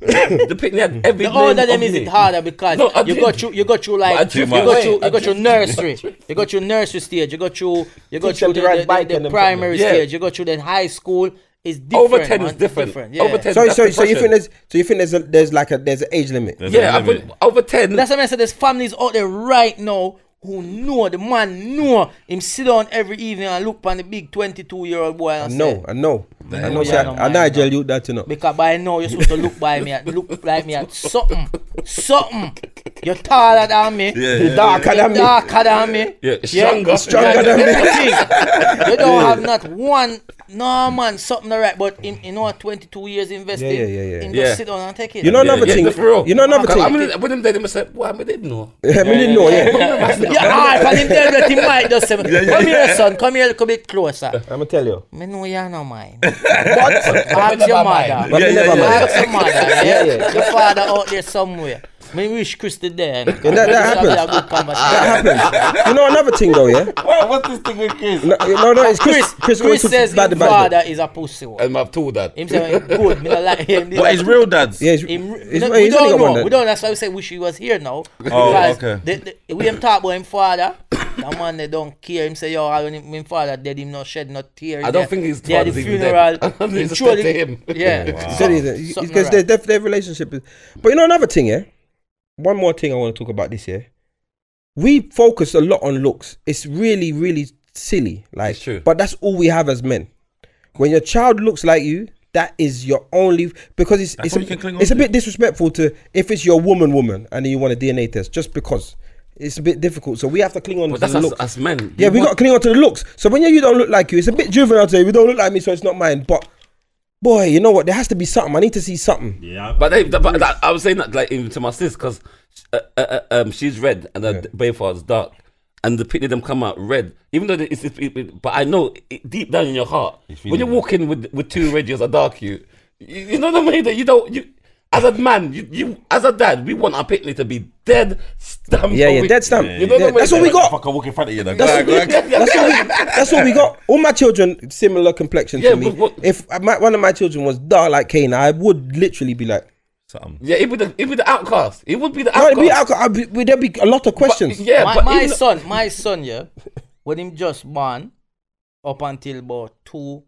Speaker 2: the picnic had every
Speaker 4: The
Speaker 2: name
Speaker 4: older them
Speaker 2: of
Speaker 4: is
Speaker 2: me.
Speaker 4: it harder because
Speaker 2: No, I
Speaker 4: you
Speaker 2: did.
Speaker 4: got you you got you
Speaker 2: I
Speaker 4: like
Speaker 2: did
Speaker 4: you
Speaker 2: my
Speaker 4: got
Speaker 2: way.
Speaker 4: you
Speaker 2: I
Speaker 4: you got your
Speaker 2: did.
Speaker 4: nursery you got your nursery stage you got you you got
Speaker 3: Teach
Speaker 4: you
Speaker 3: them
Speaker 4: the,
Speaker 3: to ride
Speaker 4: the,
Speaker 3: bike
Speaker 4: the,
Speaker 3: and them
Speaker 4: primary
Speaker 2: something. Yeah.
Speaker 4: stage you got you then high school is different
Speaker 2: Over ten is
Speaker 4: man.
Speaker 2: different.
Speaker 4: yeah.
Speaker 2: Over ten.
Speaker 3: So,
Speaker 2: that's
Speaker 3: so, so you
Speaker 2: depression.
Speaker 3: think there's so you think there's a, there's like a there's an age limit.
Speaker 5: There's
Speaker 2: Yeah,
Speaker 5: a
Speaker 2: I
Speaker 5: limit.
Speaker 2: think over ten.
Speaker 4: That's what I said. There's families out there right now who know the man know him sit down every evening and look on the big 22 year old boy
Speaker 3: I
Speaker 4: and say,
Speaker 3: know, I know, I know.
Speaker 4: yeah,
Speaker 3: say,
Speaker 4: I know,
Speaker 3: I, I
Speaker 4: man,
Speaker 3: Nigel, you that you know.
Speaker 4: because by now you're supposed to look by me at look like me at something, something. You're taller than me.
Speaker 3: You're darker than
Speaker 4: You're
Speaker 3: me.
Speaker 4: darker than me.
Speaker 2: yeah, stronger.
Speaker 3: Stronger than me.
Speaker 4: Everything. You don't have not one. No man, something all right. But in you know, 22 years investing,
Speaker 3: yeah, yeah, yeah.
Speaker 4: in
Speaker 2: Yeah.
Speaker 4: just sit down and take it.
Speaker 3: You know
Speaker 2: Yeah,
Speaker 3: another
Speaker 2: yeah,
Speaker 3: thing.
Speaker 2: that's for real.
Speaker 3: You know another
Speaker 2: Because I
Speaker 3: thing.
Speaker 2: mean, with them there, they must say, "Well, we didn't know."
Speaker 3: Yeah, we didn't know. Yeah,
Speaker 4: Yeah, I can him tell that he might just say, come here, son, come here, come a bit closer.
Speaker 3: I'm gonna tell you.
Speaker 4: Me know you're not mine. Ask your mother.
Speaker 3: But
Speaker 5: Yeah,
Speaker 3: me
Speaker 5: yeah,
Speaker 3: never
Speaker 5: yeah.
Speaker 3: mind.
Speaker 4: Ask your mother. Yeah,
Speaker 3: yeah.
Speaker 4: Your father out there somewhere. Me wish Chris did there. Yeah,
Speaker 3: that happens.
Speaker 4: A good conversation.
Speaker 3: That happens. You know another thing though. Yeah.
Speaker 5: Well, what's this thing with kids?
Speaker 3: No, no, no it's Chris.
Speaker 4: Chris, Chris,
Speaker 3: always talks
Speaker 4: says
Speaker 3: bad
Speaker 4: his
Speaker 3: about
Speaker 4: father is a pussy. one.
Speaker 2: And my tool dad.
Speaker 4: Him say good. Me not like him.
Speaker 5: But it's real dads.
Speaker 3: Yeah, he's,
Speaker 4: Him,
Speaker 3: he's,
Speaker 4: no, we
Speaker 3: he's
Speaker 4: don't
Speaker 3: only got one.
Speaker 4: know.
Speaker 3: then.
Speaker 4: We don't. That's why we say wish he was here now.
Speaker 5: Oh,
Speaker 4: Because
Speaker 5: okay.
Speaker 4: The, the, we him talk about him father. That man they don't care. Him say yo, I when him, him father dead, him not shed, not tear.
Speaker 2: I don't think his
Speaker 4: they at the
Speaker 2: father's even dead.
Speaker 4: funeral.
Speaker 2: I don't think
Speaker 4: him
Speaker 2: it's a
Speaker 4: surely-
Speaker 2: death to him.
Speaker 4: Yeah,
Speaker 3: He said
Speaker 4: Something-
Speaker 3: he's-
Speaker 4: something
Speaker 3: because
Speaker 4: like
Speaker 3: their,
Speaker 4: that.
Speaker 3: their their relationship is. But you know another thing. Yeah. One more thing I want to talk about this year. We focus a lot on looks. It's really really silly. Like,
Speaker 2: It's true.
Speaker 3: but that's all we have as men. when your child looks like you, that is your only because it's it's
Speaker 5: all you
Speaker 3: a,
Speaker 5: can cling on
Speaker 3: it's a
Speaker 5: to.
Speaker 3: bit disrespectful to if it's your woman woman and then you want a DNA test just because it's a bit difficult. So we have to cling on
Speaker 2: But
Speaker 3: to
Speaker 2: that's
Speaker 3: the
Speaker 2: us,
Speaker 3: looks.
Speaker 2: us men.
Speaker 3: yeah, we got to cling on to the looks. So when you don't look like you, it's a bit juvenile to say we don't look like me, so it's not mine. But boy, you know what? There has to be something. I need to see something.
Speaker 5: Yeah.
Speaker 2: But, they, but that, I was saying that like even to my sis because uh, uh, uh, um, she's red and her baby father's dark, and the picture of them come out red. Even though they- it's, it's it, it- but I know it, deep down in your heart when you're walking with with two radios that dark you, you, you know what I mean. That you don't you. As a man, you, you as a dad, we want our picnic to be dead stamped.
Speaker 3: Yeah, yeah,
Speaker 2: on it.
Speaker 3: dead stamped.
Speaker 2: You know
Speaker 3: Yeah,
Speaker 2: what I mean?
Speaker 3: that's what we got.
Speaker 5: Fucker walk in front of you. then.
Speaker 3: That's, that's, what we, that's what we got. All my children similar complexion
Speaker 2: Yeah,
Speaker 3: to me.
Speaker 2: but what-
Speaker 3: if my, one of my children was dark like Kane, I would literally be like,
Speaker 5: Something.
Speaker 2: Yeah, it would be the outcast. It would be the
Speaker 3: no,
Speaker 2: outcast.
Speaker 3: it'd be, alco- I'd be, would there be a lot of questions?
Speaker 2: Yeah,
Speaker 4: my,
Speaker 2: but
Speaker 4: my
Speaker 2: even-
Speaker 4: son, my son, yeah, when him just born, up until about two,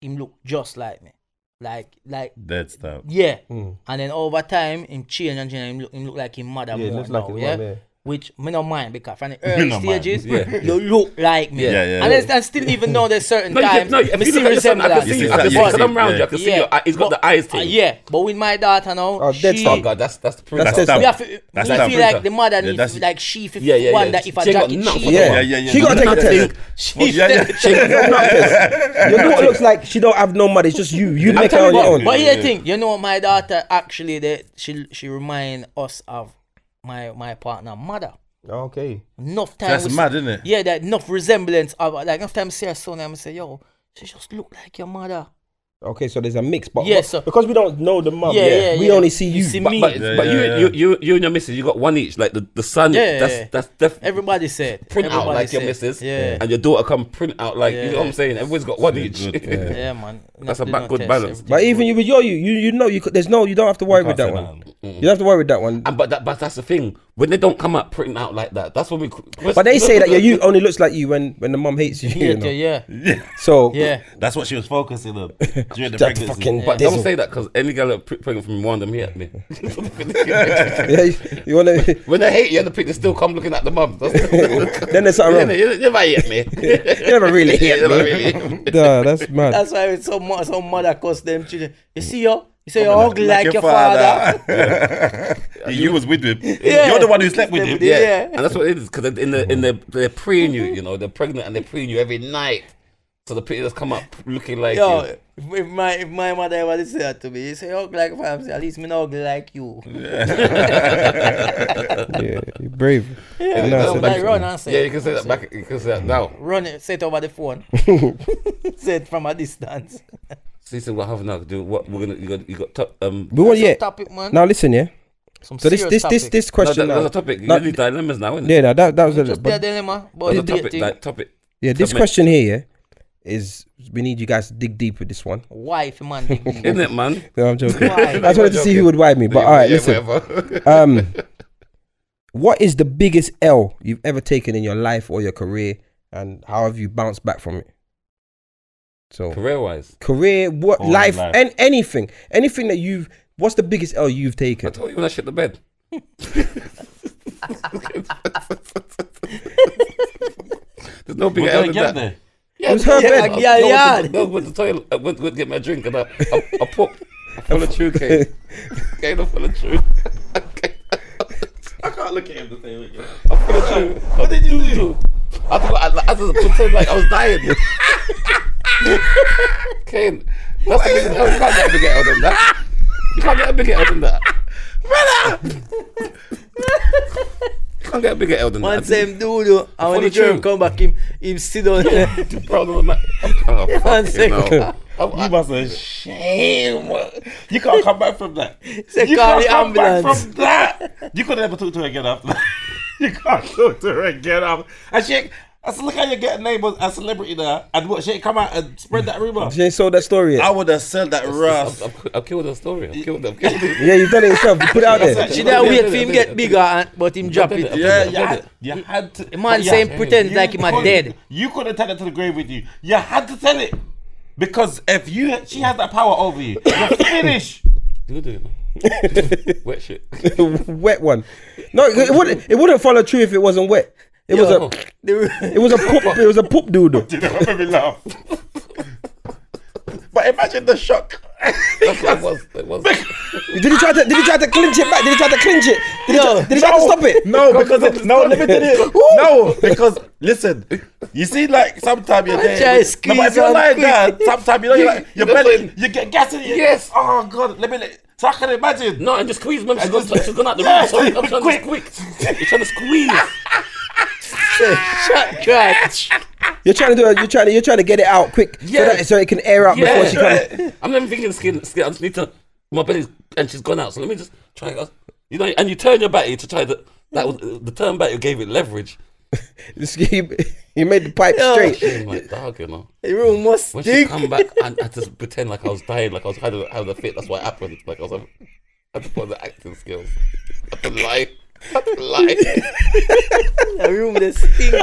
Speaker 4: him look just like me, like like
Speaker 5: Dead stuff.
Speaker 3: Hmm.
Speaker 4: yeah. And then over time, him change and change, him look, him look like him mother
Speaker 3: Yeah,
Speaker 4: more
Speaker 3: looks
Speaker 4: now,
Speaker 3: like his
Speaker 4: yeah?
Speaker 3: mum, yeah.
Speaker 4: which me not mind because from the early
Speaker 5: not mind.
Speaker 4: stages, you look like me.
Speaker 5: Yeah, yeah, yeah.
Speaker 4: And I, I still even know there's certain
Speaker 2: No, you
Speaker 4: times
Speaker 2: can, no, if
Speaker 4: me
Speaker 2: you
Speaker 4: see
Speaker 2: look at your son, I can
Speaker 4: resemblance.
Speaker 2: see
Speaker 5: You
Speaker 2: you.
Speaker 5: see
Speaker 2: I can
Speaker 5: that,
Speaker 2: see
Speaker 5: yeah,
Speaker 2: you come
Speaker 5: yeah,
Speaker 2: round you. I can see your eye. He's got the eyes
Speaker 4: Uh,
Speaker 2: thing.
Speaker 4: yeah, but with my daughter now,
Speaker 3: Oh, dead
Speaker 4: she,
Speaker 3: stop.
Speaker 2: Oh God, that's that's proof.
Speaker 3: That's
Speaker 5: That's
Speaker 3: that.
Speaker 5: that.
Speaker 4: we have to,
Speaker 5: That's
Speaker 4: we
Speaker 5: that
Speaker 4: feel like
Speaker 5: filter.
Speaker 4: the mother
Speaker 5: Yeah,
Speaker 4: needs
Speaker 5: that's-
Speaker 4: to, like she 51
Speaker 2: yeah, yeah.
Speaker 4: that if I
Speaker 2: She ain't
Speaker 4: jacket
Speaker 2: got nothing
Speaker 4: she
Speaker 2: for
Speaker 3: Yeah.
Speaker 5: Yeah, yeah, yeah.
Speaker 3: She gotta take a test.
Speaker 4: she's
Speaker 5: Yeah, yeah.
Speaker 4: she,
Speaker 3: Your daughter looks like she don't have no money. It's just you. You make her on your own.
Speaker 4: But here's the thing, you know, my daughter actually that she she remind us of my my partner mother.
Speaker 3: Okay.
Speaker 4: Enough time.
Speaker 5: That's
Speaker 4: we s-
Speaker 5: mad, isn't it?
Speaker 4: Yeah, that enough resemblance of like enough time I see her son and I say, yo, she just look like your mother.
Speaker 3: Okay, so there's a mix, but
Speaker 4: Yeah,
Speaker 3: what-
Speaker 4: so-
Speaker 3: because we don't know the
Speaker 2: Oh,
Speaker 3: mum,
Speaker 4: Yeah, yeah,
Speaker 3: we
Speaker 4: yeah.
Speaker 3: only see you.
Speaker 4: You see
Speaker 3: but-
Speaker 4: me.
Speaker 2: But,
Speaker 5: Yeah,
Speaker 2: but
Speaker 5: yeah,
Speaker 2: you,
Speaker 5: yeah.
Speaker 2: you you you and your missus, you got one each. Like the the son,
Speaker 4: Yeah,
Speaker 2: that's
Speaker 4: yeah.
Speaker 2: that's definitely
Speaker 4: Everybody said.
Speaker 2: print out
Speaker 4: everybody
Speaker 2: like your
Speaker 4: said.
Speaker 2: missus,
Speaker 4: Yeah.
Speaker 2: and your daughter come print out like you
Speaker 4: Yeah.
Speaker 2: know what I'm saying. Everyone's got one each.
Speaker 5: good,
Speaker 4: Yeah, man.
Speaker 2: That's
Speaker 4: Not-
Speaker 2: a
Speaker 4: do
Speaker 2: ba-
Speaker 4: not
Speaker 2: good
Speaker 4: test
Speaker 2: balance.
Speaker 4: everything.
Speaker 3: But even you with your you, you you know you could, there's no you don't have to worry with that
Speaker 5: Can't say
Speaker 3: one.
Speaker 5: nothing.
Speaker 3: You don't have to worry with that one.
Speaker 2: and but that but that's the thing when they don't come out printing out like that. That's when we.
Speaker 3: But they say that your you only looks like you when when the mum hates you.
Speaker 4: Yeah,
Speaker 3: you know?
Speaker 4: yeah, yeah.
Speaker 3: So
Speaker 4: yeah.
Speaker 5: That's what she was focusing on during the
Speaker 3: that
Speaker 5: pregnancy.
Speaker 3: fucking
Speaker 2: But
Speaker 3: dizzle.
Speaker 2: don't say that because any girl that pr- pregnant from Rwanda, me at me.
Speaker 3: Yeah, you, you wanna
Speaker 2: when they hate you, and the pictures still come looking at the mum. That's-
Speaker 3: then there's something
Speaker 2: you
Speaker 3: wrong. You
Speaker 2: ne- you never hit me.
Speaker 3: never really
Speaker 2: You
Speaker 3: hit
Speaker 2: never
Speaker 3: me.
Speaker 2: really hit me.
Speaker 3: Nah, that's mad.
Speaker 4: That's why it's so much so mother cause them children. You see yo, you say you
Speaker 5: Like-
Speaker 4: ugly like, your father.
Speaker 5: you was with him.
Speaker 4: Yeah.
Speaker 5: You're the one who slept with him.
Speaker 4: Yeah.
Speaker 2: Yeah. and that's what it is because in the in the they're preying you, you know, they're pregnant and they're preying you every night. So the pictures come up looking like
Speaker 4: Yo,
Speaker 2: you.
Speaker 4: if if my if my mother ever did say that to me, you say you ugly like your father. I say, At least me not ugly like you.
Speaker 3: Yeah, you're brave.
Speaker 4: Yeah,
Speaker 3: no,
Speaker 4: no,
Speaker 3: so
Speaker 4: like
Speaker 3: that's-
Speaker 4: run and
Speaker 2: Yeah,
Speaker 4: say,
Speaker 2: you can say that back. You can say that now.
Speaker 4: run it, say it over the phone. say it from a distance.
Speaker 2: See, so what have now? Do what we're gonna you got you got top, um.
Speaker 3: We want
Speaker 4: Some
Speaker 3: yeah.
Speaker 4: topic, man.
Speaker 3: Now listen, yeah.
Speaker 4: Some
Speaker 3: So this
Speaker 4: serious
Speaker 3: this this
Speaker 4: topic.
Speaker 3: this
Speaker 2: No, that,
Speaker 3: question
Speaker 2: that's a
Speaker 3: now.
Speaker 2: topic. You
Speaker 3: no,
Speaker 2: need dilemmas now, isn't it?
Speaker 3: Yeah, no, that that was a
Speaker 4: Just
Speaker 3: but-
Speaker 4: their dilemma about
Speaker 2: That's
Speaker 4: the
Speaker 2: a topic.
Speaker 4: dating.
Speaker 2: Like, topic.
Speaker 3: yeah. This
Speaker 2: submit.
Speaker 3: question here, yeah, is we need you guys to dig deep with this one.
Speaker 4: Wife, man.
Speaker 2: Isn't it, man?
Speaker 3: No, I'm joking.
Speaker 4: Why?
Speaker 3: I just wanted to see who would wipe me, but all right,
Speaker 2: yeah,
Speaker 3: listen.
Speaker 2: Whatever.
Speaker 3: Um, what is the biggest L you've ever taken in your life or your career, and how have you bounced back from it? So
Speaker 2: Career wise,
Speaker 3: career, what
Speaker 5: Or in
Speaker 3: life,
Speaker 5: life.
Speaker 3: and anything, anything that you've. What's the biggest L you've
Speaker 2: I
Speaker 3: taken?
Speaker 2: told you when I shit the bed. There's no bigger
Speaker 5: We're
Speaker 2: L
Speaker 5: gonna
Speaker 2: than that.
Speaker 5: get there.
Speaker 4: it
Speaker 3: was her bed.
Speaker 4: Yeah,
Speaker 2: no, I
Speaker 4: yeah.
Speaker 2: went to, no, I went to the toilet. I went, went to get my drink and I, I, I popped. I full of true cane. Cane, I'm full of true.
Speaker 5: I can't look at him the same way.
Speaker 2: I'm full of true. What did you do? I thought I, I just pretend like I was dying. Kane, that's the biggest L. You can't get a bigger L than that. You can't get a bigger L than that. you can't get a bigger L than
Speaker 4: Man
Speaker 2: that.
Speaker 4: say him do do, and when
Speaker 2: Follow
Speaker 4: the girl
Speaker 2: through.
Speaker 4: come back, him him sit down there.
Speaker 2: Proud of my. Oh,
Speaker 4: Man
Speaker 2: fuck,
Speaker 4: say,
Speaker 2: you know.
Speaker 5: You must have shame. You can't come back from that.
Speaker 4: Say,
Speaker 5: you
Speaker 4: call
Speaker 5: can't
Speaker 4: the
Speaker 5: come back
Speaker 4: ambulance.
Speaker 5: from that. You could never talk to her again after. you can't talk to her again after. And she, ain't- I said, look how you get a name as a celebrity there, and what she ain't come out and spread that rumor.
Speaker 3: She ain't sold that story
Speaker 5: I
Speaker 3: yet.
Speaker 5: would have said that rough.
Speaker 2: I've, I've, I've killed the story. I've killed them. I've killed them.
Speaker 3: Yeah, you've done it yourself. You put it out there.
Speaker 4: She didn't wait for him get bigger, and, but him drop it.
Speaker 5: Yeah, you had, you had to.
Speaker 4: man
Speaker 5: but you
Speaker 4: saying
Speaker 5: had-
Speaker 4: pretend
Speaker 5: you
Speaker 4: like him a
Speaker 5: couldn't-
Speaker 4: dead.
Speaker 5: You couldn't tell it to the grave with you. You had to tell it because if you she has that power over you, you're finished.
Speaker 2: Do do wet shit.
Speaker 3: wet one. No, it, it wouldn't. It wouldn't follow true if it wasn't wet. It was a. It was a poop. It was a poop doodle.
Speaker 5: You know what made me laugh? but imagine the shock.
Speaker 2: That's what it was. It was.
Speaker 3: Did he try to? Did he try to clinch it back? Did he try to clinch it? Did he, try, did he try to stop it?
Speaker 5: No, because it, no, let me tell you. No, because listen, you see, like sometimes you're
Speaker 4: try
Speaker 5: there. No, but if
Speaker 4: squeeze
Speaker 5: you're
Speaker 4: on
Speaker 5: lying
Speaker 4: quick.
Speaker 5: down, sometimes you know you're like, your
Speaker 2: That's
Speaker 5: belly,
Speaker 2: when-
Speaker 5: you get gas in it.
Speaker 2: Yes.
Speaker 5: Oh God, let me. let- So I can imagine.
Speaker 2: No, and just squeeze, man. She's
Speaker 5: just-
Speaker 2: gone, she's gone out the room.
Speaker 5: Yeah,
Speaker 2: So I'm trying
Speaker 5: quick.
Speaker 2: to quick. You're trying to squeeze.
Speaker 4: Shot crack.
Speaker 3: You're trying to do. A, you're trying to. You're trying to get it out quick.
Speaker 2: Yeah.
Speaker 3: So, that, so it can air out before she comes.
Speaker 2: Yeah. I'm not even thinking skin. Skin. I just need to. My belly's and she's gone out. So let me just try. uh, You know, and you turn your body to try the that was the turn back. You gave it leverage.
Speaker 3: This- He, he made the pipe
Speaker 4: Yeah.
Speaker 3: straight.
Speaker 2: I'm like, dog, you know.
Speaker 4: The room must
Speaker 2: When she
Speaker 4: stink.
Speaker 2: come back, I, I just pretend like I was dying, like I was had a, had a fit. That's what happened. Like I was, I had to put on the acting skills. I had to lie.
Speaker 4: The room they stink.
Speaker 6: You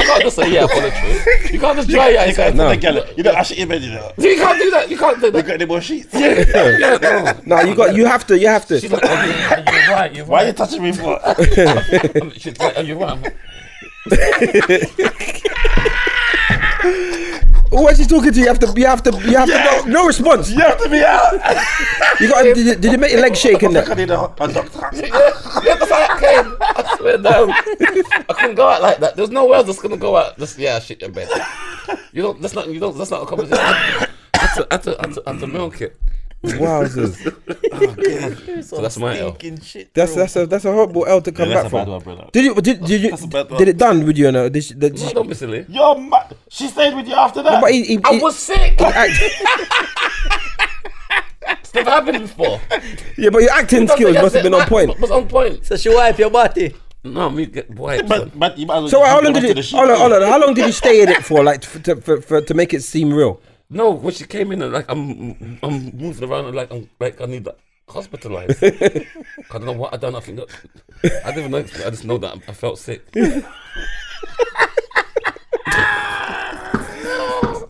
Speaker 6: can't just say yeah for the truth. You can't just dry your
Speaker 5: You can't
Speaker 6: eyes.
Speaker 5: tell the girl, you know, I should imagine that.
Speaker 6: You can't do that. You can't do
Speaker 5: You
Speaker 6: that.
Speaker 5: got any more sheets?
Speaker 3: No, you got. You have to. You have to.
Speaker 6: She's like, oh, you're, you're right. You're
Speaker 5: Why are
Speaker 6: right.
Speaker 5: you touching me for?
Speaker 6: She's like, oh, you're right.
Speaker 3: When Oh, she's talking to you, you have to. You have to. You have to. No, no response.
Speaker 5: you have to be out.
Speaker 3: You got. Did, it- did it make your leg shake in
Speaker 5: I
Speaker 3: that?
Speaker 5: need a, a doctor.
Speaker 6: Yeah, that's how I came. I swear down. I couldn't go out like that. There's nowhere else that's gonna go out. Just yeah, shit your bed. You don't. That's not. You don't. That's not a conversation. I had to, I had to, I had to, I had to milk it.
Speaker 3: Wowzers.
Speaker 6: So that's my L.
Speaker 4: Stinking shit.
Speaker 3: That's that's a that's a horrible L to come
Speaker 5: Yeah, that's
Speaker 3: back
Speaker 5: a bad
Speaker 3: from.
Speaker 5: one, brother.
Speaker 3: Did you did, did you
Speaker 5: That's a bad one.
Speaker 3: did it done with you or no? Did she, did she,
Speaker 6: Don't be silly.
Speaker 5: Yo, ma- she stayed with you after that.
Speaker 3: but he, he,
Speaker 6: I
Speaker 3: he-
Speaker 6: was sick.
Speaker 3: act-
Speaker 6: It's never happened before.
Speaker 3: yeah, but your acting skills must have been on point.
Speaker 6: Was on point.
Speaker 4: So she wipe your body.
Speaker 6: No, me get boy.
Speaker 5: But, but you might as
Speaker 3: So
Speaker 5: well
Speaker 3: wait,
Speaker 5: just
Speaker 3: how
Speaker 5: jump
Speaker 3: long
Speaker 5: onto
Speaker 3: did
Speaker 5: the
Speaker 3: you
Speaker 5: sheet.
Speaker 3: hold on, hold on? How long did you stay in it for, like f- to, for, for, to make it seem real?
Speaker 6: No, when she came in, like I'm, I'm moving around, and like I'm, like I need that hospitalized. I don't know what I done. I think that, I didn't even know. I just know that I felt sick.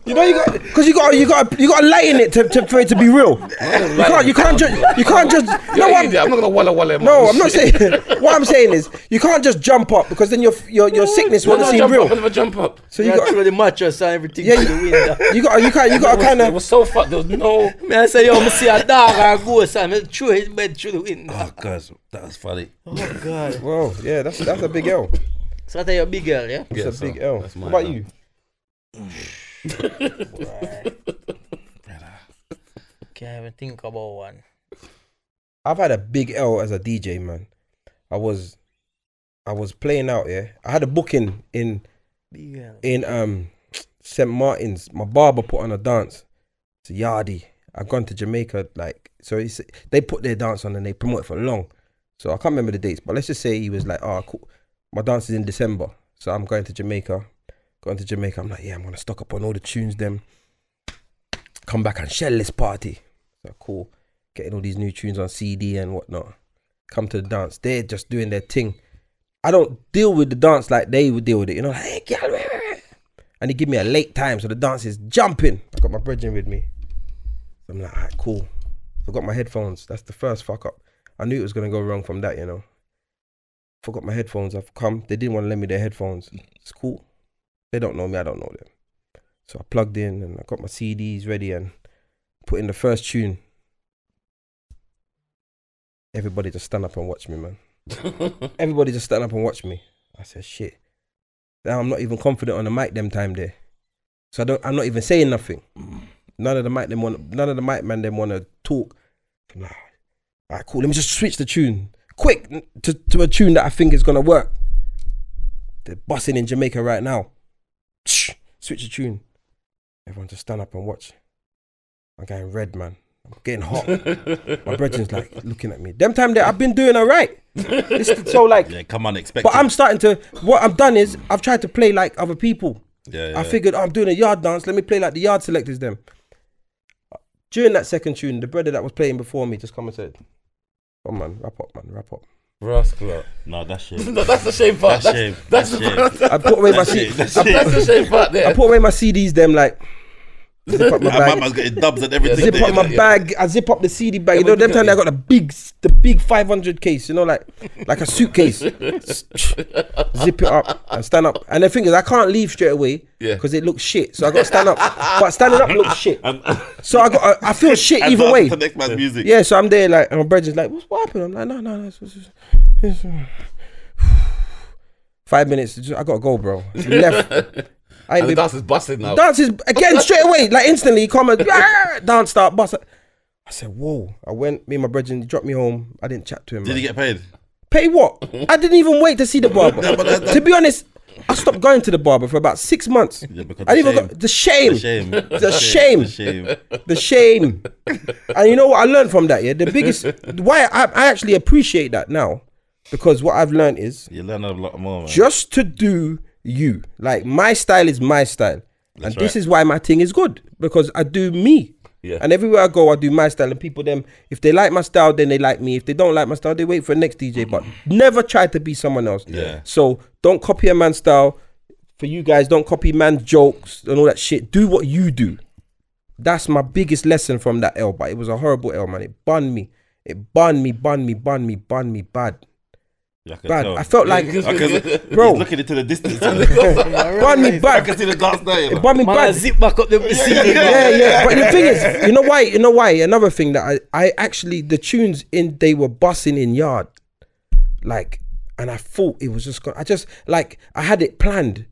Speaker 3: You know you got because you got you got you got to lighten it to, to, for it to be real. You can't you can't just you can't just
Speaker 6: You're
Speaker 3: no
Speaker 6: an
Speaker 3: I'm,
Speaker 6: idiot. I'm not gonna walla walla.
Speaker 3: no I'm not saying what I'm saying is you can't just jump up because then your your your sickness
Speaker 6: No,
Speaker 3: won't
Speaker 6: no,
Speaker 3: seem
Speaker 6: jump up. I
Speaker 3: real.
Speaker 6: never jump up.
Speaker 3: So you
Speaker 4: You
Speaker 3: got
Speaker 4: throw the mattress and everything
Speaker 3: Yeah,
Speaker 4: to
Speaker 3: you-
Speaker 4: the window.
Speaker 3: you got you can't you got to kind
Speaker 6: It
Speaker 3: of
Speaker 6: was so fucked. There was no.
Speaker 4: Me, I say, yo, me see a dog or a ghost and me throw his bed through the window.
Speaker 5: Oh, guys, that was funny.
Speaker 4: Oh, God.
Speaker 3: well yeah that's that's a big L.
Speaker 4: So that's your big girl, yeah?
Speaker 3: That's
Speaker 6: Yeah,
Speaker 3: a
Speaker 6: so
Speaker 3: big L.
Speaker 6: that's
Speaker 3: What
Speaker 6: my
Speaker 3: about
Speaker 6: L.
Speaker 3: you?
Speaker 4: Can't even think about one.
Speaker 3: I've had a big L as a DJ, man. I was, I was playing out. Yeah, I had a booking in
Speaker 4: Big girl.
Speaker 3: in um St Martin's. My barber put on a dance. It's a Yardi. I've gone to Jamaica, like so. It's, they put their dance on and they promote it for long. So I can't remember the dates, but let's just say he was like, "Oh, cool. my dance is in December, so I'm going to Jamaica." Going to Jamaica, I'm like, "Yeah, I'm gonna stock up on all the tunes." Them come back and shell this party. So cool, getting all these new tunes on CD and whatnot. Come to the dance, they're just doing their thing. I don't deal with the dance like they would deal with it. You know, like, hey, girl, wait, wait, wait." and they give me a late time, so the dance is jumping. I got my brethren with me. I'm like, all right, cool. Forgot my headphones. That's the first fuck up. I knew it was gonna go wrong from that, you know. Forgot my headphones. I've come. They didn't want to lend me their headphones. It's cool. They don't know me. I don't know them. So I plugged in and I got my CDs ready and put in the first tune. Everybody just stand up and watch me, man. Everybody just stand up and watch me. I said, shit. Now I'm not even confident on the mic them time there. So I don't I'm not even saying nothing. None of the mic them want none of the mic man them wanna talk. I'm like, Alright, cool, let me just switch the tune. Quick n- to, to a tune that I think is gonna work. They're busting in Jamaica right now. Switch the tune. Everyone just stand up and watch. I'm getting red, man. I'm getting hot. My brethren's like looking at me. Them time there, I've been doing alright. This- so like
Speaker 5: Yeah, come on, expect.
Speaker 3: but I'm starting to. What I've done is I've tried to play like other people.
Speaker 5: Yeah,
Speaker 3: I figured oh, I'm doing a yard dance. Let me play like the yard selectors. Them. During that second tune, the brother that was playing before me just come and said, "Come on, man, wrap up, man, wrap up."
Speaker 6: Rascal.
Speaker 5: No, that shit.
Speaker 6: No, that's the shame part.
Speaker 5: That's
Speaker 6: That's,
Speaker 5: shame.
Speaker 6: That's,
Speaker 5: That's
Speaker 6: the
Speaker 5: shame.
Speaker 6: part.
Speaker 3: I put away my
Speaker 5: That's it,
Speaker 3: C-
Speaker 5: that's
Speaker 3: I,
Speaker 5: it.
Speaker 6: That's the shame part
Speaker 3: I
Speaker 6: there.
Speaker 3: put away my CDs. Them like zip up my
Speaker 5: My
Speaker 3: bag.
Speaker 5: mama's getting dubs and everything.
Speaker 3: Zip up
Speaker 5: there.
Speaker 3: my bag. I zip up the CD bag. you
Speaker 6: but
Speaker 3: know,
Speaker 6: you
Speaker 3: them
Speaker 6: got-
Speaker 3: time I got the big, the big 500 case. You know, like like a suitcase. zip it up and stand up. And the thing is, I can't leave straight away.
Speaker 6: Yeah.
Speaker 3: Because it looks shit, so I got to stand up. but standing up looks shit. so I got, I feel shit
Speaker 5: uh, And
Speaker 3: either
Speaker 5: dance
Speaker 3: way.
Speaker 5: to the next man's music.
Speaker 3: Yeah, so I'm there like, and my brother's like, what's what happened? I'm like, no, no, no. It's, it's, it's, uh, five minutes. it's just- I gotta go, bro. Left. I ain't
Speaker 6: And the
Speaker 3: been-
Speaker 6: dance is busted
Speaker 5: Oh.
Speaker 6: now.
Speaker 3: Dance is again straight away, like instantly. Come and "Ah!" dance start bust. I said, "Whoa!" I went. Me and my brethren he dropped me home. I didn't chat to him.
Speaker 5: Did he
Speaker 3: man.
Speaker 5: get paid?
Speaker 3: Pay what? I didn't even wait to see the barber. to be honest, I stopped going to the barber for about six months.
Speaker 5: Yeah, because
Speaker 3: I
Speaker 5: the
Speaker 3: didn't even
Speaker 5: shame.
Speaker 3: go, the shame,
Speaker 5: The shame.
Speaker 3: The shame.
Speaker 5: The shame.
Speaker 3: the shame. and you know what I learned from that? Yeah, the biggest why I, I actually appreciate that now because what I've learned is
Speaker 5: You learn a lot more, man.
Speaker 3: just to do you. Like my style is my style. and this
Speaker 5: right.
Speaker 3: is why my thing is good because I do me.
Speaker 6: Yeah.
Speaker 3: And everywhere I go, I do my style, and people them if they like my style, then they like me. If they don't like my style, they wait for the next DJ. But never try to be someone else.
Speaker 5: Yeah.
Speaker 3: So don't copy a man's style. For you guys, don't copy man's jokes and all that shit. Do what you do. That's my biggest lesson from that L. But it was a horrible L, man. It burned me. It burned me, burned me, burned me, burned me bad.
Speaker 5: Yeah, I can
Speaker 3: Bad.
Speaker 5: tell.
Speaker 3: I felt like,
Speaker 5: I can-
Speaker 3: Bro.
Speaker 5: he's looking into the distance. I
Speaker 3: burned me bad.
Speaker 5: can see the glass there. You know?
Speaker 3: Burned me
Speaker 4: Man, I
Speaker 3: bad.
Speaker 4: zip back up the ceiling.
Speaker 3: yeah, yeah. But the thing is, you know why? You know why? Another thing that I, I actually the tunes in they were bussing in yard, like, and I thought it was just going. I just like I had it planned.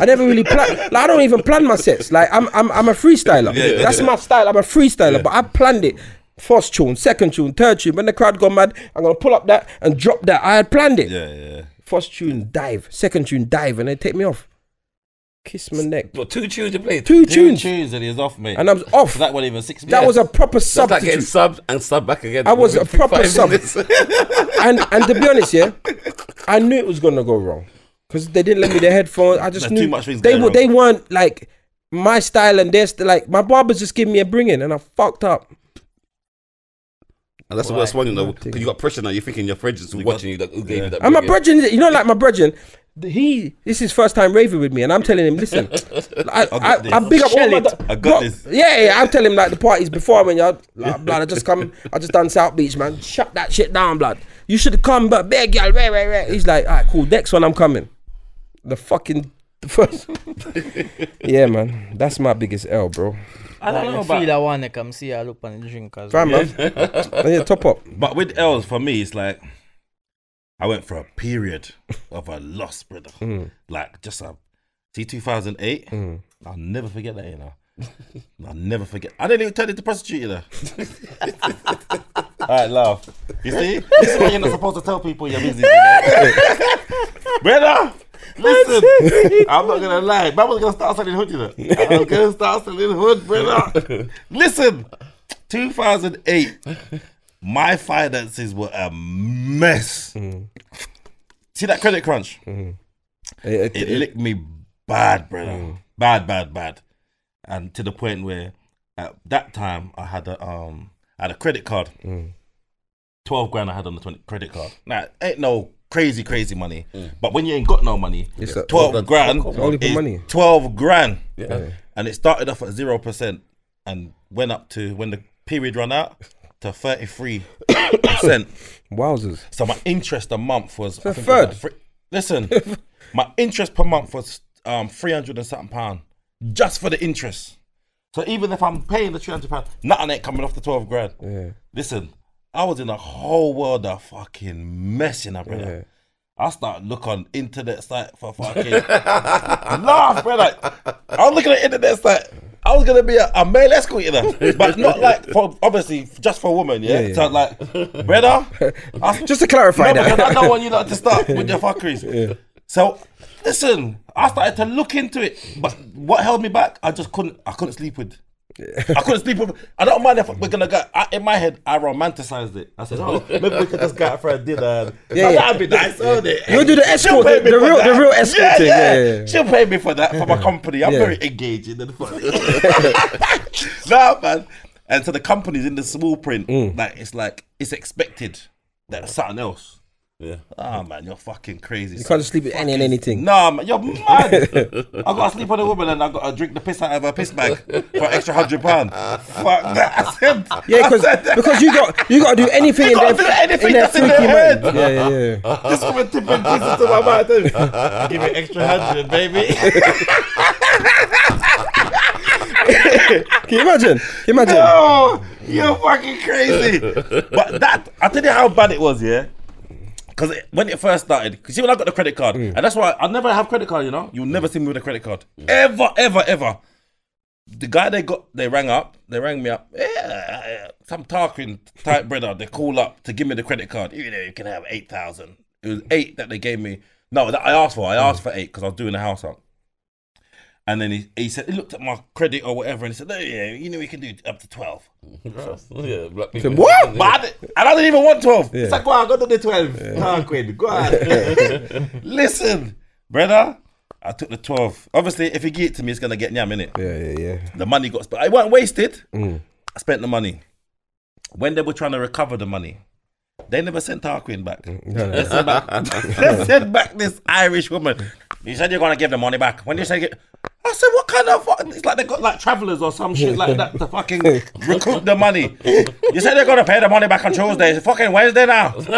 Speaker 3: I never really plan. Like, I don't even plan my sets. Like I'm I'm I'm a freestyler. That's my style. I'm a freestyler. But I planned it. First tune, second tune, third tune. When the crowd go mad, I'm gonna pull up that and drop that. I had planned it.
Speaker 5: Yeah, yeah.
Speaker 3: First tune, dive. Second tune, dive, and they take me off. Kiss my neck.
Speaker 6: But two tunes you played.
Speaker 3: Two,
Speaker 5: Two
Speaker 3: tunes,
Speaker 5: tunes and he's off, mate.
Speaker 3: and I was off.
Speaker 5: that wasn't even six
Speaker 3: That
Speaker 5: minutes.
Speaker 3: was a proper
Speaker 6: That's like
Speaker 3: substitute.
Speaker 6: getting subbed and subbed back again.
Speaker 3: I was a
Speaker 6: Within
Speaker 3: proper
Speaker 6: five
Speaker 3: sub.
Speaker 6: minutes.
Speaker 3: and and to be honest, yeah, I knew it was gonna go wrong because they didn't lend me their headphones. I just
Speaker 5: There's
Speaker 3: knew
Speaker 5: too much things
Speaker 3: they
Speaker 5: going
Speaker 3: were
Speaker 5: wrong.
Speaker 3: they weren't like my style and their st- like my barbers just giving me a bringing and I fucked up.
Speaker 6: And that's the worst one, you know,
Speaker 3: Nothing.
Speaker 6: because you got pressure now. You're thinking your friends is watching you. That, who gave you that?
Speaker 3: And my
Speaker 6: brilliant-
Speaker 3: brethren, you know, like my brethren, he this is first time raving with me, and I'm telling him, listen, I I, I, big up all
Speaker 4: Shell
Speaker 3: my.
Speaker 4: it.
Speaker 3: da-
Speaker 5: I got
Speaker 3: bro,
Speaker 5: this.
Speaker 3: Yeah, yeah, I'll tell him like the parties before when y'all like, blood. I just come, I just done South Beach, man. Shut that shit down, blood. You should have come, but big girl, right, right, right. He's like, all right, cool. Next one, I'm coming. The fucking the first. yeah, man, that's my biggest L, bro.
Speaker 4: I don't know feel I want to come see I look and drink as well.
Speaker 3: Fam, man. Oh, yeah, top up.
Speaker 5: But with L's for me, it's like I went for a period of a loss, brother. Like just a see 2008. I'll never forget that, you know. I'll never forget. I didn't even turn into prostitute, you know. All right, laugh. You see, this is why you're not supposed to tell people your business, you know. brother. Listen, I'm not gonna lie. Man was gonna start selling hood, you know. I'm gonna start selling hood, brother. Listen, 2008 my finances were a mess.
Speaker 3: Mm.
Speaker 5: See that credit crunch?
Speaker 3: Eh, eh,
Speaker 5: It licked me bad, brother.
Speaker 3: Mm.
Speaker 5: Bad, bad, bad. And to the point where at that time I had a um I had a credit card.
Speaker 3: Mm.
Speaker 5: Twelve grand I had on the 20 credit card. Now ain't no crazy, crazy money. But when you ain't got no money,
Speaker 3: It's a-
Speaker 5: twelve grand
Speaker 3: only for
Speaker 5: is
Speaker 3: money.
Speaker 5: Twelve grand.
Speaker 6: Yeah.
Speaker 5: And it started off at zero percent and went up to when the period ran out to thirty three percent.
Speaker 3: Wowzers.
Speaker 5: So my interest a month was I
Speaker 3: a
Speaker 5: think it was
Speaker 3: third.
Speaker 5: like three- listen, my interest per month was um three hundred and something pound just for the interest. So even if I'm paying the three hundred pound, nothing ain't coming off the twelve grand.
Speaker 3: Yeah,
Speaker 5: Listen, I was in a whole world of fucking messing up, brother. I started look on internet site for fucking laugh, brother. I was looking at internet site. I was gonna be a, a male escort, you know, but not like for obviously just for women, yeah.
Speaker 3: Yeah, yeah.
Speaker 5: So like, brother, I,
Speaker 3: Just to clarify
Speaker 5: no,
Speaker 3: that.
Speaker 5: because I don't want you lot to start with your fuckeries. So listen, I started to look into it, but what held me back? I just couldn't. I couldn't sleep with. I couldn't sleep with. I don't mind if we're gonna go. I, in my head, I romanticized it. I said, "Oh, maybe we could just go out for a dinner."
Speaker 3: Yeah,
Speaker 5: Yeah,
Speaker 3: yeah.
Speaker 5: that'd be nice, wouldn't it?
Speaker 3: You'll do the
Speaker 5: She'll
Speaker 3: escort,
Speaker 5: pay
Speaker 3: the
Speaker 5: me for
Speaker 3: real- the
Speaker 5: that.
Speaker 3: real escort thing, yeah, yeah, yeah.
Speaker 5: She'll pay me for that for my company. I'm
Speaker 3: Yeah.
Speaker 5: very engaging and fun. nah, man. And so the company's in the small print.
Speaker 3: Mm.
Speaker 5: Like it's like it's expected that it's something else.
Speaker 6: Yeah.
Speaker 5: Ah man, you're fucking crazy.
Speaker 3: You can't just sleep with any and anything.
Speaker 5: Nah, man, you're mad. I gotta sleep on a woman and I gotta drink the piss out of her piss bag for an extra hundred pound. Fuck that. I said,
Speaker 3: Yeah,
Speaker 5: I
Speaker 3: because
Speaker 5: said that.
Speaker 3: because you got you got to do anything in
Speaker 5: gotta
Speaker 3: their
Speaker 5: do anything
Speaker 3: in their
Speaker 5: that's in their
Speaker 3: freaky
Speaker 5: head.
Speaker 3: mind. Yeah, yeah, yeah.
Speaker 5: This woman tipping pieces to my mouth. Give me extra hundred, baby.
Speaker 3: Can you imagine? Can you imagine?
Speaker 5: Oh, you're fucking crazy. But that, I tell you how bad it was, yeah. Because when it first started, cause see when I got the credit card, and that's why I never have credit card. You know, you'll never see me with a credit card ever, ever, ever. The guy they got, they rang up, they rang me up. Yeah, some talking type brother. They call up to give me the credit card. You know, you can have eight thousand. It was eight that they gave me. No, that I asked for. I asked for eight because I was doing the house up. And then he, he said he looked at my credit or whatever, and he said, "Oh, "Yeah, you know, we can do up to 12.
Speaker 6: Yeah, black people.
Speaker 3: Then What?
Speaker 5: But I, di- and I didn't even want 12. It's like, go on, go to the 12. Nah, quid, go on. Listen, brother, I took the 12. Obviously, if he give it to me, it's going to get nyam in it.
Speaker 3: Yeah, yeah, yeah. Mm.
Speaker 5: The money got, but it wasn't wasted. I spent the money. When they were trying to recover the money, they never sent Tarquin back.
Speaker 3: Mm.
Speaker 5: They, sent back they sent back this Irish woman. You said you're gonna give the money back. When you said, it- I said, what kind of? fu- It's like they got like travelers or some shit like that to fucking recoup the money. You said they're gonna pay the money back on Tuesday. It's fucking Wednesday now. but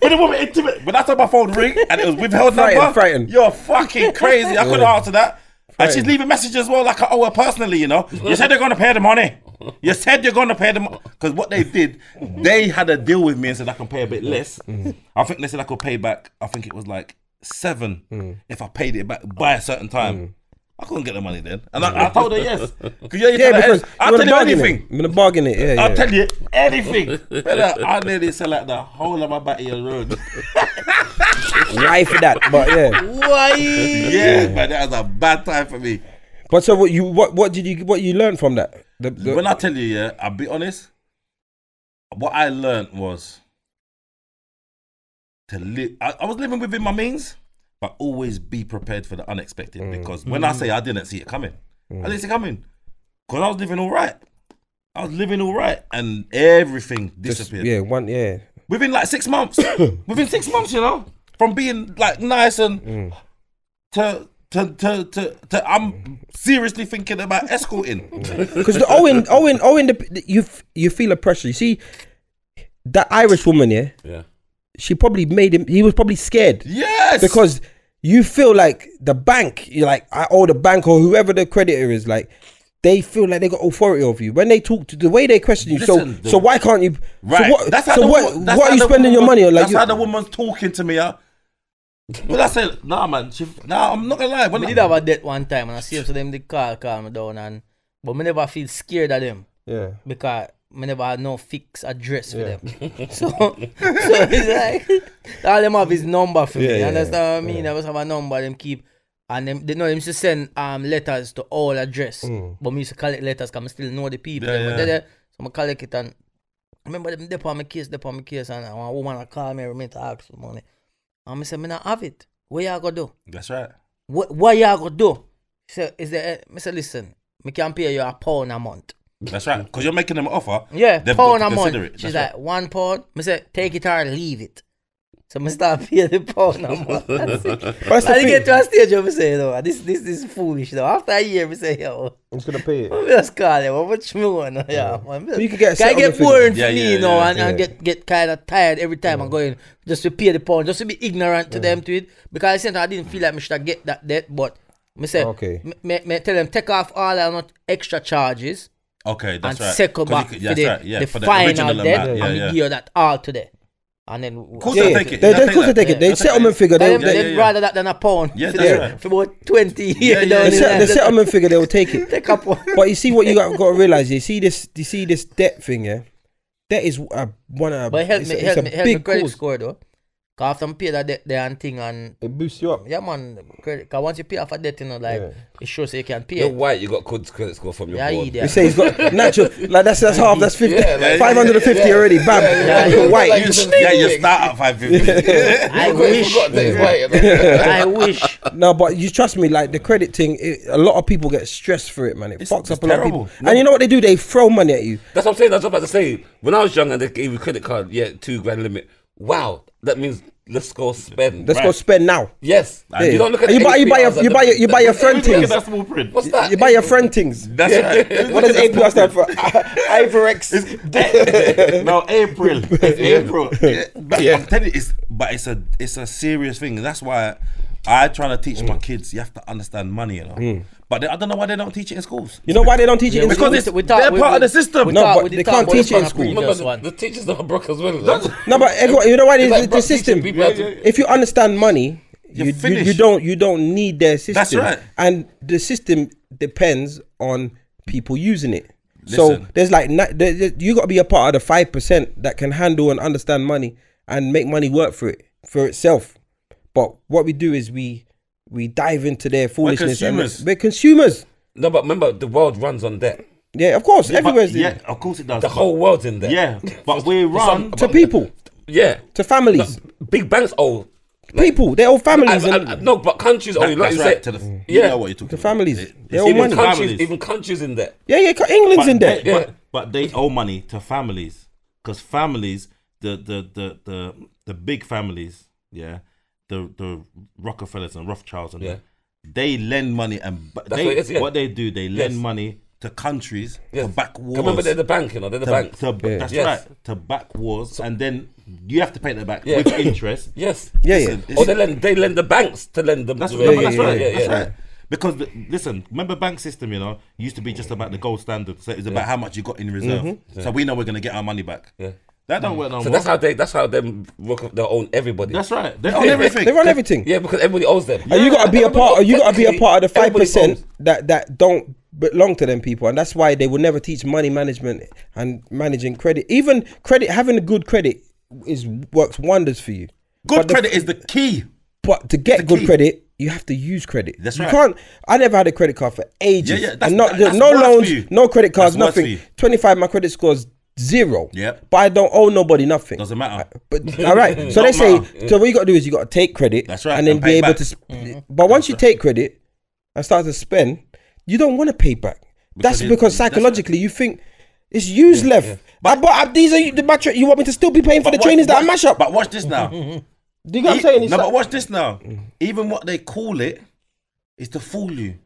Speaker 5: the woman intimate. But that's how my phone ring and it was withheld
Speaker 3: Frightened,
Speaker 5: number.
Speaker 3: frightened.
Speaker 5: You're fucking crazy. I couldn't answer that. And she's leaving messages as well, like I owe her personally, you know. You said they're gonna pay the money. You said you're gonna pay the money. Because what they did, they had a deal with me and said I can pay a bit less.
Speaker 3: Mm.
Speaker 5: I think they said I could pay back, I think it was like seven
Speaker 3: Mm.
Speaker 5: if I paid it back by a certain time. I couldn't get the money then. And I, I told her yes. 'Cause yeah, you
Speaker 3: Yeah,
Speaker 5: tell her,
Speaker 3: because
Speaker 5: I'll
Speaker 3: you
Speaker 5: tell
Speaker 3: wanna bargain
Speaker 5: you
Speaker 3: it.
Speaker 5: anything.
Speaker 3: I'm gonna bargain it. Yeah, yeah.
Speaker 5: I'll tell you anything. Brother, I nearly sell out the whole of my battery road.
Speaker 3: Why for that? But yeah.
Speaker 4: Why?
Speaker 5: yeah, but that was a bad time for me.
Speaker 3: But so what you what what did you what you learn from that? The, the,
Speaker 5: When I tell you, yeah, I'll be honest. What I learned was to live. I, I was living within my means, but always be prepared for the unexpected.
Speaker 3: Mm.
Speaker 5: Because when I say I didn't see it coming, I didn't see it coming because I was living all right. I was living all right, and everything
Speaker 3: just,
Speaker 5: disappeared.
Speaker 3: yeah, one yeah.
Speaker 5: within like six months. within six months, you know, from being like nice and
Speaker 3: Mm.
Speaker 5: to, to to to to I'm seriously thinking about escorting.
Speaker 3: Because the Owen Owen Owen the, you f- you feel a pressure. You see that Irish woman, yeah?
Speaker 6: Yeah.
Speaker 3: She probably made him he was probably scared.
Speaker 5: Yes,
Speaker 3: because you feel like the bank, you're like, I owe the bank or whoever the creditor is, like, they feel like they got authority over you. When they talk to the way they question you,
Speaker 5: Listen,
Speaker 3: so
Speaker 5: the-
Speaker 3: so why can't you?
Speaker 5: right.
Speaker 3: So what?
Speaker 5: that's how
Speaker 3: so
Speaker 5: the
Speaker 3: what?
Speaker 5: wo- that's
Speaker 3: what
Speaker 5: how
Speaker 3: are you
Speaker 5: the
Speaker 3: spending your
Speaker 5: woman-
Speaker 3: money on? Like,
Speaker 5: that's
Speaker 3: you,
Speaker 5: how the woman's talking to me. Huh? But I said, nah, man. She, nah, I'm not gonna lie. When
Speaker 4: We
Speaker 5: I-
Speaker 4: did have a debt one time, and I see them, so them they call, call me down, and but me never feel scared of them
Speaker 3: yeah.
Speaker 4: because me never had no fixed address for them. so, so it's like all them have is number for
Speaker 3: Yeah,
Speaker 4: me.
Speaker 3: yeah,
Speaker 4: You understand what I mean? I just have a number them keep. And them, they know them used to send um letters to all address,
Speaker 3: Mm.
Speaker 4: but me used to collect letters because I still know the people.
Speaker 5: Yeah,
Speaker 4: them. But
Speaker 5: yeah.
Speaker 4: they- they- so I collect it and remember them they on my case, they on my case, and a woman I call me every minute to ask for money. And I said, me not have it. What y'all gonna do?
Speaker 5: That's right.
Speaker 4: what what y'all gonna do? He said, is there I said, listen, me can pay you a pound a month.
Speaker 5: That's right. Because you're making them an offer.
Speaker 4: Yeah,
Speaker 5: They've got
Speaker 4: pound
Speaker 5: to
Speaker 4: a month.
Speaker 5: consider it.
Speaker 4: She's
Speaker 5: That's
Speaker 4: like, one pound. I said, take it or leave it. So I start paying the pound a month.
Speaker 3: But that's the
Speaker 4: I get
Speaker 3: thing.
Speaker 4: to a stage where I say, you know, this this is foolish though. After a year, I say, yo,
Speaker 3: I'm just gonna pay it.
Speaker 4: I'm just calling, how much more? No, yeah, man.
Speaker 3: you could get
Speaker 4: Can I
Speaker 3: settled
Speaker 4: get
Speaker 3: figure.
Speaker 4: boring for
Speaker 5: Yeah,
Speaker 4: me,
Speaker 5: yeah,
Speaker 4: you know,
Speaker 5: yeah.
Speaker 4: and, and get, get kind of tired every time I'm going just to pay the pound, just to be ignorant to them to it. Because I said I didn't feel like I should get that debt, but me say,
Speaker 3: Okay.
Speaker 4: me, me, me tell them take off all our not extra charges
Speaker 5: Okay, that's
Speaker 4: and
Speaker 5: right.
Speaker 4: circle
Speaker 5: 'Cause you
Speaker 4: back
Speaker 5: could-
Speaker 4: for
Speaker 5: that's
Speaker 4: the,
Speaker 5: right, yeah,
Speaker 4: the
Speaker 5: for the
Speaker 4: final
Speaker 5: original
Speaker 4: debt
Speaker 5: amount, yeah,
Speaker 4: and
Speaker 5: yeah.
Speaker 4: we give you that all today. And then
Speaker 5: course
Speaker 3: Yeah,
Speaker 5: they'll
Speaker 3: yeah.
Speaker 5: take it.
Speaker 3: They,
Speaker 5: They'll
Speaker 3: of
Speaker 5: take
Speaker 3: course they
Speaker 5: that.
Speaker 3: take it. They
Speaker 4: Yeah.
Speaker 3: settlement figure. They,
Speaker 4: Tell
Speaker 3: they,
Speaker 4: them,
Speaker 5: yeah,
Speaker 4: they'd
Speaker 5: yeah.
Speaker 4: rather that than a pound
Speaker 5: Yeah,
Speaker 4: for,
Speaker 5: that's
Speaker 4: the-
Speaker 5: right.
Speaker 4: for about 20 years.
Speaker 5: yeah,
Speaker 3: the,
Speaker 5: yeah.
Speaker 3: se- the settlement figure they will take it.
Speaker 4: Take a pound.
Speaker 3: But you see what you got, got to realize. You see this. You see this debt thing. Yeah, debt is a, one of.
Speaker 4: But help
Speaker 3: it's,
Speaker 4: me,
Speaker 3: a-
Speaker 4: help
Speaker 3: it's
Speaker 4: me,
Speaker 3: a
Speaker 4: help me
Speaker 3: big
Speaker 4: credit
Speaker 3: cause.
Speaker 4: score though. Cause after I pay that debt there and thing and
Speaker 3: It boosts you up.
Speaker 4: yeah man, credit. Cause once you pay off a debt, you know, like
Speaker 3: Yeah.
Speaker 4: it shows you can pay.
Speaker 6: You're
Speaker 4: it.
Speaker 6: white, you got good credit score from your
Speaker 4: Yeah,
Speaker 6: board.
Speaker 4: yeah.
Speaker 3: You say he's got natural. Like that's that's half. That's fifty.
Speaker 5: like-
Speaker 3: Five hundred and fifty already. Bam.
Speaker 6: yeah,
Speaker 3: You're
Speaker 6: yeah.
Speaker 3: white.
Speaker 6: Like-
Speaker 5: yeah, you start at 550.
Speaker 4: I wish, I wish.
Speaker 3: No, but you trust me. Like the credit thing, it, a lot of people get stressed for it, man. It
Speaker 5: It's-
Speaker 3: fucks up
Speaker 5: it's
Speaker 3: a lot of
Speaker 5: terrible.
Speaker 3: people. And you know what they do? They throw money at you.
Speaker 6: That's what I'm saying. That's what I'm about to say. When I was young and they gave you credit card, yeah, two grand limit. Wow, that means let's go spend.
Speaker 3: Let's go spend now.
Speaker 6: yes, you don't look at
Speaker 3: And you buy, you buy your,
Speaker 6: APRs at
Speaker 3: you
Speaker 6: the-
Speaker 3: buy, your, you buy your friend
Speaker 5: Look at
Speaker 3: things.
Speaker 5: that small print.
Speaker 6: What's that?
Speaker 3: You buy your friend things.
Speaker 5: That's right.
Speaker 3: What does APR stand for? Ivorex.
Speaker 5: no, April. It's April. But I'm telling you, it's but it's a it's a serious thing. That's why I try to teach
Speaker 3: Mm.
Speaker 5: my kids. You have to understand money, you know. But they, I don't know why they don't teach it in schools.
Speaker 3: You know why they don't teach it in
Speaker 4: we-
Speaker 3: school?
Speaker 5: Because
Speaker 4: we-
Speaker 5: it's,
Speaker 4: we talk-
Speaker 5: they're
Speaker 4: we-
Speaker 5: part of
Speaker 4: we-
Speaker 5: the system.
Speaker 4: we
Speaker 3: No,
Speaker 4: talk-
Speaker 3: but
Speaker 4: we
Speaker 3: they
Speaker 4: did talk
Speaker 3: can't
Speaker 4: about
Speaker 3: teach
Speaker 4: this
Speaker 3: it in
Speaker 4: on a
Speaker 3: school.
Speaker 4: previous
Speaker 6: Remember, the,
Speaker 4: one.
Speaker 6: the teachers are broke as well. That's,
Speaker 3: No, but everyone, you know why?
Speaker 6: It's
Speaker 3: It's
Speaker 6: like
Speaker 3: the
Speaker 6: broke teaching
Speaker 3: system.
Speaker 6: people how to-
Speaker 3: If you understand money, you, you,
Speaker 5: finished.
Speaker 3: you don't you don't need their system.
Speaker 5: right.
Speaker 3: And the system depends on people using it. So
Speaker 5: Listen.
Speaker 3: there's like ni- there- there- you got to be a part of the five percent that can handle and understand money and make money work for it for itself. But what we do is we we dive into their foolishness. and
Speaker 5: consumers.
Speaker 3: we're consumers.
Speaker 6: no, but remember, the world runs on debt.
Speaker 3: Yeah, of course.
Speaker 5: But-
Speaker 3: Everywhere's
Speaker 5: yeah, of course it does.
Speaker 6: The
Speaker 5: but-
Speaker 6: whole world's in debt.
Speaker 5: yeah, but we run.
Speaker 3: to people,
Speaker 6: yeah.
Speaker 3: to families.
Speaker 6: Big banks owe
Speaker 3: people, their own families,
Speaker 6: I-
Speaker 3: and
Speaker 6: I- I- no, but countries only. Like
Speaker 5: That's
Speaker 6: you
Speaker 5: right.
Speaker 6: said,
Speaker 5: to the,
Speaker 6: yeah.
Speaker 5: you know what you're talking
Speaker 3: Mm. the
Speaker 5: about.
Speaker 3: families,
Speaker 5: It-
Speaker 3: their
Speaker 5: it's
Speaker 3: own
Speaker 6: even
Speaker 3: money.
Speaker 5: families.
Speaker 6: countries, even countries in there.
Speaker 3: Yeah, yeah, co- England's
Speaker 5: but
Speaker 3: in there.
Speaker 5: They,
Speaker 6: Yeah.
Speaker 5: but, but they owe money to families because families, the the the the the big families, yeah, the the Rockefellers and Rothschilds and
Speaker 6: Yeah.
Speaker 5: they lend money and bu-
Speaker 6: That's
Speaker 5: they,
Speaker 6: what
Speaker 5: what,
Speaker 6: it is, yeah.
Speaker 5: they do, they lend
Speaker 6: Yes.
Speaker 5: money to countries
Speaker 6: Yes.
Speaker 5: to back wars.
Speaker 6: Remember, they're the bank, you know, they're the
Speaker 5: to,
Speaker 6: bank.
Speaker 5: to- That's
Speaker 6: Yes.
Speaker 5: right. To back wars, and then you have to pay that back
Speaker 6: Yeah.
Speaker 5: with interest.
Speaker 6: Yes.
Speaker 3: Yeah, yeah.
Speaker 5: Listen,
Speaker 6: Or
Speaker 5: it's-
Speaker 6: they lend, they lend the banks to lend them.
Speaker 5: That's,
Speaker 6: to-
Speaker 5: yeah,
Speaker 3: yeah,
Speaker 5: that's
Speaker 3: yeah,
Speaker 5: right.
Speaker 3: yeah,
Speaker 5: that's right. Because the, listen, remember bank system, you know, used to be just about the gold standard. So it was about how much you got in reserve. So we know we're gonna get our money back.
Speaker 6: Yeah.
Speaker 5: That don't work no
Speaker 6: So
Speaker 5: more.
Speaker 6: that's how they. That's how them work. up- They own everybody.
Speaker 5: That's right. They own everything.
Speaker 3: They run everything.
Speaker 6: yeah, because everybody owes them.
Speaker 3: And you gotta be a part. You gotta be a part of the five
Speaker 6: Everybody
Speaker 3: percent
Speaker 6: owns.
Speaker 3: that that don't belong to them people, and that's why they will never teach money management and managing credit. Even credit, having a good credit is works wonders for you.
Speaker 5: Good
Speaker 3: the-
Speaker 5: credit is the key.
Speaker 3: But to get
Speaker 5: It's a
Speaker 3: good
Speaker 5: key.
Speaker 3: credit, you have to use credit.
Speaker 5: That's
Speaker 3: you
Speaker 5: right.
Speaker 3: can't. I never had a credit card for ages.
Speaker 5: Yeah, yeah, that's-
Speaker 3: and not,
Speaker 5: that- that's
Speaker 3: no
Speaker 5: worse for
Speaker 3: loans,
Speaker 5: you.
Speaker 3: no credit cards,
Speaker 5: That's worse for
Speaker 3: nothing.
Speaker 5: you.
Speaker 3: Twenty five, my credit score's zero.
Speaker 5: Yep.
Speaker 3: But I don't owe nobody nothing.
Speaker 5: Doesn't matter.
Speaker 3: But all right. So
Speaker 5: Don't
Speaker 3: they say.
Speaker 5: matter.
Speaker 3: So what you got to do is you got to take credit.
Speaker 5: That's right,
Speaker 3: And then
Speaker 5: and
Speaker 3: be
Speaker 5: pay
Speaker 3: able
Speaker 5: back. Mm-hmm.
Speaker 3: to. Sp- But once you take credit and start to spend, you don't want to pay back. that's
Speaker 5: you-
Speaker 3: because
Speaker 5: that's right.
Speaker 3: psychologically you think. It's used left. But, but uh, these are the match. You want me to still be paying for the
Speaker 5: But
Speaker 3: trainers that I
Speaker 5: watch-
Speaker 3: mash up?
Speaker 5: But watch this now. E-
Speaker 3: do you get what I'm saying? It's
Speaker 5: no,
Speaker 3: like-
Speaker 5: but watch this now. Even what they call it is to fool you.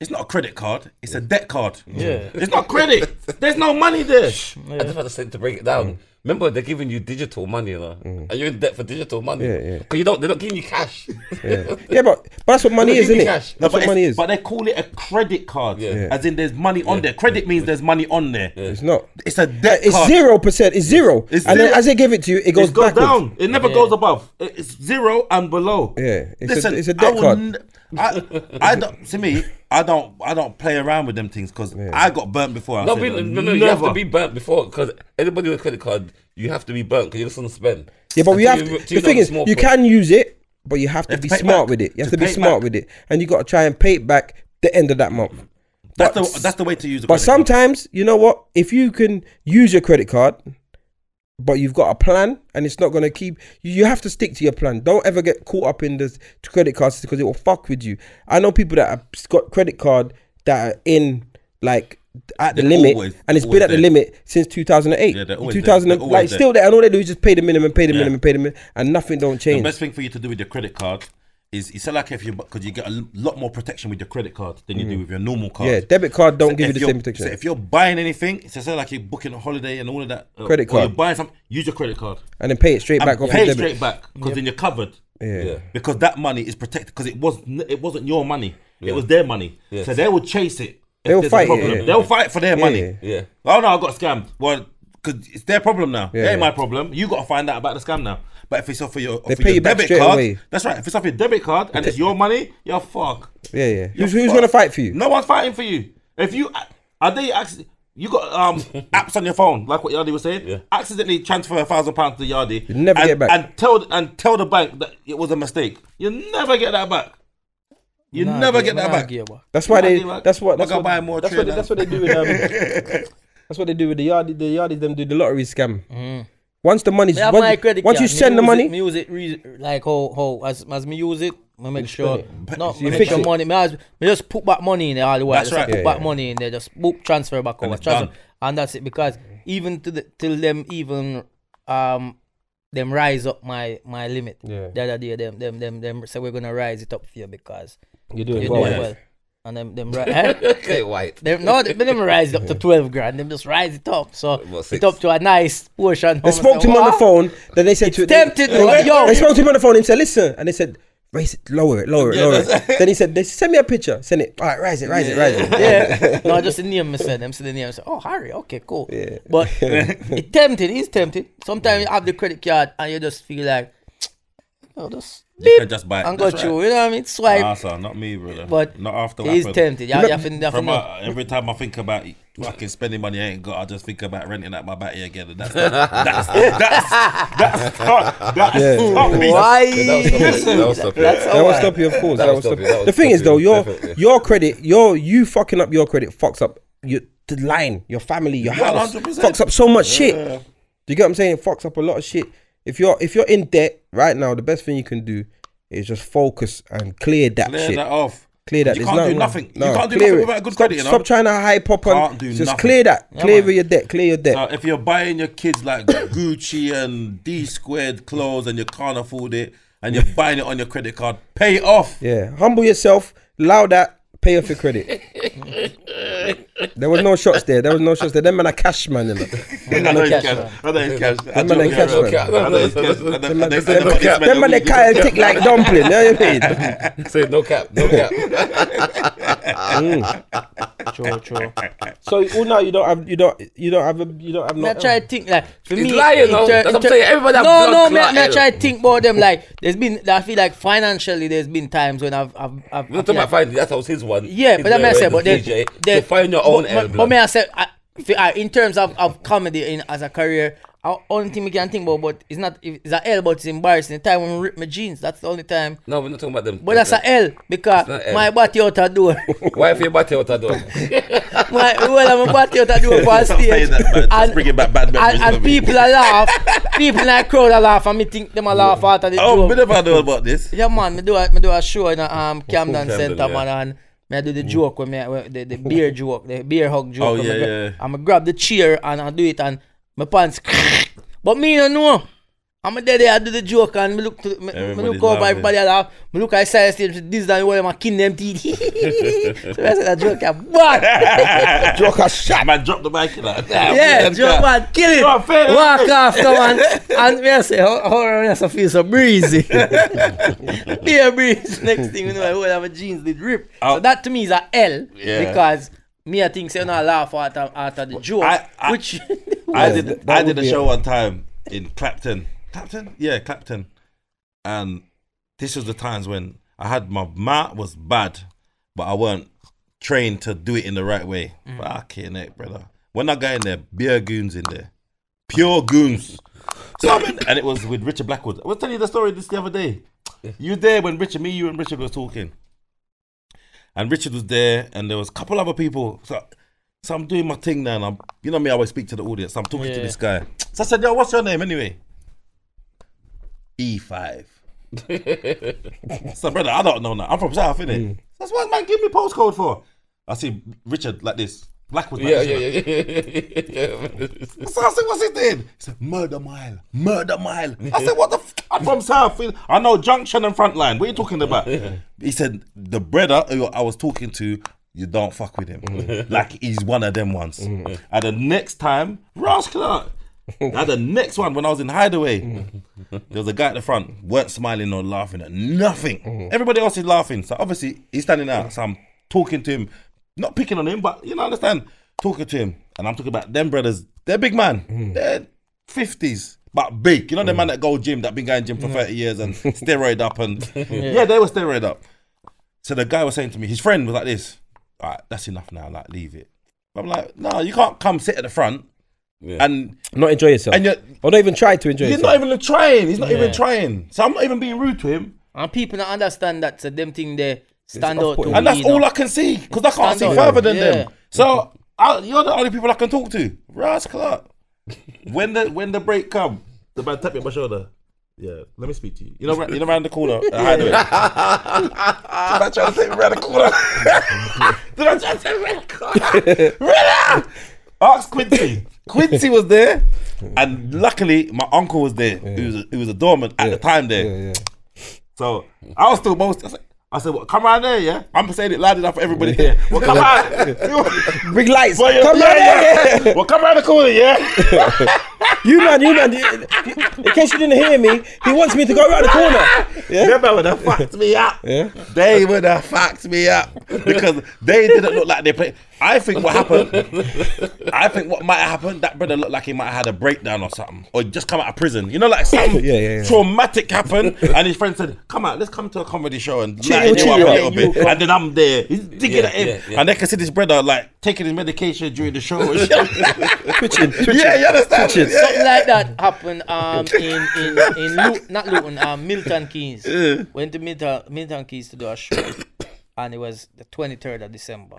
Speaker 5: It's not a credit card. It's a debt card.
Speaker 4: Yeah.
Speaker 5: It's not credit. There's no money there.
Speaker 6: I just had to say to break it
Speaker 3: Mm.
Speaker 6: down. Remember, they're giving you digital money, you know, and you're in debt for digital money.
Speaker 3: Yeah, yeah.
Speaker 6: Because you don't, they're not giving you cash.
Speaker 3: Yeah, but, but that's what money is,
Speaker 6: Give
Speaker 3: isn't
Speaker 6: me
Speaker 3: it?
Speaker 6: cash.
Speaker 3: That's
Speaker 5: No, but
Speaker 3: what
Speaker 5: it's-
Speaker 3: money is.
Speaker 5: But they call it a credit card.
Speaker 6: Yeah.
Speaker 5: As in, there's money on there. Credit means there's money on there.
Speaker 3: it's not.
Speaker 5: It's a debt
Speaker 3: It's
Speaker 5: card.
Speaker 3: zero percent. It's zero.
Speaker 5: It's
Speaker 3: and then
Speaker 5: zero.
Speaker 3: as they give it to you, it goes,
Speaker 5: It goes
Speaker 3: backwards.
Speaker 5: down. It never goes above. It- It's zero and below.
Speaker 3: Yeah, it's a-
Speaker 5: Listen,
Speaker 3: it's a
Speaker 5: I
Speaker 3: debt
Speaker 5: will
Speaker 3: card.
Speaker 5: n- I, I don't. To me, I don't. I don't play around with them things because I got burnt before. I
Speaker 6: No,
Speaker 5: said,
Speaker 6: be, no, no, you have to be burnt before because anybody with a credit card, you have to be burnt because you're just going to spend.
Speaker 3: Yeah, but we
Speaker 6: Until
Speaker 3: have
Speaker 6: you-
Speaker 3: to,
Speaker 6: till
Speaker 3: the thing
Speaker 6: know
Speaker 3: is,
Speaker 6: small
Speaker 3: you
Speaker 6: profit.
Speaker 3: can use it, but you have to
Speaker 5: to
Speaker 3: be
Speaker 5: pay it
Speaker 3: smart
Speaker 5: back.
Speaker 3: with it. You have
Speaker 5: To
Speaker 3: to be
Speaker 5: pay it
Speaker 3: smart
Speaker 5: back.
Speaker 3: with it, and you got to try and pay it back the end of that month.
Speaker 5: That's
Speaker 3: But-
Speaker 5: the that's the way to use it.
Speaker 3: But sometimes, you know what? If you can use your credit card, but you've got a plan and it's not going to keep you, you have to stick to your plan. Don't ever get caught up in this credit cards because it will fuck with you. I know people that have got credit card that are in like at the
Speaker 5: They're
Speaker 3: limit
Speaker 5: always-
Speaker 3: and it's
Speaker 5: always
Speaker 3: been at the
Speaker 5: there.
Speaker 3: limit since 2008
Speaker 5: Yeah, they're always there.
Speaker 3: 2000
Speaker 5: They're always
Speaker 3: like
Speaker 5: there.
Speaker 3: still there and all they do is just pay the minimum pay the minimum pay the minimum and nothing don't
Speaker 5: the
Speaker 3: change
Speaker 5: best thing for you to do with your credit card is it's like if you because you get a l- lot more protection with your credit card than you do with your normal card.
Speaker 3: Mm. yeah debit card don't give you
Speaker 5: If
Speaker 3: the
Speaker 5: you're-
Speaker 3: same protection
Speaker 5: so if you're buying anything, so say like you're booking a holiday and all of that, uh,
Speaker 3: Credit
Speaker 5: or
Speaker 3: card.
Speaker 5: You're buying something, use your credit card.
Speaker 3: and then pay it straight
Speaker 5: And
Speaker 3: back off the
Speaker 5: pay it
Speaker 3: debit
Speaker 5: straight back because then you're covered.
Speaker 3: yeah
Speaker 5: because that money is protected because it was n- it wasn't your money it was their money so they will chase it if
Speaker 3: They'll
Speaker 5: there's a
Speaker 3: fight it,
Speaker 5: problem.
Speaker 3: yeah.
Speaker 5: they'll fight for their money
Speaker 6: yeah. Yeah.
Speaker 5: oh no I got scammed well because it's their problem now it
Speaker 3: Yeah,
Speaker 5: ain't my
Speaker 3: yeah.
Speaker 5: problem you got to find out about the scam now but if it's off of your, off of
Speaker 3: pay
Speaker 5: your
Speaker 3: you back
Speaker 5: debit
Speaker 3: straight
Speaker 5: card
Speaker 3: away.
Speaker 5: that's right if it's off your debit card and it's your money you're fucked
Speaker 3: yeah yeah
Speaker 5: You're
Speaker 3: who's, who's
Speaker 5: fucked.
Speaker 3: gonna fight for you
Speaker 5: no one's fighting for you if you are they actually you got um apps on your phone, like what Yardi was saying. Accidentally transfer a thousand pounds to Yardi.
Speaker 3: You never
Speaker 5: and,
Speaker 3: get back.
Speaker 5: And tell and tell the bank that it was a mistake. You never get that back. You never get that back.
Speaker 3: That's why
Speaker 5: Nah,
Speaker 3: they.
Speaker 5: they like-
Speaker 3: That's what.
Speaker 5: We're
Speaker 3: That's
Speaker 5: gonna
Speaker 3: what,
Speaker 5: buy more
Speaker 3: that's, what they,
Speaker 5: trainers.
Speaker 3: that's what they do. With, um, that's what they do with the yard. The yardies them do the lottery scam.
Speaker 5: Mm.
Speaker 3: Once the money's
Speaker 4: Me have my
Speaker 3: once,
Speaker 4: credit
Speaker 3: once you
Speaker 4: card. Me
Speaker 3: send the
Speaker 4: use
Speaker 3: money,
Speaker 4: It, me use it re- like how how as as me use it, me make sure no, me make
Speaker 3: fix
Speaker 4: sure
Speaker 3: it.
Speaker 4: money. Me, has, me just put back money in there all the while.
Speaker 5: That's
Speaker 4: just
Speaker 5: right.
Speaker 4: Put
Speaker 5: Yeah,
Speaker 4: back money in there, just boop transfer back over,
Speaker 5: it's
Speaker 4: transfer,
Speaker 5: done.
Speaker 4: and that's it. Because even to the till them even um them rise up my my limit.
Speaker 3: Yeah.
Speaker 4: The other day them them them them say we're gonna rise it up for you because
Speaker 3: you're doing
Speaker 4: you're
Speaker 3: well.
Speaker 4: doing well. And them them ri- eh?
Speaker 6: Okay, white.
Speaker 4: them no them, them rise it up to twelve grand. Them just rise it up. So
Speaker 6: six.
Speaker 4: it's up to a nice portion.
Speaker 3: They spoke to him on the phone. Then they said to
Speaker 4: tempted,
Speaker 3: They,
Speaker 4: though. Yo.
Speaker 3: they spoke to him on the phone and said, "Listen," and they said. Raise it, lower it, lower it, lower it. then he said, "They send me a picture, send it. All right, rise it, rise it, rise it."
Speaker 4: yeah. No, just the name, I said. Them see the name. I said, oh, Harry, okay, cool. Yeah. But it tempted, it's tempted. Sometimes you have the credit card and you just feel like, oh, just
Speaker 5: You
Speaker 4: beep
Speaker 5: can just buy it.
Speaker 4: and go
Speaker 5: That's
Speaker 4: through. You know what I mean? Swipe.
Speaker 5: Nah, sir, not me, brother.
Speaker 4: but
Speaker 5: not after what
Speaker 4: he's
Speaker 5: happened.
Speaker 4: tempted. Yeah, you have to, you have to
Speaker 5: From
Speaker 4: know.
Speaker 5: uh, every time I think about fucking spending money I ain't got, I just think about renting out my battery again, and that's that's that's that's that's, that's stopped me.
Speaker 4: Why?
Speaker 6: That was stop you.
Speaker 4: That's
Speaker 5: Oh,
Speaker 3: That
Speaker 4: all
Speaker 3: will
Speaker 4: right.
Speaker 3: stop you, of
Speaker 6: That
Speaker 3: course. That,
Speaker 6: will
Speaker 3: will
Speaker 6: stop
Speaker 3: stop
Speaker 6: you, that will
Speaker 3: The thing
Speaker 6: stop
Speaker 3: is, though,
Speaker 6: you,
Speaker 3: your
Speaker 6: definitely.
Speaker 3: your credit, your you fucking up your credit fucks up your the line, your family, your house,
Speaker 5: 100%.
Speaker 3: fucks up so much shit. Do you get what I'm saying? It fucks up a lot of shit. If you're if you're in debt right now, the best thing you can do It's just focus and clear that
Speaker 5: Clear
Speaker 3: shit.
Speaker 5: that off.
Speaker 3: Clear that.
Speaker 5: You
Speaker 3: There's
Speaker 5: can't do
Speaker 3: wrong.
Speaker 5: nothing.
Speaker 3: No,
Speaker 5: You can't do
Speaker 3: clear
Speaker 5: nothing
Speaker 3: it.
Speaker 5: without a good
Speaker 3: stop,
Speaker 5: credit, you know?
Speaker 3: Stop trying to hype up on.
Speaker 5: Can't do
Speaker 3: just
Speaker 5: nothing.
Speaker 3: clear that. clear
Speaker 4: man.
Speaker 3: your debt. Clear your debt.
Speaker 5: So if you're buying your kids like Gucci and D squared clothes and you can't afford it and you're buying it on your credit card, pay it off.
Speaker 3: Yeah, humble yourself, allow that, pay off your credit. there was no shots there. There was no shots there. Them man are cash man, you know.
Speaker 5: I know it's cash. I know it's cash. I
Speaker 3: Them man are
Speaker 5: joke,
Speaker 3: cash
Speaker 5: yeah.
Speaker 3: man.
Speaker 5: I know it's cash. And then- and they said the policeman
Speaker 3: Them man
Speaker 5: that
Speaker 3: they
Speaker 5: we-
Speaker 3: kind of tick like dumpling. You know what I mean?
Speaker 6: Say no cap, no cap.
Speaker 4: True, true.
Speaker 3: So all now you don't have you don't you don't have a, you don't have no.
Speaker 4: Me I try to think like for
Speaker 6: He's
Speaker 4: me.
Speaker 6: lying,
Speaker 4: in
Speaker 6: no?
Speaker 4: ter-
Speaker 6: That's
Speaker 4: in
Speaker 6: what I'm
Speaker 4: ter-
Speaker 6: saying, everybody have
Speaker 4: no,
Speaker 6: blood
Speaker 4: no. Me,
Speaker 6: clot,
Speaker 4: me I
Speaker 6: you
Speaker 4: try to think about them like there's been. I feel like financially there's been times when I've I've. I've
Speaker 6: We're talking
Speaker 4: yeah.
Speaker 6: about finding that's how his one.
Speaker 4: Yeah,
Speaker 6: His
Speaker 4: but that
Speaker 6: way
Speaker 4: I say,
Speaker 6: around
Speaker 4: but
Speaker 6: the
Speaker 4: they,
Speaker 6: DJ,
Speaker 4: they-
Speaker 6: to find your own
Speaker 4: but,
Speaker 6: L
Speaker 4: but, but
Speaker 6: blood.
Speaker 4: me I said, I, fi- I- in terms of, of comedy in as a career, I only thing we can think about, but it's not it's a L, but it's embarrassing. The time when I rip my jeans, that's the only time.
Speaker 6: No, we're not talking about them.
Speaker 4: But that's a L because
Speaker 6: not L.
Speaker 4: my body out a door.
Speaker 6: Why if you bought out the door?
Speaker 4: my well, my body out a door for a
Speaker 5: Stop saying
Speaker 4: stage.
Speaker 5: that, man. Just
Speaker 4: And-
Speaker 5: bringing back bad memories.
Speaker 4: and, and
Speaker 5: of me.
Speaker 4: people are laugh. People in that crowd are laugh, and me think them a laugh out of the
Speaker 5: Oh,
Speaker 4: joke.
Speaker 5: bit of I know about this.
Speaker 4: Yeah, man, me do a, me do a show in a, um Camden
Speaker 6: Camden,
Speaker 4: Centre,
Speaker 6: yeah.
Speaker 4: man, and me I do the joke with me, with the, the beer joke, the beer hug joke.
Speaker 5: Oh,
Speaker 4: and me
Speaker 5: yeah,
Speaker 4: gra-
Speaker 5: yeah.
Speaker 4: And I grab the chair and I do it, and my pants. but me don't know. I'm dead there, I do the joke, and me look to, me, me
Speaker 5: Everybody
Speaker 4: look over,
Speaker 5: laughing.
Speaker 4: everybody a laugh. Me look at side stage, this and one of my kin them teeth. so I said that joke, yeah, but
Speaker 3: Joker shot.
Speaker 5: Man, drop the mic. Like, yeah,
Speaker 4: yeah, joke, man, kill it.
Speaker 5: Drop it.
Speaker 4: Walk off, come on. And me I say, how how are I feel so breezy? Be a breeze. Next thing you know, I would have my jeans did rip. so that to me is a L
Speaker 5: Oh. Yeah.
Speaker 4: because me I think say no laugh out of, out of the joke,
Speaker 5: I- I-
Speaker 4: which
Speaker 5: I did.
Speaker 3: that
Speaker 5: I did
Speaker 3: would
Speaker 5: a
Speaker 3: be
Speaker 5: show one time in Clapton. Clapton, yeah, Clapton, and this was the times when I had my mat was bad, but I weren't trained to do it in the right way. Fucking it, brother. When I got in there, beer goons in there, pure goons. So I'm in- and it was with Richard Blackwood. I was telling you the story this the other day. You were there when Richard, me, you, and Richard was talking, and Richard was there, and there was a couple other people. So so I'm doing my thing now, and I'm, you know me, I always speak to the audience. So I'm talking to
Speaker 4: Yeah.
Speaker 5: this guy. So I said, "Yo, what's your name anyway?" E5. so brother, I don't know now. I'm from South, innit?
Speaker 6: Mm.
Speaker 5: That's what man, give me postcode for. I see Richard like this, Blackwood. Like
Speaker 6: Yeah,
Speaker 5: this,
Speaker 6: yeah,
Speaker 5: like-
Speaker 6: yeah, yeah.
Speaker 5: so I said, what's his name? He said, Murder Mile, Murder Mile. I said, what the f? I'm from South. I know Junction and Frontline. What are you talking about? He said, the brother who I was talking to, you don't fuck with him. like he's one of them ones. And the next time, Ross Clark. Now the next one, when I was in Hideaway, there was a guy at the front, weren't smiling or laughing at nothing. Everybody else is laughing. So obviously he's standing out. So I'm talking to him, not picking on him, but you know, understand, talking to him. And I'm talking about them brothers. They're big man. They're 50s, but big. You know, the man that go gym, that been going gym for 30 years and steroid up and yeah, they were steroid up. So the guy was saying to me, his friend was like this, all right, that's enough now, like leave it. I'm like, no, you can't come sit at the front and
Speaker 3: Not enjoy yourself.
Speaker 5: And you're-
Speaker 3: or not even try to enjoy
Speaker 5: He's
Speaker 3: yourself.
Speaker 5: not even trying. He's not even trying. So I'm not even being rude to him.
Speaker 4: and people don't understand that so them thing they stand out to
Speaker 3: off-putting.
Speaker 5: And
Speaker 4: me,
Speaker 5: that's
Speaker 4: you
Speaker 5: all
Speaker 4: know.
Speaker 5: I can see because I can't
Speaker 4: Stand
Speaker 5: see
Speaker 4: out.
Speaker 5: further than
Speaker 4: Yeah.
Speaker 5: them. So I, you're the only people I can talk to. Ras Clark. when the when the break come, the man tap me on my shoulder. Yeah, let me speak to you. You know, ra- you know, around the corner. Uh, I do it. Did I try to take me around the corner? Did I try to take me around the corner? Really? Ask Quincy. Quincy was there, and luckily my uncle was there. He was a, he was a doorman at the time there. So I was still most. I said, I said well, come around there, yeah. I'm saying it loud enough for everybody here. Well, come on.
Speaker 3: Big lights.
Speaker 5: Well, yeah,
Speaker 3: Come
Speaker 5: yeah,
Speaker 3: on,
Speaker 5: yeah.
Speaker 3: yeah.
Speaker 5: well, come around the corner, yeah.
Speaker 3: You man, you man. you- in case you didn't hear me, he wants me to go around the corner. Yeah.
Speaker 5: Remember when they fucked me up?
Speaker 3: Yeah.
Speaker 5: They would have fucked me up because they didn't look like they played. I think what happened, I think what might have happened, that brother looked like he might have had a breakdown or something, or just come out of prison. You know, like something
Speaker 3: Yeah, yeah, yeah.
Speaker 5: traumatic happened, and his friend said, Come out, let's come to a comedy show and lighten
Speaker 3: chill,
Speaker 5: you up a
Speaker 3: yeah,
Speaker 5: little
Speaker 3: you
Speaker 5: bit. And then I'm there, he's digging at him.
Speaker 6: yeah, yeah.
Speaker 5: And they can see this brother like taking his medication during the show. and shit.
Speaker 3: Twitching, twitching.
Speaker 5: yeah, you understand?
Speaker 3: Twitching.
Speaker 5: Yeah, yeah.
Speaker 4: Something like that happened um, in in in Lu- not Luton, um, Milton Keynes. Went to Milton, Milton Keynes to do a show, and it was the twenty third of December.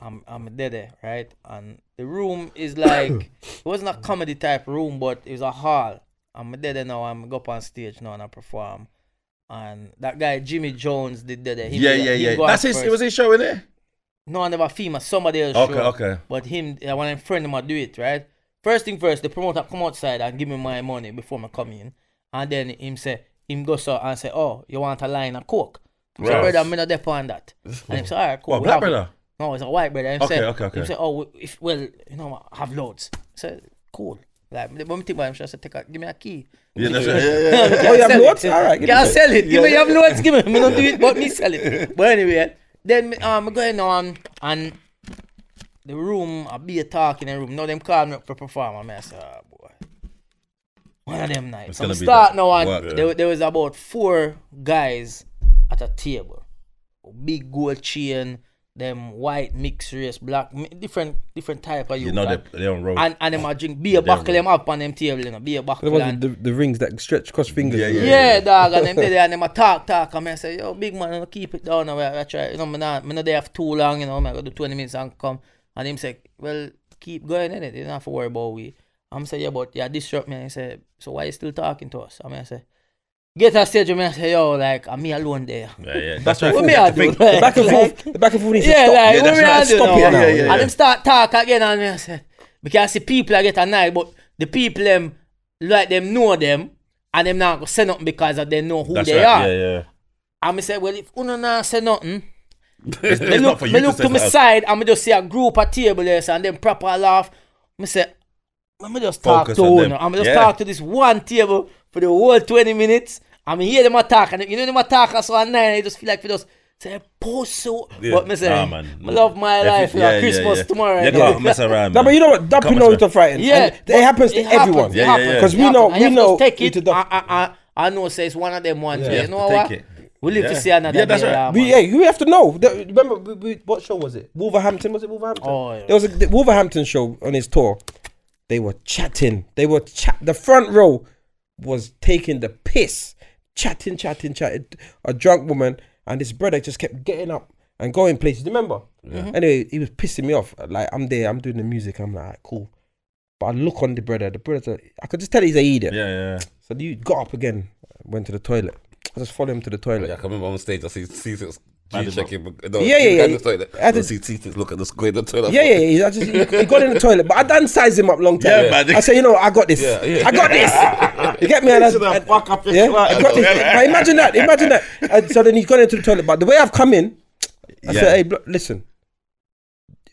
Speaker 4: I'm I'm there, there, right? And the room is like it wasn't a eh, comedy type room, but it was a hall. I'm there there now. I'm go up on stage now and I perform, And that guy Jimmy Jones did the, the him
Speaker 5: yeah,
Speaker 4: did
Speaker 5: yeah,
Speaker 4: that. He
Speaker 5: yeah.
Speaker 4: go out
Speaker 5: That's his. It
Speaker 4: first.
Speaker 5: was his show, innit?
Speaker 4: No, I never FEMA, somebody else.
Speaker 5: Okay,
Speaker 4: show.
Speaker 5: okay.
Speaker 4: But him, I want a friend him, I do it, right? First thing first, the promoter come outside and give me my money before I come in. And then him say, him go so and say, oh, you want a line of coke? So
Speaker 5: Right.
Speaker 4: brother, I'm not there on that. And him say, all right, cool.
Speaker 5: What,
Speaker 4: we
Speaker 5: black
Speaker 4: have it."
Speaker 5: brother?
Speaker 4: No, it's a white brother. Him
Speaker 5: Okay,
Speaker 4: say,
Speaker 5: okay, okay.
Speaker 4: Him say, oh, we- if, well, you know, I have loads. I say, cool. Like, when me think about him, I say, take a, give me a key.
Speaker 5: Yeah, that's right. Yeah, yeah, yeah.
Speaker 4: oh,
Speaker 3: you have loads? Alright, give
Speaker 4: Can I
Speaker 3: me
Speaker 4: sell it? Give me, you have loads, give me. Me don't do it, but me sell it. But anyway, then me, um, I go in on and the room, I be a talk in the room. Now them call me up for performance. I say, ah, boy. One of them nights.
Speaker 5: It's
Speaker 4: So I
Speaker 5: gonna be
Speaker 4: start
Speaker 5: that
Speaker 4: now and
Speaker 5: work.
Speaker 4: there, there was about four guys at a table. Big gold chain, them white, mixed race, black, mi- different different type of youth.
Speaker 5: You know
Speaker 4: and-
Speaker 5: they they on road.
Speaker 4: and, and them a drink beer buckle them up on them table, you know, beer
Speaker 3: The,
Speaker 4: buckle.
Speaker 3: ones
Speaker 4: and-
Speaker 3: with the, the rings that stretch across fingers.
Speaker 5: Yeah, yeah.
Speaker 4: yeah, dog, and them did there and them a talk, talk, and I say, yo, big man, no, keep it down. I, I try, you know, me not, me not there for too long, you know, me I go do 20 minutes and come. And him say, well, keep going in it, you don't have to worry about we. I'm say, yeah, but yeah, disrupt me. And he say, so why you still talking to us? I mean, I say, get a stage, I mean, I say, yo, like, I'm me alone there.
Speaker 5: yeah, yeah. That's right.
Speaker 4: What me I do?
Speaker 3: The back and forth, the back and forth needs
Speaker 4: Yeah,
Speaker 3: to
Speaker 4: like,
Speaker 3: stop.
Speaker 4: what
Speaker 5: that's
Speaker 4: me
Speaker 5: right.
Speaker 4: I do
Speaker 5: Stop
Speaker 4: now?
Speaker 5: it now, yeah, yeah.
Speaker 4: And them start talk again, and me I say, because I see people I get annoyed, but the people them, like them know them, and them not go say nothing because of they know who
Speaker 5: That's
Speaker 4: they
Speaker 5: right.
Speaker 4: are.
Speaker 5: Yeah, yeah.
Speaker 4: And I said, well, if Una nah say nothing,
Speaker 5: It's,
Speaker 4: me
Speaker 5: it's not
Speaker 4: look,
Speaker 5: for
Speaker 4: me
Speaker 5: you to
Speaker 4: look
Speaker 5: say
Speaker 4: to my
Speaker 5: that.
Speaker 4: side and me just see a group of table there and them proper laugh. I said, let me just talk
Speaker 5: Focus
Speaker 4: to
Speaker 5: on them.
Speaker 4: Una. I'm just
Speaker 5: Yeah.
Speaker 4: talk to this one table for the whole 20 minutes. I mean, hear them attack, and you know them attack us on nine. I just feel like we just say, post so. But me say,
Speaker 5: Nah,
Speaker 4: I
Speaker 5: man.
Speaker 4: love my life, like Christmas tomorrow.
Speaker 5: You
Speaker 4: you know.
Speaker 5: can't mess around.
Speaker 3: No, but you know what? That
Speaker 5: Can't
Speaker 3: people know
Speaker 5: mess
Speaker 3: to frighten.
Speaker 4: Yeah,
Speaker 3: and it happens to everyone.
Speaker 5: Yeah, yeah, yeah.
Speaker 3: 'Cause we know- we know
Speaker 4: Take
Speaker 3: it
Speaker 4: it.
Speaker 3: to the-
Speaker 4: I, I, I, I know. Say it's one of them one day. You
Speaker 5: have
Speaker 4: know
Speaker 5: to take
Speaker 4: what?
Speaker 5: it.
Speaker 4: We live to
Speaker 5: Yeah.
Speaker 4: see another
Speaker 5: Yeah, that's
Speaker 4: day,
Speaker 5: right.
Speaker 4: lah, man.
Speaker 3: We, hey, we have to know. The- remember, we, we, what show was it? Wolverhampton was it? Wolverhampton.
Speaker 4: Oh, yeah.
Speaker 3: There was a the Wolverhampton show on his tour. They were chatting. They were chat. The front row was taking the piss, chatting, chatting, chatting. A drunk woman and his brother just kept getting up and going places. Do you Remember? Anyway, he was pissing me off. Like I'm there, I'm doing the music. I'm like, "Alright, cool. But I look on the brother. The brother, I could just tell he's a idiot.
Speaker 5: Yeah, yeah.
Speaker 3: So you got up again, went to the toilet. I just followed him to the toilet.
Speaker 6: Yeah, I can remember on stage, I see C6
Speaker 5: Bad
Speaker 6: G checking. No,
Speaker 3: Yeah, yeah, yeah.
Speaker 6: The toilet.
Speaker 3: I
Speaker 6: I
Speaker 3: did-
Speaker 6: see C6 look at the square in the toilet.
Speaker 3: Yeah, yeah, yeah. I just, he, he got in the toilet, but I done size him up long time.
Speaker 5: Yeah, man.
Speaker 3: I said, you know, I got this. I got this. You get me? And I,
Speaker 5: should have
Speaker 3: and-
Speaker 5: fuck up your
Speaker 3: yeah,
Speaker 5: clock.
Speaker 3: I got this. But imagine that. Imagine that. And so then he got into the toilet. But the way I've come in, I
Speaker 5: Yeah.
Speaker 3: said, hey, bro, listen.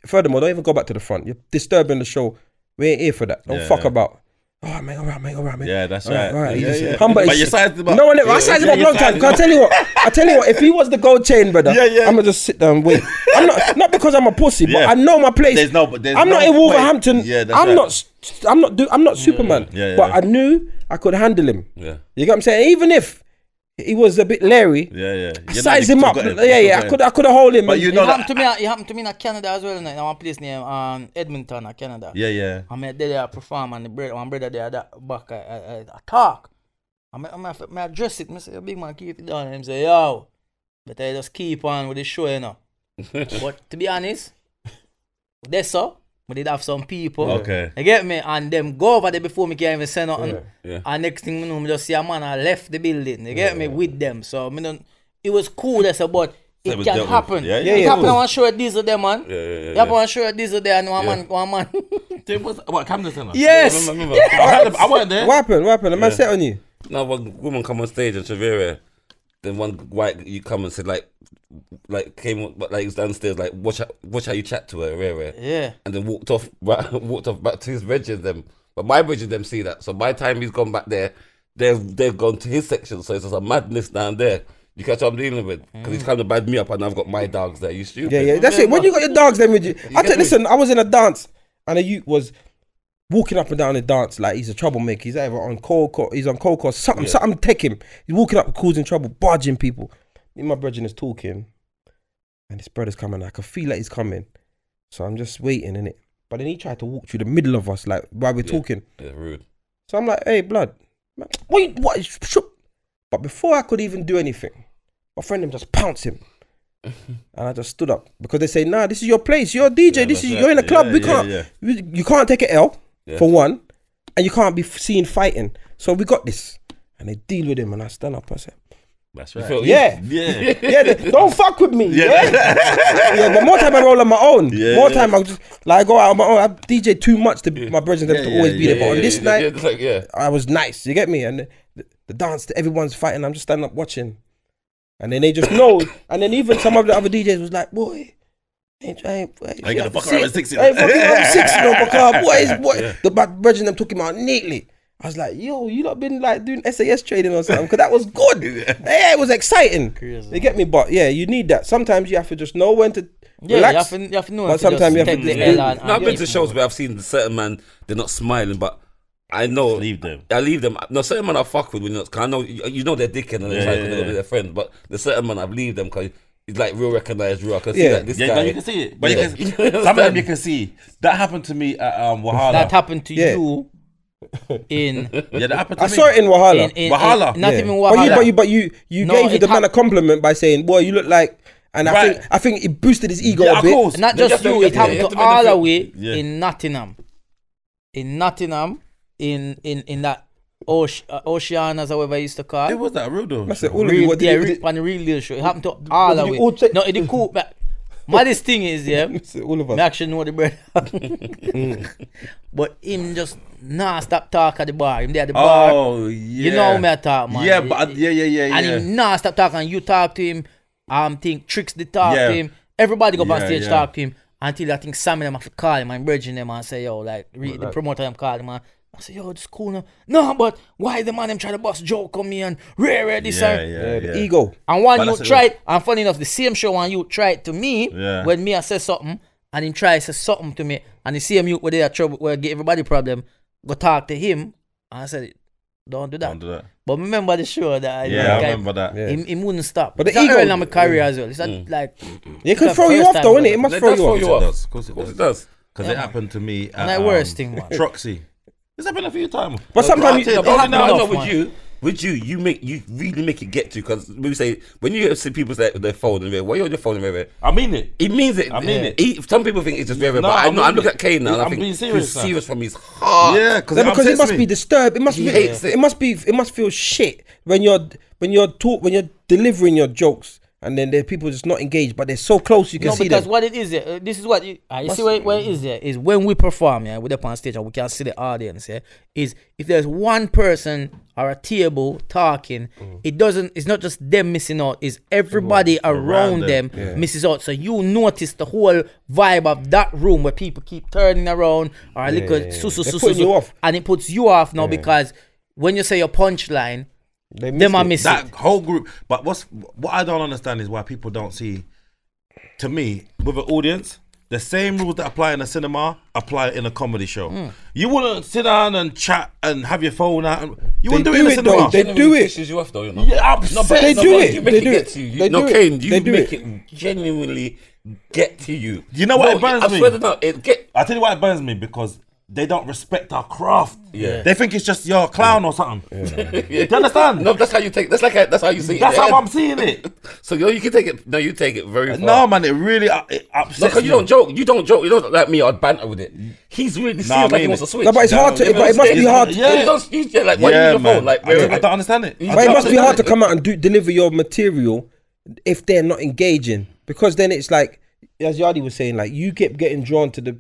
Speaker 3: Furthermore, don't even go back to the front. You're disturbing the show. We ain't here for that. Don't
Speaker 5: Yeah,
Speaker 3: fuck
Speaker 5: yeah.
Speaker 3: about. All right, mate. All right, mate. All right, mate.
Speaker 5: Yeah, that's
Speaker 3: All
Speaker 5: right.
Speaker 3: All right.
Speaker 5: Yeah,
Speaker 3: He's
Speaker 5: yeah.
Speaker 3: just humble.
Speaker 5: But
Speaker 3: as
Speaker 5: you
Speaker 3: shit.
Speaker 5: sized him up.
Speaker 3: No one ever. I
Speaker 5: Yeah,
Speaker 3: sized him
Speaker 5: yeah,
Speaker 3: up
Speaker 5: you
Speaker 3: long time.
Speaker 5: sized
Speaker 3: Can I
Speaker 5: him
Speaker 3: tell you what? I tell you what. If he was the gold chain, brother,
Speaker 5: Yeah, yeah.
Speaker 3: I'm gonna just sit there and wait. I'm not not because I'm a pussy, but
Speaker 5: Yeah.
Speaker 3: I know my place.
Speaker 5: There's no- there's
Speaker 3: I'm not
Speaker 5: no
Speaker 3: in
Speaker 5: point.
Speaker 3: Wolverhampton.
Speaker 5: Yeah, that's
Speaker 3: I'm
Speaker 5: right.
Speaker 3: not. s- I'm not. Do, I'm not Superman.
Speaker 5: Yeah, yeah,
Speaker 3: but
Speaker 5: yeah.
Speaker 3: I knew I could handle him.
Speaker 6: Yeah.
Speaker 3: You get what I'm saying? Even if he was a bit leery,
Speaker 5: Yeah, yeah. You know
Speaker 3: I size
Speaker 5: you
Speaker 3: him
Speaker 5: still
Speaker 3: up.
Speaker 5: got him.
Speaker 3: Yeah,
Speaker 5: You
Speaker 3: yeah.
Speaker 5: got
Speaker 3: I
Speaker 5: him.
Speaker 3: could. I could have hold him.
Speaker 5: But
Speaker 3: and-
Speaker 5: you
Speaker 4: It
Speaker 5: know
Speaker 4: happened
Speaker 5: that.
Speaker 4: to me. It happened to me in Canada as well. In one place named um, Edmonton, uh, Canada.
Speaker 5: Yeah, yeah.
Speaker 4: I met there I perform and the brother, one brother there that back uh, I, I, I, I talk. I me, I, me, I me address it. I say, "Yo, big man, keep it down. And him say, yo, better you just keep on with the show, you know. but to be honest, that's so. We did have some people.
Speaker 5: Okay.
Speaker 4: You get me? And them go over there before me can even say nothing.
Speaker 6: Yeah.
Speaker 4: And next thing you know, me just see a man I left the building. You get me? With them. So me don't, it was cool, that's about it
Speaker 5: was
Speaker 4: can
Speaker 5: dealt with.
Speaker 4: happen.
Speaker 5: Yeah, yeah,
Speaker 4: it
Speaker 3: yeah,
Speaker 4: happened.
Speaker 3: it
Speaker 4: I
Speaker 3: was.
Speaker 4: want to show it this or them, man.
Speaker 6: Yeah, yeah, yeah.
Speaker 4: Yeah, but I'm sure this is there and one man, one man.
Speaker 6: There was, what, Camden Center?
Speaker 4: Yes!
Speaker 6: Yeah, I remember, I remember. I, had, I went there.
Speaker 3: What happened? What happened? The man set on you.
Speaker 6: Now one woman come on stage and Shavira, then one white you come and said like, like came up- but like he's downstairs like watch how, watch how you chat to her, Rere.
Speaker 4: Yeah.
Speaker 6: And then walked off right, walked off back to his bridge and them. But my bridge and them see that. So by the time he's gone back there, they've they've gone to his section. So it's just a madness down there. You catch what I'm dealing with? Because he's come to bad me up and I've got my dogs there. You stupid.
Speaker 3: Mm. Yeah, yeah. That's it. When you got your dogs, then with you. I tell listen, I was in a dance and a youth was walking up and down the dance like he's a troublemaker. He's either on cold call, he's on cold call, something, something take him. He's walking up, causing trouble, barging people. Me and my brethren is talking and his brother's coming. I can feel that he's coming. So I'm just waiting in it. But then he tried to walk through the middle of us, like while we're talking.
Speaker 6: Yeah, rude.
Speaker 3: So I'm like, hey, blood. Man, What? You, what? is- shoo-" But before I could even do anything, my friend him just pounced him. and I just stood up because they say, nah, this is your place. You're a DJ. this
Speaker 5: that's
Speaker 3: is
Speaker 5: right.
Speaker 3: you're in a club.
Speaker 5: Yeah,
Speaker 3: we
Speaker 5: yeah,
Speaker 3: can't.
Speaker 5: yeah.
Speaker 3: we- you can't take an L for one, and you can't be f- seen fighting. So we got this. And they deal with him, and I stand up. I said,
Speaker 7: That's right. You
Speaker 3: Yeah.
Speaker 5: Yeah.
Speaker 3: yeah, they- don't fuck with me. Yeah. yeah. but more time I roll on my own.
Speaker 5: Yeah,
Speaker 3: more
Speaker 5: yeah.
Speaker 3: time I just like I go out on my own. I DJ too much to my brothers and them to
Speaker 5: yeah,
Speaker 3: always be
Speaker 5: yeah,
Speaker 3: there. But on this night,
Speaker 2: yeah, it's like, yeah.
Speaker 3: I was nice. You get me? And the, the dance, everyone's fighting. I'm just standing up watching, and then they just know. and then even some of the other DJs was like, "Boy, ain't, I ain't, I ain't,
Speaker 5: gonna fuck around with six, you
Speaker 3: I ain't
Speaker 5: know."
Speaker 3: fucking around with six, you know, because what is what?" The my brothers and them took him out neatly. I was like, "Yo, you not been like doing SAS trading or something?" Because that was good. yeah. it was exciting. You get me? But yeah, you need that. Sometimes you have to just know when to
Speaker 4: Yeah,
Speaker 3: relax.
Speaker 4: you have to, you have to know.
Speaker 3: But
Speaker 4: if just
Speaker 3: sometimes you have
Speaker 4: take
Speaker 3: to
Speaker 4: the
Speaker 3: do-
Speaker 4: L
Speaker 3: Yeah.
Speaker 4: and-
Speaker 2: No, I've
Speaker 4: and
Speaker 2: been
Speaker 4: yeah.
Speaker 2: to shows where I've seen certain man, they're not smiling, but I know
Speaker 5: Leave them.
Speaker 2: I leave them. No, certain man I fuck with when you I know you, you know they're dickhead and they're
Speaker 5: Yeah,
Speaker 2: trying
Speaker 5: yeah,
Speaker 2: to
Speaker 5: yeah.
Speaker 2: be their friend, but the certain man I've leave them because it's like real recognized, real. I can see
Speaker 3: Yeah.
Speaker 2: that this
Speaker 5: Yeah,
Speaker 2: guy.
Speaker 5: no, you can see it. But
Speaker 2: Yeah.
Speaker 5: you can, some of them you can see. That happened to me at um, Wahala.
Speaker 4: That happened to
Speaker 3: Yeah.
Speaker 4: you in
Speaker 5: yeah, that happened to
Speaker 3: I
Speaker 5: me.
Speaker 3: saw it in Wahala.
Speaker 4: in, in,
Speaker 5: Wahala.
Speaker 4: in not
Speaker 3: Yeah.
Speaker 4: even
Speaker 3: But you,
Speaker 4: Wahala.
Speaker 3: but you, but you, you
Speaker 4: No,
Speaker 3: gave
Speaker 4: it
Speaker 3: the man a
Speaker 4: hap-
Speaker 3: compliment by saying, "Boy, you look like," and I
Speaker 5: Right.
Speaker 3: think I think it boosted his ego
Speaker 5: Yeah,
Speaker 3: a
Speaker 5: of
Speaker 3: bit.
Speaker 5: course.
Speaker 4: not
Speaker 2: They
Speaker 4: just
Speaker 2: just
Speaker 4: you,
Speaker 2: don't
Speaker 4: it
Speaker 2: get
Speaker 4: happened
Speaker 2: it.
Speaker 4: to
Speaker 2: They have
Speaker 4: all
Speaker 2: to
Speaker 4: the
Speaker 2: benefit.
Speaker 4: way in Nottingham. In Nottingham, in in in that Osh, uh, Oceanas, however you used to call
Speaker 5: It was that real though.
Speaker 3: I said, all of you,
Speaker 4: real,
Speaker 3: what
Speaker 4: yeah,
Speaker 3: did you-
Speaker 4: real,
Speaker 3: did-
Speaker 4: on the real deal show. It happened to all
Speaker 3: did
Speaker 4: the
Speaker 3: you
Speaker 4: way.
Speaker 3: all check-
Speaker 4: No, it the cool. But maddest thing is, yeah,
Speaker 3: said all of
Speaker 4: me
Speaker 3: us.
Speaker 4: actually know the brother. but him just nah stop talk at the bar. Him there at the bar.
Speaker 5: Oh yeah.
Speaker 4: You know how me I talk, man.
Speaker 5: Yeah, but I- yeah, yeah, yeah,
Speaker 4: And
Speaker 5: yeah.
Speaker 4: him nah stop talking. You talk to him. Um, think tricks the talk
Speaker 5: Yeah.
Speaker 4: to him. Everybody go up on
Speaker 5: Yeah,
Speaker 4: stage
Speaker 5: yeah.
Speaker 4: talk to him until I think Sam and them have to call him and bridging them and say, yo, like re- the promoter them call him and I say, yo, it's cool now. No, but why the man them try to bust joke on me and rare rare this
Speaker 5: yeah,
Speaker 4: and
Speaker 5: yeah, yeah.
Speaker 3: ego.
Speaker 4: and one
Speaker 5: But
Speaker 4: you
Speaker 5: that's-
Speaker 4: tried and funny enough, the same show one you tried to me
Speaker 5: Yeah.
Speaker 4: when me I said something and him try say something to me and the same you where they are trouble where get everybody problem, go talk to him and I said, Don't do that.
Speaker 5: Don't do that.
Speaker 4: But remember the show that I
Speaker 5: Yeah, I remember that. Mm.
Speaker 3: Yeah.
Speaker 4: Him, him wouldn't stop.
Speaker 3: But the
Speaker 4: It's not
Speaker 3: ego-
Speaker 4: early on my career as well. It's not like
Speaker 3: It could
Speaker 4: the
Speaker 3: throw you
Speaker 4: first
Speaker 3: off
Speaker 4: time
Speaker 3: though,
Speaker 4: I
Speaker 3: innit?
Speaker 4: did
Speaker 3: It
Speaker 4: it.
Speaker 3: must
Speaker 2: It
Speaker 3: throw
Speaker 2: does
Speaker 3: you
Speaker 2: throw
Speaker 3: off.
Speaker 2: you
Speaker 5: Of
Speaker 2: off.
Speaker 5: course it does. Of course it
Speaker 2: Of course
Speaker 5: does.
Speaker 2: it does.
Speaker 5: Because it happened to me. At,
Speaker 4: Like
Speaker 5: um,
Speaker 4: worst thing, man.
Speaker 5: Troxy. It's happened a few times.
Speaker 3: But sometimes
Speaker 2: I
Speaker 3: you,
Speaker 2: tell you,
Speaker 4: it
Speaker 2: I know, I know
Speaker 4: enough,
Speaker 2: with
Speaker 4: man.
Speaker 2: you, with you, you make you really make it get to because we say when you see people say their phone and they're, why you on your phone and they're,
Speaker 5: I mean it.
Speaker 2: It means it.
Speaker 5: I mean it.
Speaker 2: He- some people think it's just very,
Speaker 5: No,
Speaker 2: but I
Speaker 5: I
Speaker 2: know. I'm
Speaker 5: mean
Speaker 2: looking
Speaker 5: it.
Speaker 2: at Kane now. and I
Speaker 5: I'm
Speaker 2: think
Speaker 5: being serious
Speaker 2: He's
Speaker 5: now.
Speaker 2: serious from his heart.
Speaker 5: Yeah, because
Speaker 3: No, because it
Speaker 5: upsets
Speaker 3: must
Speaker 5: me.
Speaker 3: be disturbed. It must be.
Speaker 2: hates
Speaker 3: It.
Speaker 2: it.
Speaker 3: must be. It must feel shit when you're when you're taught when you're delivering your jokes and then there are people just not engaged, but they're so close you can
Speaker 4: no,
Speaker 3: see
Speaker 4: because
Speaker 3: them.
Speaker 4: what it is, yeah, uh, this is what it, uh, you see where, where it is, yeah, is when we perform, yeah, we're up on stage and we can see the audience, yeah, is if there's one person or a table talking,
Speaker 5: Mm.
Speaker 4: it doesn't, it's not just them missing out, it's everybody around,
Speaker 5: around
Speaker 4: them,
Speaker 5: them.
Speaker 4: misses out. So you notice the whole vibe of that room where people keep turning around or a little su- su-
Speaker 3: They're
Speaker 4: su- su-
Speaker 3: putting
Speaker 4: su-
Speaker 3: you off.
Speaker 4: and it puts you off now because when you say your punchline,
Speaker 3: They
Speaker 4: them are
Speaker 3: missed
Speaker 4: missing.
Speaker 5: that whole group. But what's what I don't understand is why people don't see. To me, with an audience, the same rules that apply in a cinema apply in a comedy show.
Speaker 3: Hmm.
Speaker 5: You wouldn't sit down and chat and have your phone out. And, you wouldn't do,
Speaker 3: do
Speaker 5: it in a
Speaker 3: it
Speaker 5: cinema.
Speaker 3: though. They do it.
Speaker 2: Pisses you off though, you know.
Speaker 5: yeah, upset.
Speaker 2: No, but,
Speaker 3: They
Speaker 2: no,
Speaker 3: do
Speaker 2: but
Speaker 3: it.
Speaker 2: You make
Speaker 3: They
Speaker 2: it
Speaker 3: do
Speaker 2: get
Speaker 3: it.
Speaker 2: to you.
Speaker 3: They
Speaker 2: no,
Speaker 3: do it.
Speaker 2: Kane, you
Speaker 3: They do
Speaker 2: make
Speaker 3: it.
Speaker 2: it. genuinely get to you.
Speaker 5: You know what
Speaker 2: No,
Speaker 5: it burns
Speaker 2: I
Speaker 5: me?
Speaker 2: swear to God, it get.
Speaker 5: I tell you why it burns me because they don't respect our craft.
Speaker 2: Yeah.
Speaker 5: They think it's just your clown or something.
Speaker 2: You
Speaker 5: understand?
Speaker 2: No, that's how you take. That's like that's how you see
Speaker 5: That's
Speaker 2: it.
Speaker 5: how I'm seeing it.
Speaker 2: So you know, you can take it. No, you take it very. Far.
Speaker 5: No, man, it really uh, it
Speaker 2: No,
Speaker 5: upsets
Speaker 2: because
Speaker 5: me.
Speaker 2: you don't joke. You don't joke. You don't like me. I'd banter with it. He's really serious.
Speaker 5: Nah, I
Speaker 2: like he
Speaker 5: mean
Speaker 2: wants
Speaker 5: it.
Speaker 2: to switch.
Speaker 3: No, but it's hard to.
Speaker 5: Yeah,
Speaker 3: But it must be
Speaker 5: it's-
Speaker 3: hard.
Speaker 5: yeah.
Speaker 2: You don't- you- yeah, like why you on your phone? Like
Speaker 5: I, don't,
Speaker 2: where-
Speaker 5: I don't understand it. I
Speaker 3: But it
Speaker 5: don't
Speaker 3: must be
Speaker 5: understand
Speaker 3: hard to
Speaker 5: it.
Speaker 3: come out and do deliver your material if they're not engaging, because then it's like, as Yadi was saying, like you keep getting drawn to the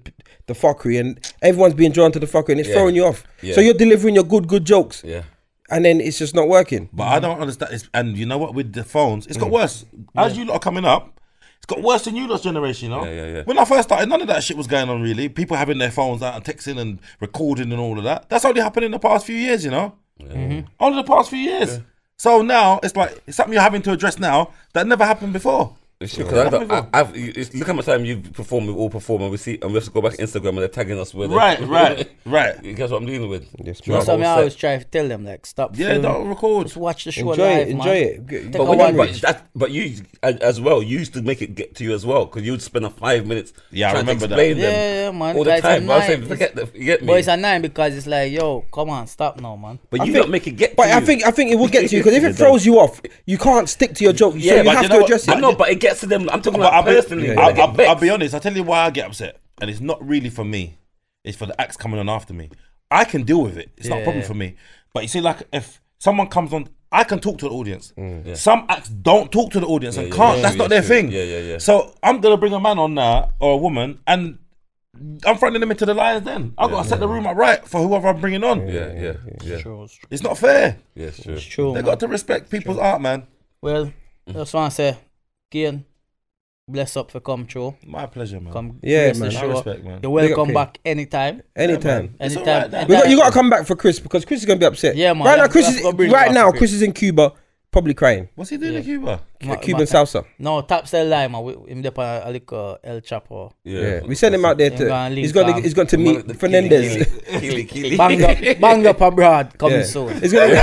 Speaker 3: the fuckery, and everyone's being drawn to the fuckery, and it's throwing you off. So you're delivering your good good jokes,
Speaker 2: Yeah.
Speaker 3: and then it's just not working.
Speaker 5: But I don't understand. It's, and you know what? With the phones, it's got
Speaker 2: Mm.
Speaker 5: worse. As you lot are coming up, it's got worse than you lot's generation. You know.
Speaker 2: Yeah, yeah, yeah.
Speaker 5: When I first started, none of that shit was going on really. People having their phones out and texting and recording and all of that. That's only happened in the past few years. You know. Only the past few years. So now it's like it's something you're having to address now that never happened before.
Speaker 2: It's true, 'cause I don't- I- I've- you- it's- look how much time you've performed, we all perform, and we see, and we have to go back to Instagram and they're tagging us with it.
Speaker 5: Right, right, right.
Speaker 2: You guess what I'm dealing with?
Speaker 4: That's why
Speaker 2: All
Speaker 4: me I
Speaker 2: set.
Speaker 4: always try to tell them like stop.
Speaker 5: Yeah,
Speaker 4: filming,
Speaker 5: don't record.
Speaker 4: just watch the show
Speaker 3: Enjoy
Speaker 4: live,
Speaker 3: it.
Speaker 4: man.
Speaker 3: Enjoy it. G-
Speaker 4: Take
Speaker 3: but
Speaker 4: a
Speaker 2: But, when you,
Speaker 4: one
Speaker 2: but,
Speaker 3: memories.
Speaker 2: that, but you, as as well, you used to make it get to you as well, because you'd spend a five minutes
Speaker 5: Yeah, I
Speaker 2: trying
Speaker 5: remember
Speaker 2: to
Speaker 5: that.
Speaker 2: explain them
Speaker 4: Yeah, yeah, man. But
Speaker 2: all the
Speaker 4: it's a
Speaker 2: time. But I was
Speaker 4: nine-
Speaker 2: saying,
Speaker 4: it's-
Speaker 2: forget that, you get
Speaker 4: But it's
Speaker 2: me.
Speaker 4: a nine because it's like, yo, come on, stop now, man.
Speaker 2: But you
Speaker 3: think-
Speaker 2: don't make it get
Speaker 3: But
Speaker 2: to
Speaker 3: I
Speaker 2: you.
Speaker 3: think I think it will get to you because if it throws you off, you can't stick to your joke.
Speaker 2: Yeah,
Speaker 3: so you
Speaker 2: but
Speaker 3: have
Speaker 5: you know
Speaker 3: to
Speaker 5: what?
Speaker 3: address
Speaker 2: I
Speaker 3: it.
Speaker 2: know, but it gets to them. I'm talking
Speaker 5: But
Speaker 2: about
Speaker 5: I'll be,
Speaker 2: personally.
Speaker 5: I'll,
Speaker 2: when I get
Speaker 5: I'll- I'll
Speaker 2: vexed.
Speaker 5: be honest. I'll tell you why I get upset, and it's not really for me. It's for the acts coming on after me. I can deal with it. It's not a problem for me. But you see, like if someone comes on I can talk to the audience.
Speaker 6: Mm.
Speaker 5: Some acts don't talk to the audience and can't. That's not their thing.
Speaker 6: Yeah, yeah, yeah.
Speaker 5: So I'm gonna bring a man on now or a woman, and I'm fronting them into the lions. Then I have gotta set the room up right for whoever I'm bringing on.
Speaker 6: Yeah, yeah, yeah.
Speaker 5: It's not fair.
Speaker 6: Yeah, sure.
Speaker 4: It's true.
Speaker 5: They
Speaker 4: man.
Speaker 5: got to respect people's art, man.
Speaker 4: Well, that's why I say, again, bless up for come through.
Speaker 5: My pleasure, man.
Speaker 4: Come,
Speaker 3: Yeah,
Speaker 4: bless
Speaker 3: man.
Speaker 4: the
Speaker 5: I
Speaker 4: show up.
Speaker 5: respect, man.
Speaker 4: You're
Speaker 3: Big up,
Speaker 4: welcome
Speaker 3: Kid.
Speaker 4: back anytime.
Speaker 3: Anytime.
Speaker 5: It's all
Speaker 4: Anytime.
Speaker 5: right, that-
Speaker 3: We got, you got to come back for Chris because Chris is gonna be upset.
Speaker 4: Yeah, man,
Speaker 3: Right now,
Speaker 4: that's-
Speaker 3: Chris
Speaker 4: that's
Speaker 3: is
Speaker 4: what brings
Speaker 3: right
Speaker 4: us
Speaker 3: now.
Speaker 4: to Chris.
Speaker 3: Chris is in Cuba, probably crying.
Speaker 5: What's he doing in Cuba?
Speaker 4: Ma-
Speaker 3: Cuban
Speaker 4: ma-
Speaker 3: salsa.
Speaker 4: No, top sell lime. uh, we- Him there on a, a little El Chapo.
Speaker 3: Yeah, we sent him out there
Speaker 4: Him gonna
Speaker 3: to. He's
Speaker 4: link,
Speaker 3: got. To,
Speaker 4: um,
Speaker 3: he's got to meet Fernandez.
Speaker 6: Kili, Kili.
Speaker 4: Bang up, bang up abroad coming
Speaker 3: Yeah.
Speaker 4: soon.
Speaker 3: He's gonna,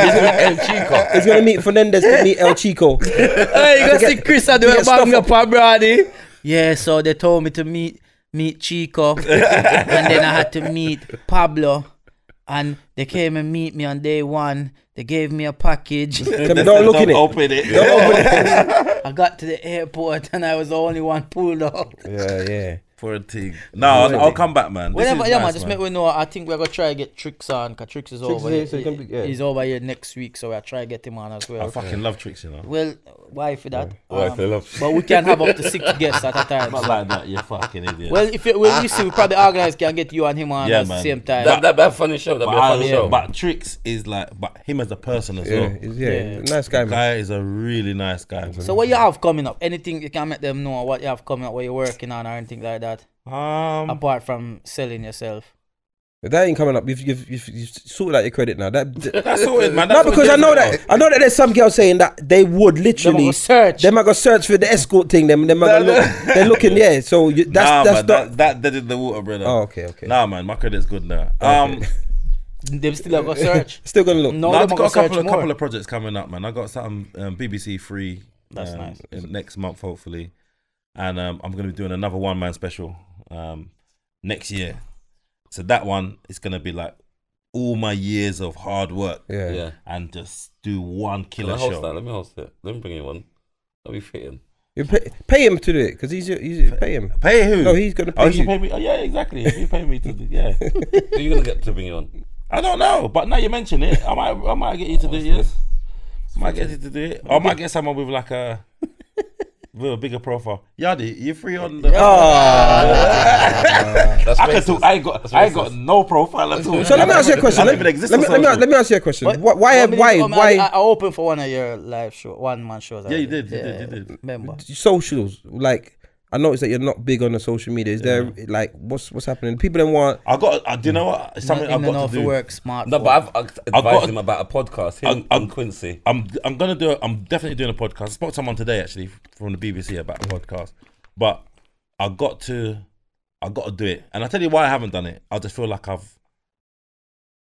Speaker 6: El Chico.
Speaker 3: he's gonna meet Fernandez to meet El Chico.
Speaker 4: hey, you gonna see Chris and do
Speaker 3: get
Speaker 4: a bang
Speaker 3: stuff
Speaker 4: up abroad, eh? Yeah, so they told me to meet meet Chico, and then I had to meet Pablo, and they came and meet me on day one. They gave me a package.
Speaker 3: Tell me, don't look in it. Don't
Speaker 5: Open it.
Speaker 3: open it.
Speaker 4: I got to the airport, and I was the only one pulled up.
Speaker 3: Yeah, yeah.
Speaker 6: For a thing.
Speaker 5: No, I'll, I'll come back, man. This
Speaker 4: Whenever,
Speaker 5: is
Speaker 4: yeah, man,
Speaker 5: nice,
Speaker 4: just
Speaker 5: man.
Speaker 4: make we know. I think we're gonna try to get tricks on, cause tricks is over.
Speaker 3: is here,
Speaker 4: here.
Speaker 3: so he can be- yeah.
Speaker 4: He's over here next week, so we'll try to get him on as well.
Speaker 5: I fucking love tricks, you know.
Speaker 4: Well, why for that?
Speaker 6: Right,
Speaker 4: Um,
Speaker 6: I love
Speaker 4: but we can have up to six guests at a time.
Speaker 5: Not like that, you fucking idiot.
Speaker 4: Well, if you, well, you see, we probably organize can get you and him on
Speaker 5: Yeah,
Speaker 4: at the
Speaker 5: man.
Speaker 4: same time.
Speaker 6: That, that, that funny show. That'd
Speaker 5: but,
Speaker 6: be a funny
Speaker 5: I-
Speaker 6: show.
Speaker 5: but tricks is like, but him as a person as
Speaker 3: Yeah,
Speaker 5: well.
Speaker 3: he's- yeah, he's a nice guy, man.
Speaker 5: Guy is a really nice guy.
Speaker 4: so what you have coming up? Anything you can make them know what you have coming up, what you're working on, or anything like that,
Speaker 5: Um,
Speaker 4: apart from selling yourself.
Speaker 3: But That ain't coming up. You've, you've, you've, you've sorted out your credit now. That,
Speaker 5: that's all it, man.
Speaker 3: no,
Speaker 5: That's all
Speaker 3: because
Speaker 5: it
Speaker 3: I
Speaker 5: is
Speaker 3: know
Speaker 5: now.
Speaker 3: that I know that there's some girls saying that they would literally
Speaker 4: go search.
Speaker 3: They might go search for the escort thing. Them, them might go
Speaker 5: No,
Speaker 3: look, they're looking. Yeah, so you, that's
Speaker 5: nah,
Speaker 3: that's
Speaker 5: man,
Speaker 3: not.
Speaker 5: that, that dead in the water, brother.
Speaker 3: oh, okay, okay.
Speaker 5: Nah, man, my credit's good now. Um,
Speaker 4: They still have a search.
Speaker 3: Still gonna look.
Speaker 4: No,
Speaker 5: Now
Speaker 4: they
Speaker 5: I've
Speaker 4: might
Speaker 5: got a
Speaker 4: search
Speaker 5: couple of
Speaker 4: more.
Speaker 5: couple of projects coming up, man. I got something um, BBC Free.
Speaker 4: That's
Speaker 5: um,
Speaker 4: nice.
Speaker 5: in- next month, hopefully, and um, I'm going to be doing another one man special um, next year. So that one is going to be like all my years of hard work
Speaker 3: Yeah.
Speaker 6: yeah.
Speaker 5: and just do one
Speaker 6: Let
Speaker 5: killer
Speaker 6: me host that.
Speaker 5: show.
Speaker 6: Let me host it. Let me bring you one. That'd be fitting.
Speaker 3: You pay, pay him to do it because he's, he's pay him.
Speaker 5: Pay who?
Speaker 3: No, he's gonna
Speaker 5: Oh,
Speaker 3: pay
Speaker 5: you
Speaker 3: you.
Speaker 5: pay me? Oh, yeah, exactly. You pay me to do, yeah.
Speaker 6: Who you gonna get to bring you on?
Speaker 5: I don't know, but now you mention it, I might, I might get you to do it. Yes, I might get you to do it. Or I might get someone with like a with a bigger profile. Yadi, you free on the?
Speaker 6: That's
Speaker 5: I can
Speaker 6: racist.
Speaker 5: talk. I ain't got, I ain't got no profile at all.
Speaker 3: So let me ask you a question.
Speaker 5: I
Speaker 3: Let me,
Speaker 5: don't even
Speaker 3: let, me,
Speaker 5: exist. on
Speaker 3: let, me,
Speaker 5: social.
Speaker 3: let me ask you a question.
Speaker 4: But-
Speaker 3: Why why
Speaker 4: What me
Speaker 3: why
Speaker 4: did- um, I, I
Speaker 3: why
Speaker 4: I opened for one of your live show, one man shows.
Speaker 5: Yeah, you did. You did. You did.
Speaker 4: Remember?
Speaker 3: socials? Like I noticed that you're not big on the social media. Is there like what's what's happening? People don't want.
Speaker 5: I got. I, do you know what? It's something
Speaker 4: In
Speaker 5: I've
Speaker 4: the
Speaker 5: got
Speaker 4: north,
Speaker 5: to
Speaker 4: you
Speaker 5: do.
Speaker 4: work smart.
Speaker 6: No,
Speaker 4: for-
Speaker 6: but I've ad- advised
Speaker 5: got-
Speaker 6: him about a podcast. Him
Speaker 5: I- I-
Speaker 6: and Quincy.
Speaker 5: I'm. I'm gonna do. it. I'm definitely doing a podcast. I spoke to someone today actually from the BBC about a podcast, but I got to. I got to do it, and I tell you why I haven't done it. I just feel like I've.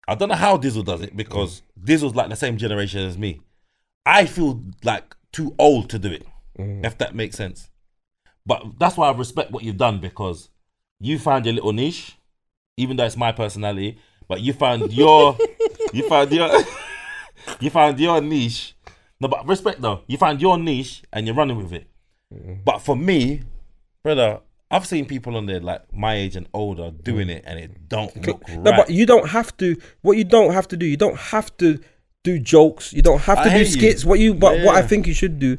Speaker 5: I don't know how Dizzle does it because Dizzle's like the same generation as me. I feel like too old to do it,
Speaker 3: Mm.
Speaker 5: if that makes sense. But that's why I respect what you've done because you found your little niche, even though it's my personality. But you found your, you found your, you found your niche. No, but respect though. You found your niche and you're running with it.
Speaker 3: Mm.
Speaker 5: But for me, brother, I've seen people on there like my age and older doing it, and it don't look right.
Speaker 3: No, but you don't have to. What you don't have to do, you don't have to do jokes. You don't have to
Speaker 5: I
Speaker 3: do
Speaker 5: hear you.
Speaker 3: skits. What you, but what I
Speaker 5: Yeah.
Speaker 3: think you should do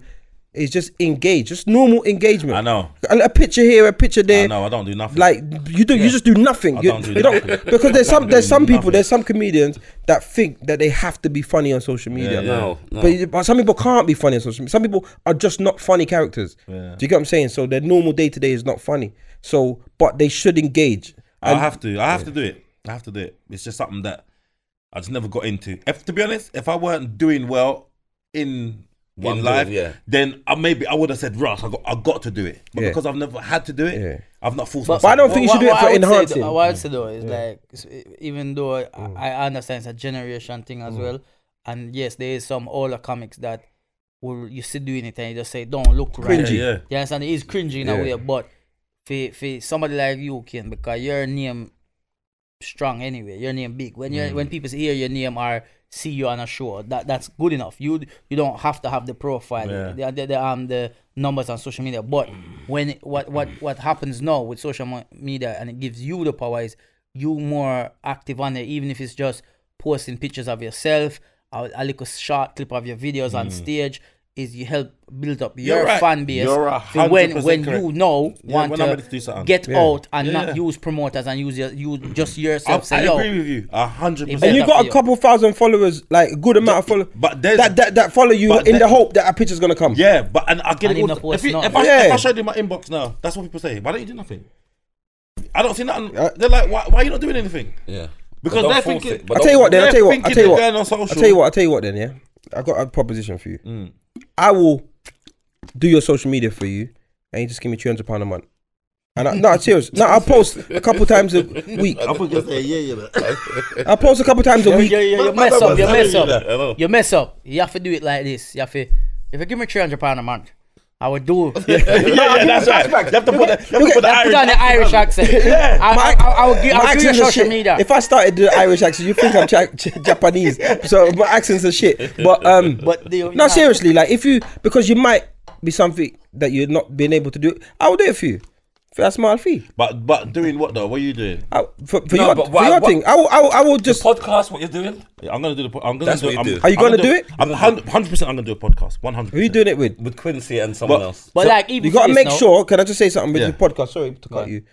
Speaker 3: is just engage, just normal engagement.
Speaker 5: I know.
Speaker 3: A, a picture here, a picture there.
Speaker 5: I know I don't do nothing.
Speaker 3: Like you do, you just do nothing.
Speaker 5: I
Speaker 3: you,
Speaker 5: don't do
Speaker 3: you don't-
Speaker 5: nothing.
Speaker 3: because there's some
Speaker 5: I'm
Speaker 3: there's some
Speaker 5: doing
Speaker 3: people
Speaker 5: nothing.
Speaker 3: there's some comedians that think that they have to be funny on social media.
Speaker 5: yeah.
Speaker 6: No, no.
Speaker 3: But, but some people can't be funny on social media. Some people are just not funny characters. Do you get what I'm saying? So their normal day to day is not funny. So but they should engage.
Speaker 5: I have to. I have to do it. I have to do it. It's just something that I just never got into. If to be honest, if I weren't doing well in
Speaker 6: What
Speaker 5: in
Speaker 6: I'm
Speaker 5: life,
Speaker 6: doing, yeah.
Speaker 5: then I, maybe I would have said, "Russ, I got, I got to do it." But
Speaker 3: Yeah.
Speaker 5: because I've never had to do it,
Speaker 3: Yeah.
Speaker 5: I've not forced
Speaker 3: But I
Speaker 5: myself.
Speaker 3: don't think you should do it for
Speaker 4: I would say
Speaker 3: enhancing.
Speaker 4: Though, what I would say though is like, s- even though I, I understand it's a generation thing as well, and yes, there is some older comics that will you see doing it and you just say don't look right.
Speaker 5: Yeah, yeah.
Speaker 4: You understand? It is cringy in a way, but for for somebody like you, Ken, because your name strong anyway, your name big. When you when people hear your name or see you on a show, that that's good enough. You you don't have to have the profile, the, the, the, um the numbers on social media. But when what what what happens now with social mo- media and it gives you the power is you more active on there, even if it's just posting pictures of yourself a, a little short clip of your videos on stage is you help build up
Speaker 5: You're
Speaker 4: your
Speaker 5: right.
Speaker 4: fan base
Speaker 5: You're a
Speaker 4: for when
Speaker 5: 100%
Speaker 4: when
Speaker 5: correct.
Speaker 4: you know
Speaker 5: Yeah,
Speaker 4: want
Speaker 5: when I'm ready to do
Speaker 4: to
Speaker 5: something.
Speaker 4: get
Speaker 3: Yeah.
Speaker 4: out and
Speaker 5: Yeah,
Speaker 4: not
Speaker 5: yeah.
Speaker 4: use promoters and use your, you just
Speaker 5: I,
Speaker 4: yourself
Speaker 5: I
Speaker 4: say yo
Speaker 5: agree with you. A hundred
Speaker 4: If
Speaker 3: And
Speaker 5: percent.
Speaker 4: Yeah,
Speaker 3: you got a
Speaker 4: that's
Speaker 3: couple thousand followers, like a good amount of followers,
Speaker 5: But there's-
Speaker 3: that, that that follow you
Speaker 5: but
Speaker 3: in the
Speaker 5: there-
Speaker 3: hope that a picture's gonna come.
Speaker 5: Yeah, but and I get
Speaker 4: And
Speaker 5: it.
Speaker 4: in
Speaker 5: all
Speaker 4: the
Speaker 5: the-
Speaker 4: post,
Speaker 5: if, you,
Speaker 4: not-
Speaker 5: if, I, if
Speaker 3: Yeah.
Speaker 5: I showed you my inbox now, that's what people say. Why don't you do nothing? I don't see nothing.
Speaker 3: Uh,
Speaker 5: They're like, why, why are you not doing anything?
Speaker 2: Yeah.
Speaker 5: Because
Speaker 2: don't
Speaker 5: they're
Speaker 2: force
Speaker 5: thinking.
Speaker 2: it, but
Speaker 3: I'll tell you what then, I'll
Speaker 5: they're
Speaker 3: tell you what,
Speaker 5: thinking
Speaker 3: I'll tell you
Speaker 5: they're
Speaker 3: what.
Speaker 5: going on social.
Speaker 3: I'll tell you what, I'll tell you what then, yeah. I got a proposition for you.
Speaker 4: Mm.
Speaker 3: I will do your social media for you and you just give me two hundred pounds a month. And I, no, serious. No, I'll post a couple times a week.
Speaker 5: I think you say, yeah, yeah. that.
Speaker 3: I'll post a couple times a
Speaker 4: you,
Speaker 3: week.
Speaker 4: you, you, you
Speaker 5: But-
Speaker 4: mess
Speaker 5: but-
Speaker 4: up
Speaker 5: but-
Speaker 4: you
Speaker 5: but-
Speaker 4: mess
Speaker 5: but-
Speaker 4: up
Speaker 5: I know.
Speaker 4: you mess up you have to do it like this you have to if you give me 300 pound a month I would do
Speaker 5: yeah, yeah, that's right. You have to put the, you have to put the
Speaker 4: I put
Speaker 5: Irish.
Speaker 4: on the Irish accent.
Speaker 5: Yeah.
Speaker 4: I,
Speaker 3: My-
Speaker 4: I, I, I would give,
Speaker 3: my
Speaker 4: I'll do your
Speaker 3: accent's a
Speaker 4: social
Speaker 3: shit.
Speaker 4: media.
Speaker 3: If I started the Irish accent, you think I'm Ja- Ja- Japanese. So my accents are shit. But um,
Speaker 4: But the-
Speaker 3: no, seriously, like if you because you might be something that you're not being able to do, I will do it for you for a small fee.
Speaker 5: But but doing what though? What are you doing?
Speaker 3: I, for for
Speaker 6: No,
Speaker 3: your,
Speaker 6: but
Speaker 3: for
Speaker 6: why-
Speaker 3: your
Speaker 6: what-
Speaker 3: thing, I will, I will, I will just.
Speaker 6: Podcast, what you're doing?
Speaker 5: Yeah, I'm gonna do the. po- I'm gonna
Speaker 6: That's
Speaker 5: do.
Speaker 6: what you
Speaker 5: I'm,
Speaker 6: do.
Speaker 5: I'm
Speaker 3: Are you gonna do it?
Speaker 5: I'm hundred percent. I'm gonna do a podcast. One hundred.
Speaker 3: Who you doing it with?
Speaker 6: With Quincy and someone
Speaker 5: But-
Speaker 6: else.
Speaker 4: but like, even
Speaker 3: You
Speaker 4: for
Speaker 3: gotta
Speaker 4: this
Speaker 3: make
Speaker 4: now,
Speaker 3: sure. Can I just say something with
Speaker 5: Yeah.
Speaker 3: the podcast? Sorry to cut you.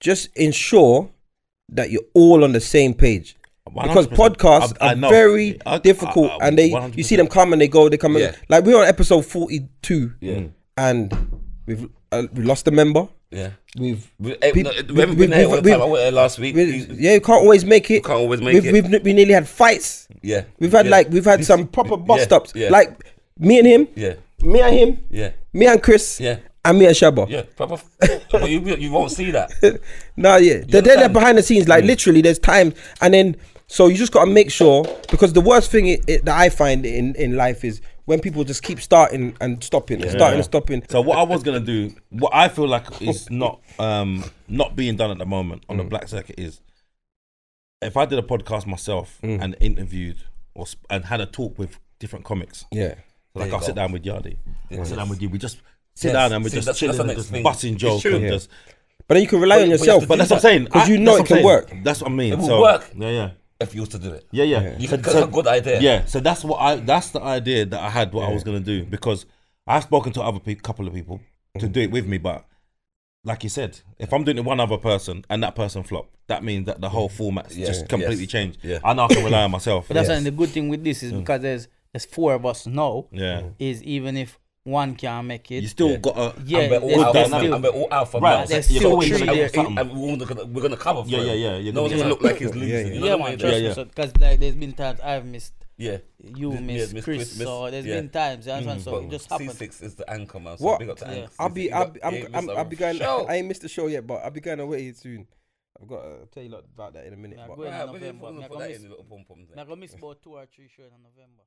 Speaker 3: Just ensure that you're all on the same page. Because
Speaker 5: 100%.
Speaker 3: podcasts
Speaker 5: I- I
Speaker 3: are
Speaker 5: know.
Speaker 3: very
Speaker 5: I- I-
Speaker 3: difficult,
Speaker 5: I-
Speaker 3: and they you
Speaker 5: 100%.
Speaker 3: see them come and they go, they come
Speaker 6: Yeah.
Speaker 3: and like we're on episode forty-two,
Speaker 6: Yeah. Mm.
Speaker 3: and we've uh, we lost a member.
Speaker 6: Yeah.
Speaker 3: We've
Speaker 6: We, eh,
Speaker 3: we-
Speaker 6: no, we
Speaker 3: we-
Speaker 6: haven't been
Speaker 3: we-
Speaker 6: here all the
Speaker 3: we-
Speaker 6: time. I went here last week.
Speaker 3: we-
Speaker 6: You-
Speaker 3: yeah, you can't always make it.
Speaker 6: Can't always make
Speaker 3: we've,
Speaker 6: it.
Speaker 3: We've, we nearly had fights.
Speaker 6: yeah.
Speaker 3: We've had
Speaker 6: yeah,
Speaker 3: like we've had some proper bust
Speaker 6: yeah,
Speaker 3: ups.
Speaker 6: yeah.
Speaker 3: Like me and him,
Speaker 6: Yeah.
Speaker 3: me and him,
Speaker 6: Yeah.
Speaker 3: me and Chris,
Speaker 6: Yeah.
Speaker 3: and me and Shabba.
Speaker 6: Yeah. Proper. but you, you won't see that.
Speaker 3: No, yeah. They're, they're,
Speaker 6: understand?
Speaker 3: behind the scenes. Like literally, there's time, and then so you just gotta make sure because the worst thing i i that I find in in life is when people just keep starting and stopping, starting and stopping.
Speaker 5: So what I was gonna do, what I feel like is not um not being done at the moment on the
Speaker 6: Mm.
Speaker 5: black circuit is, if I did a podcast myself
Speaker 6: Mm.
Speaker 5: and interviewed or sp- and had a talk with different comics,
Speaker 3: Yeah.
Speaker 5: like
Speaker 6: you
Speaker 5: I'll sit
Speaker 6: go.
Speaker 5: down with Yardi, I'll sit down with you. We just sit
Speaker 6: Yes.
Speaker 5: down and we're
Speaker 6: See,
Speaker 5: just
Speaker 6: that's-
Speaker 5: chilling,
Speaker 6: that's the
Speaker 5: and
Speaker 6: next
Speaker 5: just
Speaker 6: thing.
Speaker 5: busting
Speaker 6: It's
Speaker 5: jokes,
Speaker 6: true.
Speaker 5: and
Speaker 6: Yeah.
Speaker 5: just.
Speaker 3: But then you can rely on yourself.
Speaker 5: But that's what I'm saying.
Speaker 3: 'Cause
Speaker 5: I-
Speaker 3: you know
Speaker 5: that's
Speaker 3: it
Speaker 5: what I'm
Speaker 3: can
Speaker 5: saying. That's what I mean.
Speaker 6: It will
Speaker 5: so,
Speaker 6: work.
Speaker 5: Yeah, yeah.
Speaker 6: if you used to do it.
Speaker 5: Yeah, yeah.
Speaker 6: You could- that's a good idea.
Speaker 5: Yeah, so that's what I that's the idea that I had what I was gonna do because I've spoken to other pe- couple of people to do it with me, but like you said, if I'm doing it with one other person and that person flop, that means that the whole format's just completely
Speaker 6: yes,
Speaker 5: changed.
Speaker 6: yeah.
Speaker 5: I now can rely on myself.
Speaker 4: But that's and the good thing with this is because there's there's four of us now.
Speaker 5: Yeah.
Speaker 4: Is even if one can't make it,
Speaker 5: You still got a
Speaker 4: yeah,
Speaker 6: and we're
Speaker 4: there's,
Speaker 6: all
Speaker 5: good
Speaker 6: alpha,
Speaker 4: there's
Speaker 5: dynamic.
Speaker 4: still,
Speaker 6: and we're all alpha
Speaker 5: Right,
Speaker 6: males.
Speaker 5: there's
Speaker 6: So
Speaker 5: still
Speaker 6: we're
Speaker 5: three
Speaker 6: gonna-
Speaker 5: there.
Speaker 6: and- and we're gonna, we're gonna cover for
Speaker 5: Yeah,
Speaker 6: it.
Speaker 5: yeah, yeah, you're
Speaker 6: No one's
Speaker 5: gonna get
Speaker 6: gonna
Speaker 5: something.
Speaker 6: look like he's losing. You know what
Speaker 4: yeah,
Speaker 6: I
Speaker 4: man,
Speaker 6: mean?
Speaker 4: trust
Speaker 5: Yeah,
Speaker 4: me.
Speaker 5: yeah.
Speaker 4: So, because like there's been times I've missed
Speaker 6: Yeah.
Speaker 4: you,
Speaker 6: Yeah,
Speaker 4: miss,
Speaker 6: miss
Speaker 4: Chris,
Speaker 6: Chris, miss-
Speaker 4: so there's
Speaker 6: yeah. Mm-hmm.
Speaker 4: been times. That's what- so it just happened.
Speaker 6: C6 is the anchor man. So
Speaker 3: Mm. What?
Speaker 6: big up to
Speaker 4: Yeah.
Speaker 6: anchor.
Speaker 3: I'll be, I'll
Speaker 6: You
Speaker 3: be,
Speaker 6: got-
Speaker 3: I'm,
Speaker 6: you ain't
Speaker 3: I'm,
Speaker 6: missed
Speaker 3: I'll
Speaker 6: that
Speaker 3: be going.
Speaker 6: show.
Speaker 3: I ain't missed the show yet, but I'll be going away soon. I've got to tell you lot about that in a minute.
Speaker 4: Yeah,
Speaker 3: but-
Speaker 4: go ahead.
Speaker 6: Right, we didn't
Speaker 4: November.
Speaker 6: put that in,
Speaker 4: Me
Speaker 6: we put that in,
Speaker 4: I go miss-
Speaker 6: we put pom-pom there.
Speaker 4: I go miss about two or three shows in November.